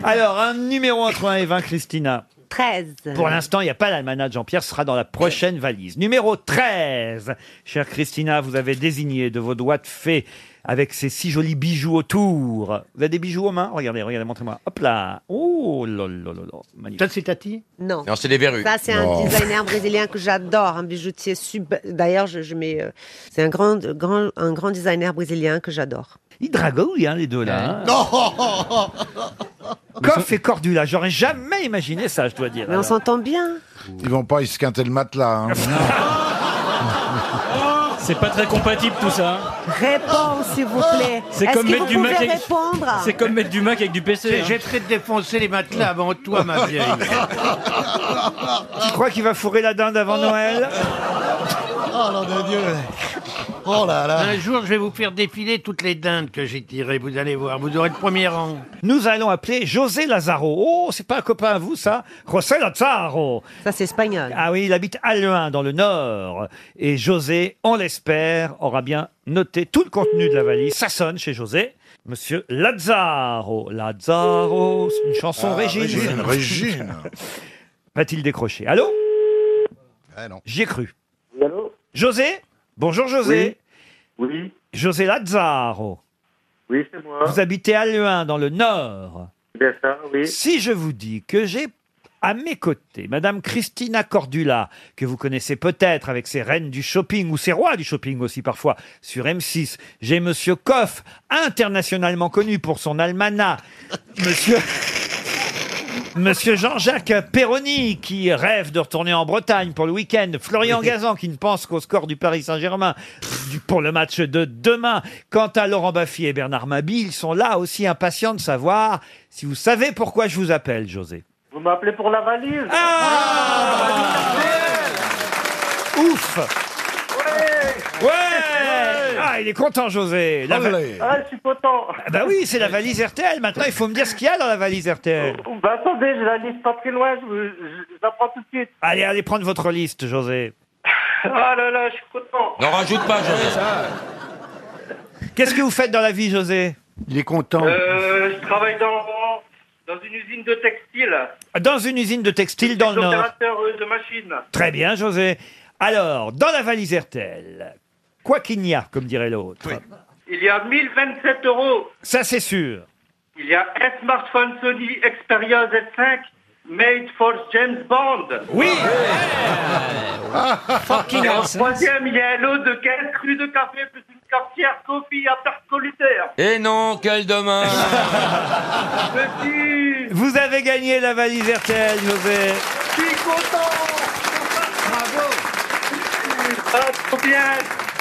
Alors, un numéro entre 1 et 20, Christina. 13. Pour l'instant, il n'y a pas l'almanach de Jean-Pierre, ce sera dans la prochaine valise. Numéro 13. Chère Christina, vous avez désigné de vos doigts de fée avec ces six jolis bijoux autour. Vous avez des bijoux aux mains Regardez, regardez, montrez-moi. Hop là. Oh là là là là. Magnifique. Ça, c'est Tati Non. Non, c'est des verrues. Ça, c'est un Non. designer brésilien que j'adore, un bijoutier sub. D'ailleurs, je, je mets. euh, c'est un grand, grand, un grand designer brésilien que j'adore. Ils dragouillent, hein, les deux là. hein. Non Coff et Cordula, j'aurais jamais imaginé ça, je dois dire. Mais on Alors. s'entend bien. Ils vont pas esquinter le matelas. hein. C'est pas très compatible tout ça. hein. Réponds, s'il vous plaît. C'est Est-ce comme que mettre vous du Mac pouvez avec- répondre C'est comme mettre du Mac avec du PC. hein. J'essaie de défoncer les matelas avant toi, ma vieille. Tu crois qu'il va fourrer la dinde avant Noël Oh nom de Dieu Oh là là Un jour, je vais vous faire défiler toutes les dindes que j'ai tirées, vous allez voir, vous aurez le premier rang. Nous allons appeler José Lazaro. Oh, c'est pas un copain à vous, ça José Lazaro. Ça, c'est espagnol. Ah oui, il habite Aluin, dans le Nord. Et José, on l'espère, aura bien noté tout le contenu de la valise. Ça sonne chez José. Monsieur Lazaro. Lazaro, c'est une chanson Ah, Régine. Régine, Régine. Va-t-il décrocher Allô Eh J'y ai cru. José Bonjour José. Oui. José Lazaro. Oui, c'est moi. Vous habitez à Luin, dans le Nord. Bien ça, oui. Si je vous dis que j'ai à mes côtés Madame Christina Cordula, que vous connaissez peut-être avec ses reines du shopping ou ses rois du shopping aussi parfois sur M6, j'ai Monsieur Koff, internationalement connu pour son almanach, Monsieur. Monsieur Jean-Jacques Perroni, qui rêve de retourner en Bretagne pour le week-end. Florian Gazan, qui ne pense qu'au score du Paris Saint-Germain du- pour le match de demain. Quant à Laurent Baffy et Bernard Mabille, ils sont là aussi impatients de savoir si vous savez pourquoi je vous appelle, José. Vous m'appelez pour la valise Ah, Ah, Ouf Ouais, Ah, il est content, José La va- Ah, je suis content. bah, Ah Bah oui, c'est la valise RTL. Maintenant, il faut me dire ce qu'il y a dans la valise RTL. Bah, attendez, j'ai la liste pas très loin, je, vous- je, je la prends tout de suite. Allez, allez prendre votre liste, José. Ah là là, je suis content. N'en rajoute pas, José. Qu'est-ce que vous faites dans la vie, José Il est content. Euh, je travaille dans, dans une usine de textile. Dans une usine de textile dans le Nord. Opérateur euh, de machines. Très bien, José. Alors, dans la valise RTL, quoi qu'il n'y a, comme dirait l'autre. Il y a 1027 euros. Ça, c'est sûr. Il y a un smartphone Sony Xperia Z5 made for James Bond. Oui Ah. Et en troisième, il y a un lot de 15 rues de café plus une cafetière Sophie à percolitaire. Et non, quel dommage Vous avez gagné la valise RTL, José. Je suis content Bravo Ah, trop bien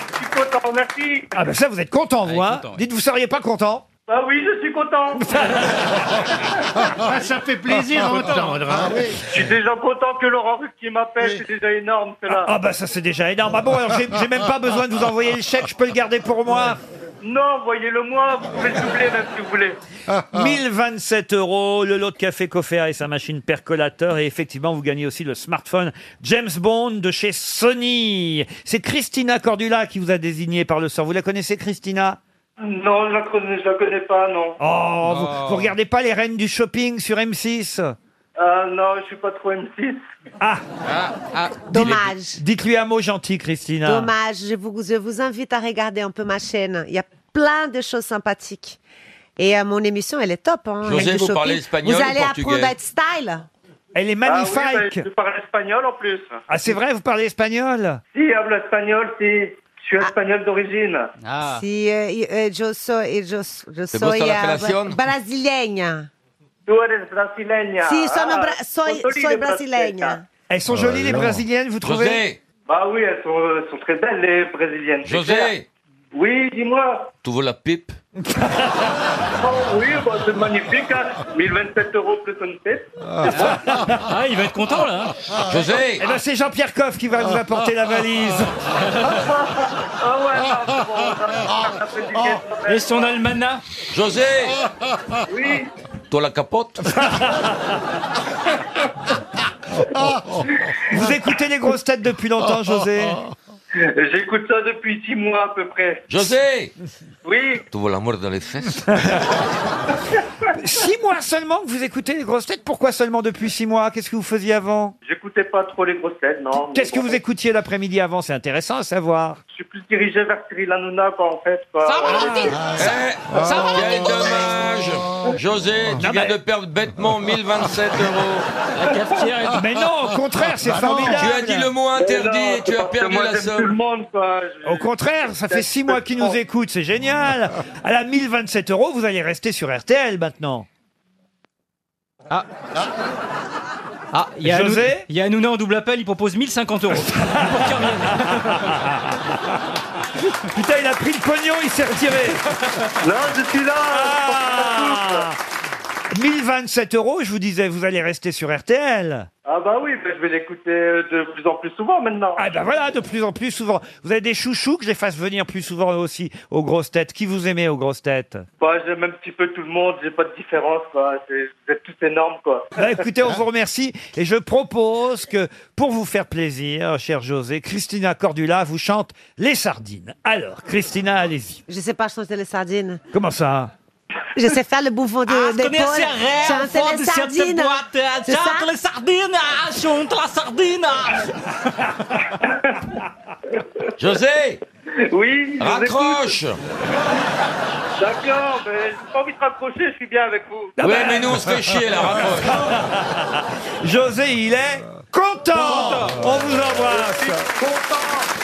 Je suis content, merci Ah ben ça, vous êtes content, vous, hein Dites, vous seriez pas content Bah oui, je suis content Ah, ça fait plaisir d'entendre. hein. Je suis déjà content que Laurent Ruquier m'appelle, c'est déjà énorme cela. Ah bah ça c'est déjà énorme. Ah bon, alors j'ai j'ai même pas besoin de vous envoyer le chèque, je peux le garder pour moi. Non, voyez-le moi, vous pouvez le doubler même si vous voulez. 1027 euros, le lot de café Coffea et sa machine percolateur. Et effectivement, vous gagnez aussi le smartphone James Bond de chez Sony. C'est Christina Cordula qui vous a désigné par le sort. Vous la connaissez, Christina Non, je la connais, je la connais pas, non. Oh, Vous, vous regardez pas les reines du shopping sur M6 Ah non, je suis pas trop M6. Ah, Dommage. Dites-lui un mot gentil, Christina. Dommage, je vous, je vous invite à regarder un peu ma chaîne. Il y a plein de choses sympathiques. Et euh, mon émission, elle est top. hein, José, avec du vous parlez shopping. espagnol Vous ou allez apprendre portugais à être style. Elle est magnifique. Ah oui, bah, je parle espagnol en plus. Ah, c'est vrai, vous parlez espagnol Si, hablo espagnol, si. Je suis espagnol d'origine. Si, euh, y- euh, je soy, je, je Te gusta soy, la euh, felación? brasileña. Tu eres brasileña. Si, sono Ah, bra- soy- consolide soy brasileña. Elles sont jolies, Ah, Ah, les brésiliennes, vous trouvez Bah oui, elles sont, elles sont très belles, les brésiliennes. c'est José. clair. Oui, dis-moi. Tu veux la pipe Oh oui, bah, c'est magnifique, hein. 1027 euros plus une pipe. Ah, il va être content là. José Eh ben, c'est Jean-Pierre Coff qui va vous apporter la valise. Ah ouais, non, c'est bon. Et son almanach José Oui. Toi la capote Ah. Vous écoutez les grosses têtes depuis longtemps, José J'écoute ça depuis 6 mois à peu près. José Oui. Tu veux la mort dans les fesses Six mois seulement que vous écoutez les grosses têtes Pourquoi seulement depuis six mois Qu'est-ce que vous faisiez avant J'écoutais pas trop les grosses têtes, non. mais Qu'est-ce que bon. vous écoutiez l'après-midi avant C'est intéressant à savoir. Je suis plus dirigé vers Cyril Hanouna, quoi, en fait. Quoi. Ah, Ça va, Eh, Ça Quel dommage José, tu viens de perdre bêtement 1027 euros. Ah. Bah La cafetière est- Mais non, au contraire, c'est formidable. Tu as dit le mot interdit et tu as perdu la somme. Au contraire, ça fait six mois qu'ils nous écoutent, c'est génial. À la 1027 euros, vous allez rester sur RTL maintenant. Ah. Ah, il y a José Hanou- Il y a Hanouna en double appel, il propose 1050 euros. Pour qu'il revienne. Putain, il a pris le pognon, il s'est retiré. Non, je suis là. Ah 1027 euros, je vous disais, vous allez rester sur RTL. Ah bah oui, bah, je vais l'écouter euh, de plus en plus souvent maintenant. Ah ben voilà, de plus en plus souvent. Vous avez des chouchous que je les fasse venir plus souvent aussi aux grosses têtes. Qui vous aimez aux grosses têtes Bah, j'aime un petit peu tout le monde, j'ai pas de différence, quoi. C'est- Vous êtes tous énormes, quoi. Bah, écoutez, on vous remercie et je propose que, pour vous faire plaisir, cher José, Christina Cordula vous chante Les Sardines. Alors, Christina, allez-y. Je sais pas chanter les sardines. Comment ça hein Je sais faire le bouffon Ah, de As d'épaule. conheceré o Chanter fundo les de certa sardines. euh, boate, C'est ça chante les sardines, ah, chante la sardine. José Oui. je vous écoute. Raccroche D'accord, mais j'ai pas envie de raccrocher, je suis bien avec vous. Oui, Ah mais nous on se fait chier là, raccroche José, il est content On vous embrasse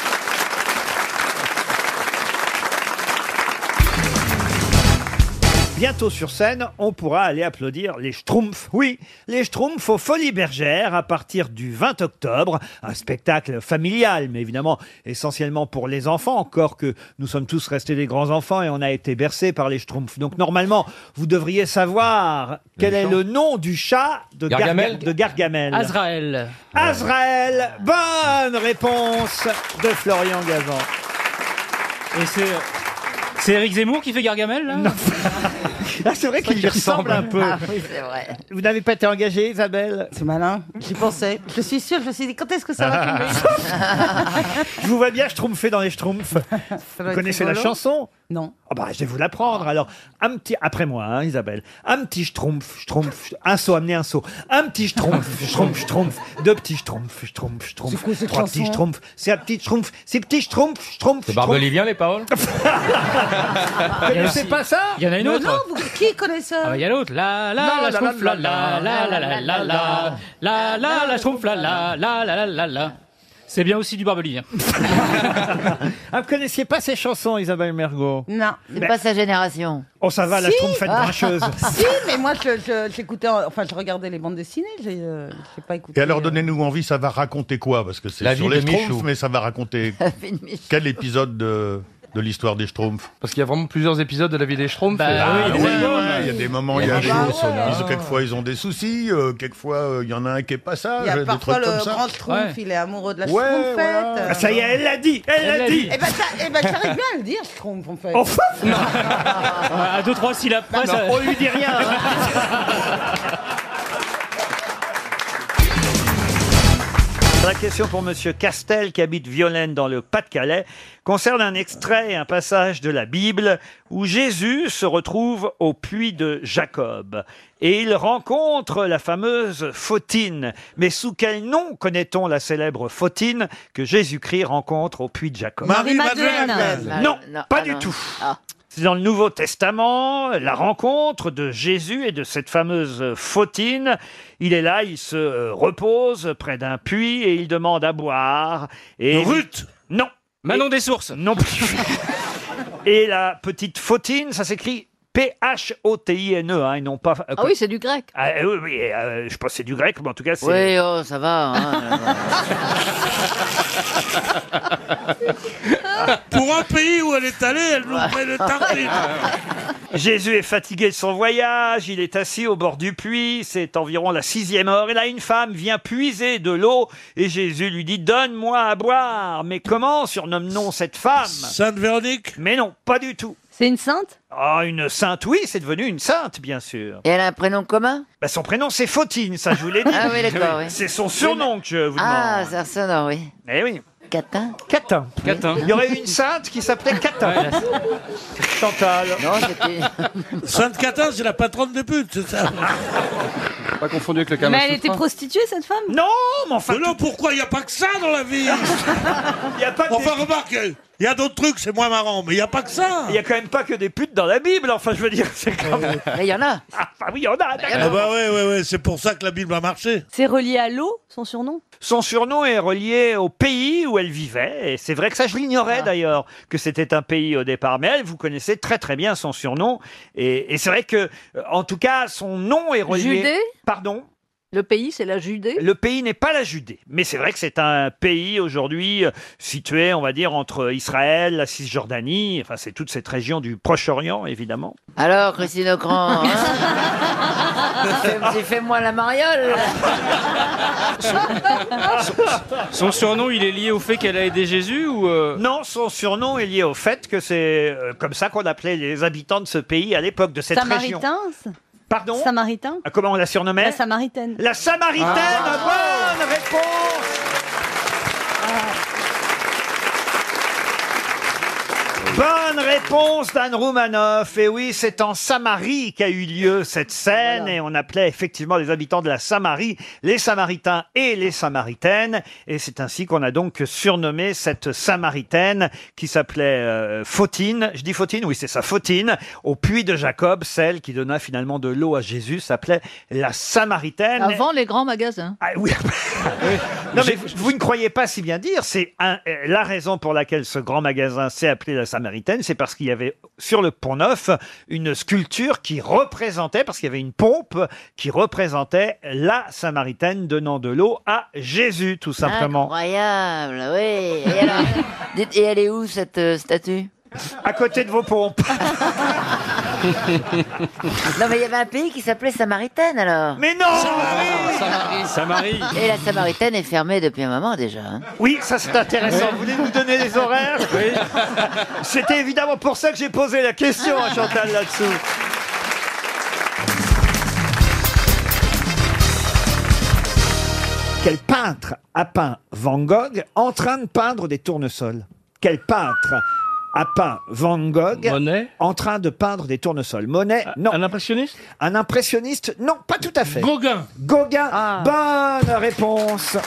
Bientôt sur scène, on pourra aller applaudir les Schtroumpfs. Oui, les Schtroumpfs aux Folies Bergères à partir du 20 octobre. Un spectacle familial, mais évidemment essentiellement pour les enfants, encore que nous sommes tous restés des grands-enfants et on a été bercés par les Schtroumpfs. Donc normalement, vous devriez savoir quel est le nom du chat de Gargamel Garga- de Gargamel. Azrael. Azrael, bonne réponse de Florian Gazan. Et c'est. euh, C'est Eric Zemmour qui fait Gargamel là Ah, c'est vrai qu'il lui ressemble un peu. Ah, c'est vrai. Vous n'avez pas été engagée, Isabelle C'est malin. J'y pensais. Je suis sûre, je me suis dit, quand est-ce que ça va Ah, tomber Je vous vois bien schtroumpfer dans les schtroumpfs. doit Vous être connaissez la rigolo. chanson Non. Ah bah, je vais vous l'apprendre. Alors, un petit, après moi, hein, Isabelle. Un petit schtroumpf, schtroumpf, un seau, amenez un seau. Un petit schtroumpf, schtroumpf, schtroumpf. Deux petits schtroumpfs, schtroumpf, schtroumpf. quoi cette Trois petits chanson schtroumpfs, c'est un petit schtroumpf, six petits schtroumpfs, schtroumpf. C'est Barbelivien les paroles Vous connaissez pas ça Il y en a une Mais autre. Non, vous- qui connaît ça Ah bah, il y a l'autre. La la La, la la, schtroumpf, la la la la la la la la la la schtroumpf, la la la la la la la. C'est bien aussi du barbelivien. Ah, vous connaissiez pas ces chansons, Isabelle Mergot Non, c'est Mais- pas sa génération. Oh, Eh ben, ça va, la Si. schtroumpfette Ah. grincheuse. si, mais moi, je, je- j'écoutais, en- enfin, je regardais les bandes dessinées, j'ai, euh, j'ai pas écouté. Et alors, donnez-nous envie, ça va raconter quoi Parce que La c'est vie sur de les Michou. Schtroumpfs, mais ça va raconter quel épisode de... de l'histoire des Schtroumpfs Parce qu'il y a vraiment plusieurs épisodes de la vie des Schtroumpfs. Bah, et- euh, oui, ouais, ouais, il y a des moments, il y a des choses. Ils, quelquefois, ils ont des soucis. euh, quelquefois, euh, il y en a un qui est pas sage. Il y a euh, des parfois trucs comme le ça. grand schtroumpf, il est amoureux de la Ouais, schtroumpfette. voilà. euh. Ah, ça y est, elle l'a dit, elle l'a dit. Eh ben, ça, eh ben, ça arrive bien à le dire, schtroumpf, en fait. À deux, trois syllabes Bah, près, Non, ça- on lui dit rien, La question pour Monsieur Castel, qui habite Violaine dans le Pas-de-Calais, concerne un extrait, et un passage de la Bible où Jésus se retrouve au puits de Jacob. Et il rencontre la fameuse Fautine. Mais sous quel nom connaît-on la célèbre Fautine que Jésus-Christ rencontre au puits de Jacob Marie-Madeleine. Marie-Madeleine. Non, Non, pas ah du non. tout. C'est dans le Nouveau Testament, la rencontre de Jésus et de cette fameuse fautine. Il est là, il se euh, repose près d'un puits et il demande à boire. Et Ruth Non. Manon des sources Non plus. et la petite fautine, ça s'écrit P-H-O-T-I-N-E, hein, et non pas... euh, Ah oui, c'est du grec. Ah, euh, oui, oui, euh, je pense que c'est du grec, mais en tout cas c'est... Oui, oh, ça va. hein. Pour un pays où elle est allée, elle nous fait des tartines. Jésus est fatigué de son voyage, il est assis au bord du puits, c'est environ la sixième heure, et là une femme vient puiser de l'eau, et Jésus lui dit « Donne-moi à boire !» Mais comment surnomme-t-on cette femme Sainte Véronique Mais non, pas du tout. C'est une sainte Ah, une sainte, oui, c'est devenu une sainte, bien sûr. Et elle a un prénom commun Bah, son prénom, c'est Fautine, ça je vous l'ai dit. Ah oui, d'accord, oui. C'est son surnom que je vous demande. Ah, ça sonore, oui. Eh oui. Catin Catin. Catin. Il y aurait eu une sainte qui s'appelait Catin. Ouais, Chantal. Non, c'était... Sainte Catin, c'est la patronne des putes, c'est ça Pas confondu avec le Kama Mais elle Sutra. était prostituée, cette femme Non, mais enfin. non, pourquoi Il n'y a pas que ça dans la vie Il a pas que Enfin, remarque, il y a d'autres trucs, c'est moins marrant, mais il n'y a pas que ça Il n'y a quand même pas que des putes dans la Bible, enfin, je veux dire, c'est quand même. Eh, Il y en a. Ah, bah oui, il y en a, Ah d'accord. bah ouais, ouais, ouais, c'est pour ça que la Bible a marché. C'est relié à l'eau, son surnom Son surnom est relié au pays où elle vivait, et c'est vrai que ça, je l'ignorais d'ailleurs, que c'était un pays au départ, mais elle, vous connaissez très très bien son surnom, et, et c'est vrai que, euh, en tout cas, son nom est relié... Judée Pardon Le pays, c'est la Judée Le pays n'est pas la Judée, mais c'est vrai que c'est un pays aujourd'hui euh, situé, on va dire, entre Israël, la Cisjordanie, enfin c'est toute cette région du Proche-Orient, évidemment. Alors, Christine Ocran, hein Fais- J'ai fait moi la mariole Son surnom, il est lié au fait qu'elle a aidé Jésus ou euh, Non, son surnom est lié au fait que c'est euh, comme ça qu'on appelait les habitants de ce pays à l'époque de cette région. Samaritain Pardon Samaritain Ah, Comment on la surnommait La Samaritaine. La Samaritaine, Ah. bonne réponse Bonne réponse d'Anne Roumanoff. Et oui, c'est en Samarie qu'a eu lieu cette scène et on appelait effectivement les habitants de la Samarie les Samaritains et les Samaritaines. Et c'est ainsi qu'on a donc surnommé cette Samaritaine qui s'appelait euh, Fautine. Je dis Fautine, oui, c'est ça, Fautine. Au puits de Jacob, celle qui donna finalement de l'eau à Jésus s'appelait la Samaritaine. Ah, Avant les grands magasins. Ah oui Non mais vous, vous ne croyez pas si bien dire. C'est un- euh, la raison pour laquelle ce grand magasin s'est appelé la Samaritaine, c'est parce qu'il y avait sur le Pont Neuf une sculpture qui représentait, parce qu'il y avait une pompe qui représentait la Samaritaine donnant de l'eau à Jésus, tout simplement. Incroyable, oui. Et, alors, dites, et elle est où, cette euh, statue À côté de vos pompes. non, mais il y avait un pays qui s'appelait Samaritaine, alors. Mais non Samarie Et la Samaritaine est fermée depuis un moment, déjà. hein. Oui, ça c'est intéressant. Vous voulez nous donner les horaires C'était évidemment pour ça que j'ai posé la question à Chantal là-dessous. Quel peintre a peint Van Gogh en train de peindre des tournesols Quel peintre a peint Van Gogh en train de peindre des tournesols Monet, non. Un impressionniste Un impressionniste, non, pas tout à fait. Gauguin Gauguin, bonne réponse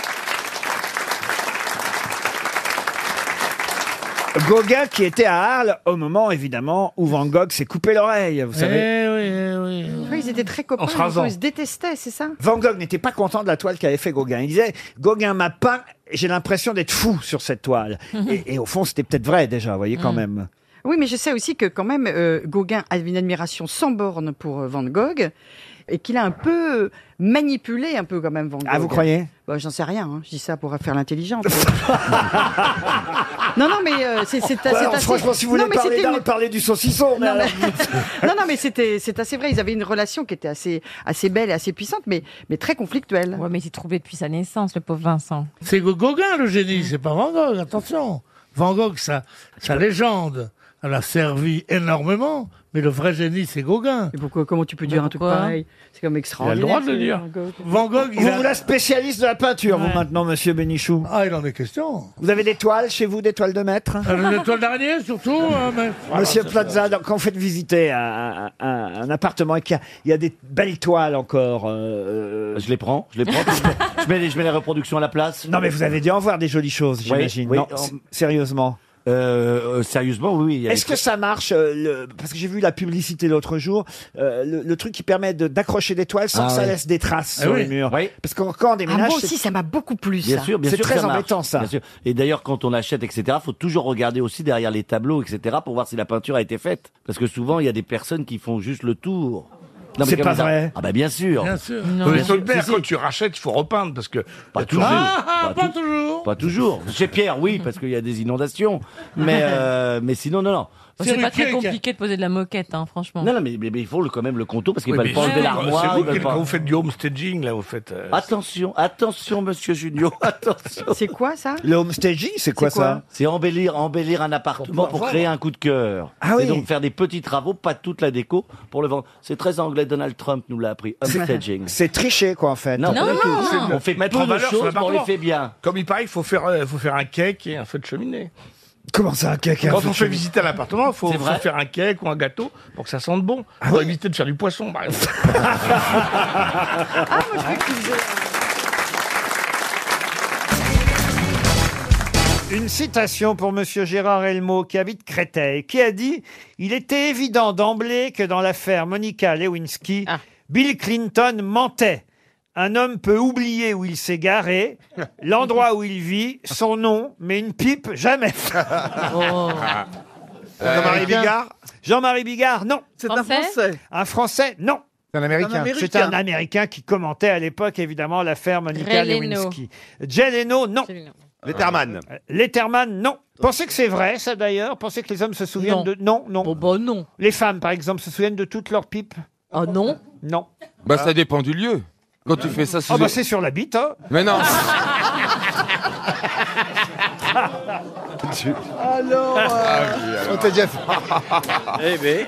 Gauguin qui était à Arles au moment évidemment où Van Gogh s'est coupé l'oreille, vous savez. Eh oui, oui. Ils étaient très copains, En se rasant. ils se détestaient, c'est ça Van Gogh n'était pas content de la toile qu'avait fait Gauguin. Il disait Gauguin m'a peint, j'ai l'impression d'être fou sur cette toile. et, et au fond, c'était peut-être vrai déjà, vous voyez Mm. quand même. Oui, mais je sais aussi que quand même, euh, Gauguin avait une admiration sans borne pour euh, Van Gogh et qu'il a un peu euh, manipulé, un peu quand même Van Gogh. Ah, vous croyez bah, J'en sais rien, hein. je dis ça pour faire l'intelligente. Non, non, mais euh, c'est c'est- c'est Ouais, alors, assez- franchement, si vous voulez Non, mais parler c'était d'art, une- parlez du saucisson. mais non, alors- mais, non, non, mais c'était, c'est assez vrai. Ils avaient une relation qui était assez, assez belle et assez puissante, mais, mais très conflictuelle. Ouais, mais il s'est trouvé depuis sa naissance, le pauvre Vincent. C'est Gauguin le génie, c'est pas Van Gogh, attention. Van Gogh, sa, sa légende, elle a servi énormément, mais le vrai génie, c'est Gauguin. Et pourquoi, comment tu peux dire un truc pareil C'est Il a comme le extraordinaire. droit de le dire. Van Gogh, il Vous a- vous la spécialiste de la peinture, vous, Ouais. maintenant, monsieur Bénichou. Ah, il en est question. Vous avez des toiles chez vous, des toiles de maître Ah, Euh, L'étoile d'araignée, surtout. hein, mais- Monsieur Voilà, c'est- Plaza, donc, quand vous faites visiter un, un- un- un appartement et qu'il y a- il y, a des belles toiles encore. euh, Je les prends, je les prends. puis je, mets, je mets les, je mets les reproductions à la place. Non, mais vous avez dû en voir des jolies choses, Oui, j'imagine. oui, Non, en- s- Sérieusement. Euh, euh, sérieusement, oui. il y a Est-ce des- que ça marche euh, le- Parce que j'ai vu la publicité l'autre jour, euh, le, le truc qui permet de- d'accrocher des toiles sans Ah que ça ouais. laisse des traces Ah sur oui. les murs. Oui. Parce que quand on déménage, Ah, moi c'est- aussi, ça m'a beaucoup plu. Bien ça. sûr, bien C'est sûr. très que marche. embêtant, ça. Bien sûr. Et d'ailleurs, quand on achète, etc., faut toujours regarder aussi derrière les tableaux, etc., pour voir si la peinture a été faite. Parce que souvent, il y a des personnes qui font juste le tour. Non, mais C'est comme pas ça- vrai. Ah bah bien sûr. Bien sûr. Bien Mais sûr. Solberg, Si, si. quand tu rachètes, il faut repeindre parce que. Pas toujours. Ah, ah, Pas pas tout- toujours. Pas toujours. Chez Pierre, oui, parce qu'il y a des inondations. Mais, euh, mais sinon, non, non. C'est pas Ruquier très qui a- compliqué de poser de la moquette, hein, franchement. Non, non, mais, mais- mais il faut le- quand même le contour parce qu'il Oui, va mais pas enlever c'est- l'armoire. c'est vous il va qui- pas- quand vous faites du homestaging, là, vous faites. euh, Ah, Attention, attention, monsieur Junio, attention. C'est quoi ça Le homestaging, c'est quoi, ça C'est embellir, embellir un appartement pouvoir pour vendre. créer un coup de cœur. Ah c'est oui. donc faire des petits travaux, pas toute la déco, pour le vendre. C'est très anglais, Donald Trump nous l'a appris. Homestaging. C'est triché, quoi, en fait. Non, pas du tout. c'est de on fait mettre peu en de valeur son choses, mais on les appartement. fait bien. Eh Comme il paraît, il faut faire, euh, faut faire un cake et un feu de cheminée. Comment ça, un cake et un Quand feu on de fait cheminée visiter un appartement, il faut, C'est faut vrai faire un cake ou un gâteau pour que ça sente bon. Ah Pour éviter de faire du poisson, par exemple. Ah, Une citation pour Monsieur Gérard Elmo, qui habite Créteil, qui a dit Il était évident d'emblée que dans l'affaire Monica Lewinsky, Bill Clinton mentait. Un homme peut oublier où il s'est garé, l'endroit où il vit, son nom, mais une pipe, jamais. Oh. Euh, Jean-Marie Bigard Jean-Marie Bigard, non. C'est un Français Français Un Français, non. C'est un Américain. Un Américain. C'est un Américain qui commentait à l'époque, évidemment, l'affaire Monica Ray Leno. Lewinsky. Jay Leno, non. Letterman. Euh, Letterman, non. Pensez que c'est vrai, ça d'ailleurs Pensez que les hommes se souviennent de. Non, non. non. Les femmes, par exemple, se souviennent de toutes leurs pipes Ah non Non. Bah, ça dépend du lieu. Quand tu fais ça, Ah bah c'est sur la bite, hein Mais non Alors, euh, On t'a déjà Eh ben.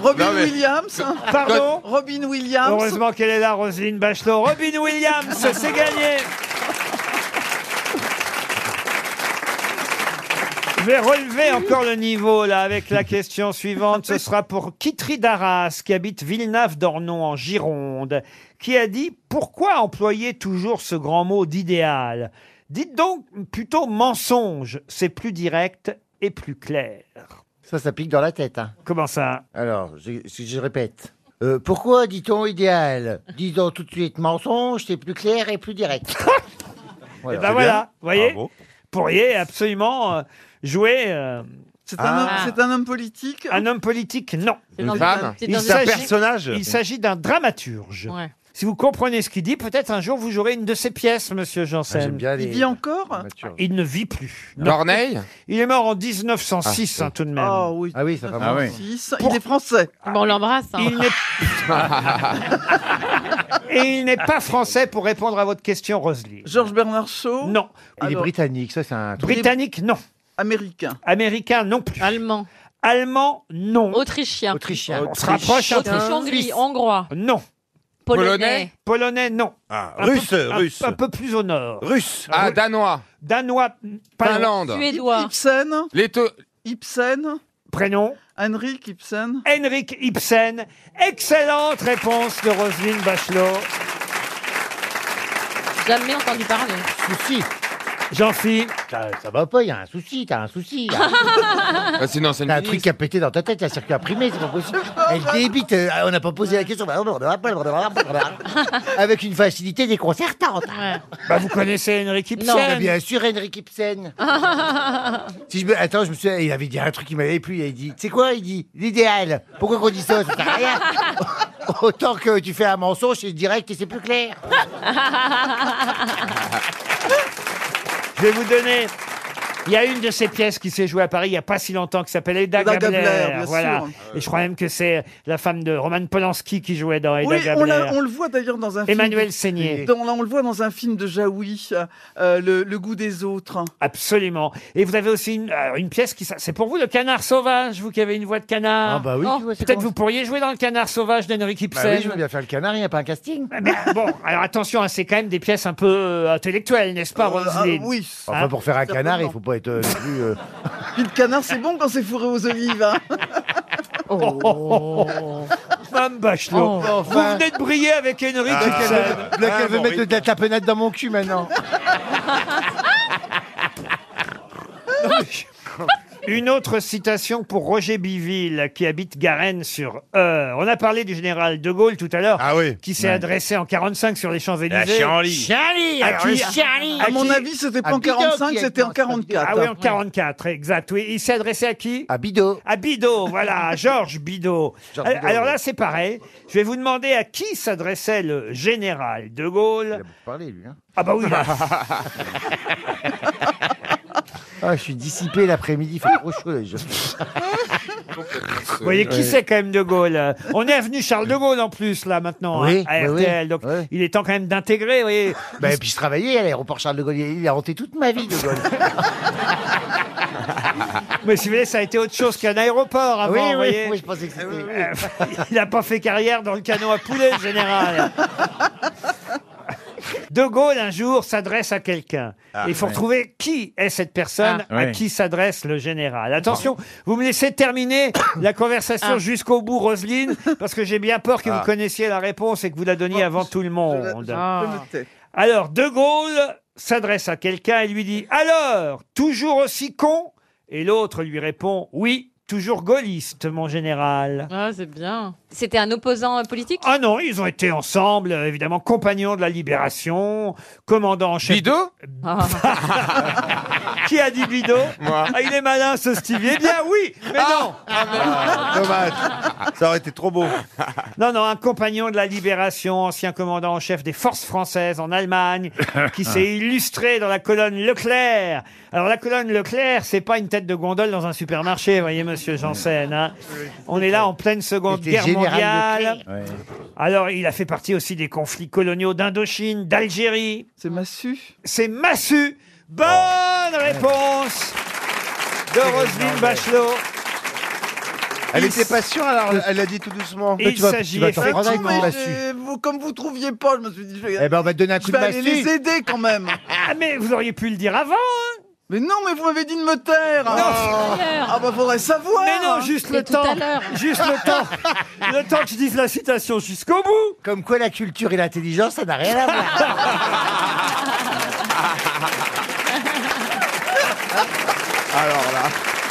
Robin Non, mais- Williams Pardon Robin Williams Heureusement qu'elle est là, Roselyne Bachelot. Robin Williams, c'est gagné Je vais relever encore le niveau là avec la question suivante. Ce sera pour Kitri Daras qui habite Villeneuve-d'Ornon en Gironde, qui a dit pourquoi employer toujours ce grand mot d'idéal Dites donc plutôt mensonge, c'est plus direct et plus clair. Ça, ça pique dans la tête. hein. Comment ça Alors, je, je- je répète. Euh, pourquoi dit-on idéal Disons tout de suite mensonge, c'est plus clair et plus direct. Et ben voilà, vous voyez, pourriez absolument euh, jouer. C'est un homme- Ah. c'est homme politique Un homme politique, non. Euh, C'est Une dans une- femme c'est dans Il une- C'est un s'agit- personnage Il s'agit d'un dramaturge. Ouais. Si vous comprenez ce qu'il dit, peut-être un jour vous jouerez une de ses pièces, monsieur Janssen. Il vit encore Il ne vit plus. Non. Corneille Il est mort en 1906, Ah, hein, tout de même. Ah oui. ah oui, ça va Ah oui. 1906. Il est français. on l'embrasse. hein. Il n'est Et il n'est pas français pour répondre à votre question, Roselyne. Georges Bernard Shaw Non. Il est britannique, ça c'est un truc. Britannique, non. Américain Américain, non plus. Allemand Allemand, non. Autrichien Autrichien. On se rapproche un peu. Autriche-Hongrie, hongrois. Non. Polonais Polonais, non. Un Ah, russe, peu- un- russe. Un, peu plus au nord. Russe. Ah, danois. Danois. pas- Finlande. Suédois. Ibsen. Ibsen. Prénom. Henrik Ibsen. Henrik Ibsen. Excellente réponse de Roselyne Bachelot. Jamais entendu parler. Souci. Jean-Philippe. Ça, ça va pas, il y a un souci, t'as un souci. là. Ah, Bah, sinon, c'est une T'as un ministre. truc qui a pété dans ta tête, il y a un circuit imprimé, c'est pas possible. Elle débite, euh, on n'a pas posé la question. Avec une facilité déconcertante. Bah, vous connaissez Henrik Ibsen Non, bien sûr, Henrik Ibsen. Si je me- Attends, je me suis... il avait dit un truc qui m'avait plu. Il avait dit, tu sais quoi Il dit, l'idéal. Pourquoi qu'on dit ça Ça sert à rien. Autant que tu fais un mensonge, c'est direct et c'est plus clair. eh. Je vais vous donner Il y a une de ces pièces qui s'est jouée à Paris il n'y a pas si longtemps qui s'appelle Eda Eda Gabler. Gabler, bien voilà. sûr. Et je crois même que c'est la femme de Roman Polanski qui jouait dans Eda Oui, on, Gabler. l'a- on le voit d'ailleurs dans un Emmanuel film. Seigner. Dans- on le voit dans un film de Jaoui, euh, le, Le goût des autres. Absolument. Et vous avez aussi une, alors, une pièce qui. s'a- C'est pour vous le canard sauvage, vous qui avez une voix de canard. Ah bah oui. Oh, c'est Peut-être comment- vous pourriez jouer dans le canard sauvage d'Henri Ibsen. Eh Bah oui, je veux bien faire le canard, il n'y a pas un casting. bon, alors attention, hein, c'est quand même des pièces un peu euh, intellectuelles, n'est-ce pas, ah, Roselyne Enfin, Hein pour faire un canard, il faut pas être euh, non plus. euh, Puis le canard, c'est bon quand c'est fourré aux olives. hein. Oh. Oh. Mme Bachelot, Oh, enfin. vous venez de briller avec Henrik Ah, Ibsen. Là, qu'elle veut mettre de la tapenade dans mon cul maintenant. Une autre citation pour Roger Biville, qui habite Garennes sur Eure. On a parlé du général de Gaulle tout à l'heure, qui s'est Ah Ouais. adressé en 45 sur les Ah, Champs-Élysées. Chianli. Chianli, alors le Chianli. À mon qui- avis, c'était à pas en Bidoc, 45, il y a c'était en commencé. 44. Ah oui, en 44, exact. Oui, il s'est adressé à qui À Bidot. À Bidot, voilà, à Georges Bidot. Georges Alors- Bidault, Alors là, ouais. c'est pareil. Je vais vous demander à qui s'adressait le général de Gaulle. Parlez, lui. hein. Ah bah oui. là. Ah, je suis dissipé l'après-midi, il fait trop chaud. là, je- Vous voyez qui Ouais. c'est quand même de Gaulle euh. On est avenue Charles de Gaulle en plus là maintenant Oui, hein, à oui, oui. RTL. Donc il est temps quand même d'intégrer, vous voyez. Bah, et puis je travaillais à l'aéroport Charles de Gaulle. Il a hanté toute ma vie, de Gaulle. Mais si vous voulez, ça a été autre chose qu'un aéroport avant. Oui, vous oui, voyez. oui, je pensais que c'était- Euh, Il n'a pas fait carrière dans le canon à poulet, le général. De Gaulle, un jour, s'adresse à quelqu'un. Ah, Et Il faut ouais. retrouver qui est cette personne Ah. à Ouais. qui s'adresse le général. Attention, vous me laissez terminer la conversation Ah. jusqu'au bout, Roselyne, parce que j'ai bien peur que Ah. Oh, vous connaissiez la réponse et que vous la donniez avant tout le monde. je Ah. peux noter. Alors, De Gaulle s'adresse à quelqu'un et lui dit Alors, toujours aussi con Et l'autre lui répond Oui, toujours gaulliste, mon général. Ah, c'est bien. C'était un opposant euh, politique Ah non, ils ont été ensemble, euh, évidemment, compagnons de la Libération, commandant en chef. Bidot Qui a dit Bidot Moi. Ah, il est malin, ce Stevie. Eh bien, oui, mais non Dommage. Ah, Ça aurait été trop beau. Non, non, un compagnon de la Libération, ancien commandant en chef des forces françaises en Allemagne, qui s'est illustré dans la colonne Leclerc. Alors, la colonne Leclerc, c'est pas une tête de gondole dans un supermarché, voyez, monsieur Janssen. hein. On est là en pleine Seconde C'était Guerre général mondiale. Leclerc. Ouais. Alors, il a fait partie aussi des conflits coloniaux d'Indochine, d'Algérie. C'est Massu C'est Massu Bonne réponse de Roselyne Bachelot. Elle Il était pas sûre, alors elle a dit tout doucement. Et il s'agit Effectivement, effectivement- j'ai- vous- comme vous trouviez pas, je me suis dit, je vais, Eh ben, on va te donner un je coup vais de aller massue. les aider quand même. Ah, mais vous auriez pu le dire avant. Mais non, mais vous m'avez dit de me taire. Non. Ah bah faudrait savoir. Mais Ah, non, Oh, juste le temps. Juste le temps. Le temps que je dise la citation jusqu'au bout. Comme quoi, la culture et l'intelligence, ça n'a rien à voir. Alors là.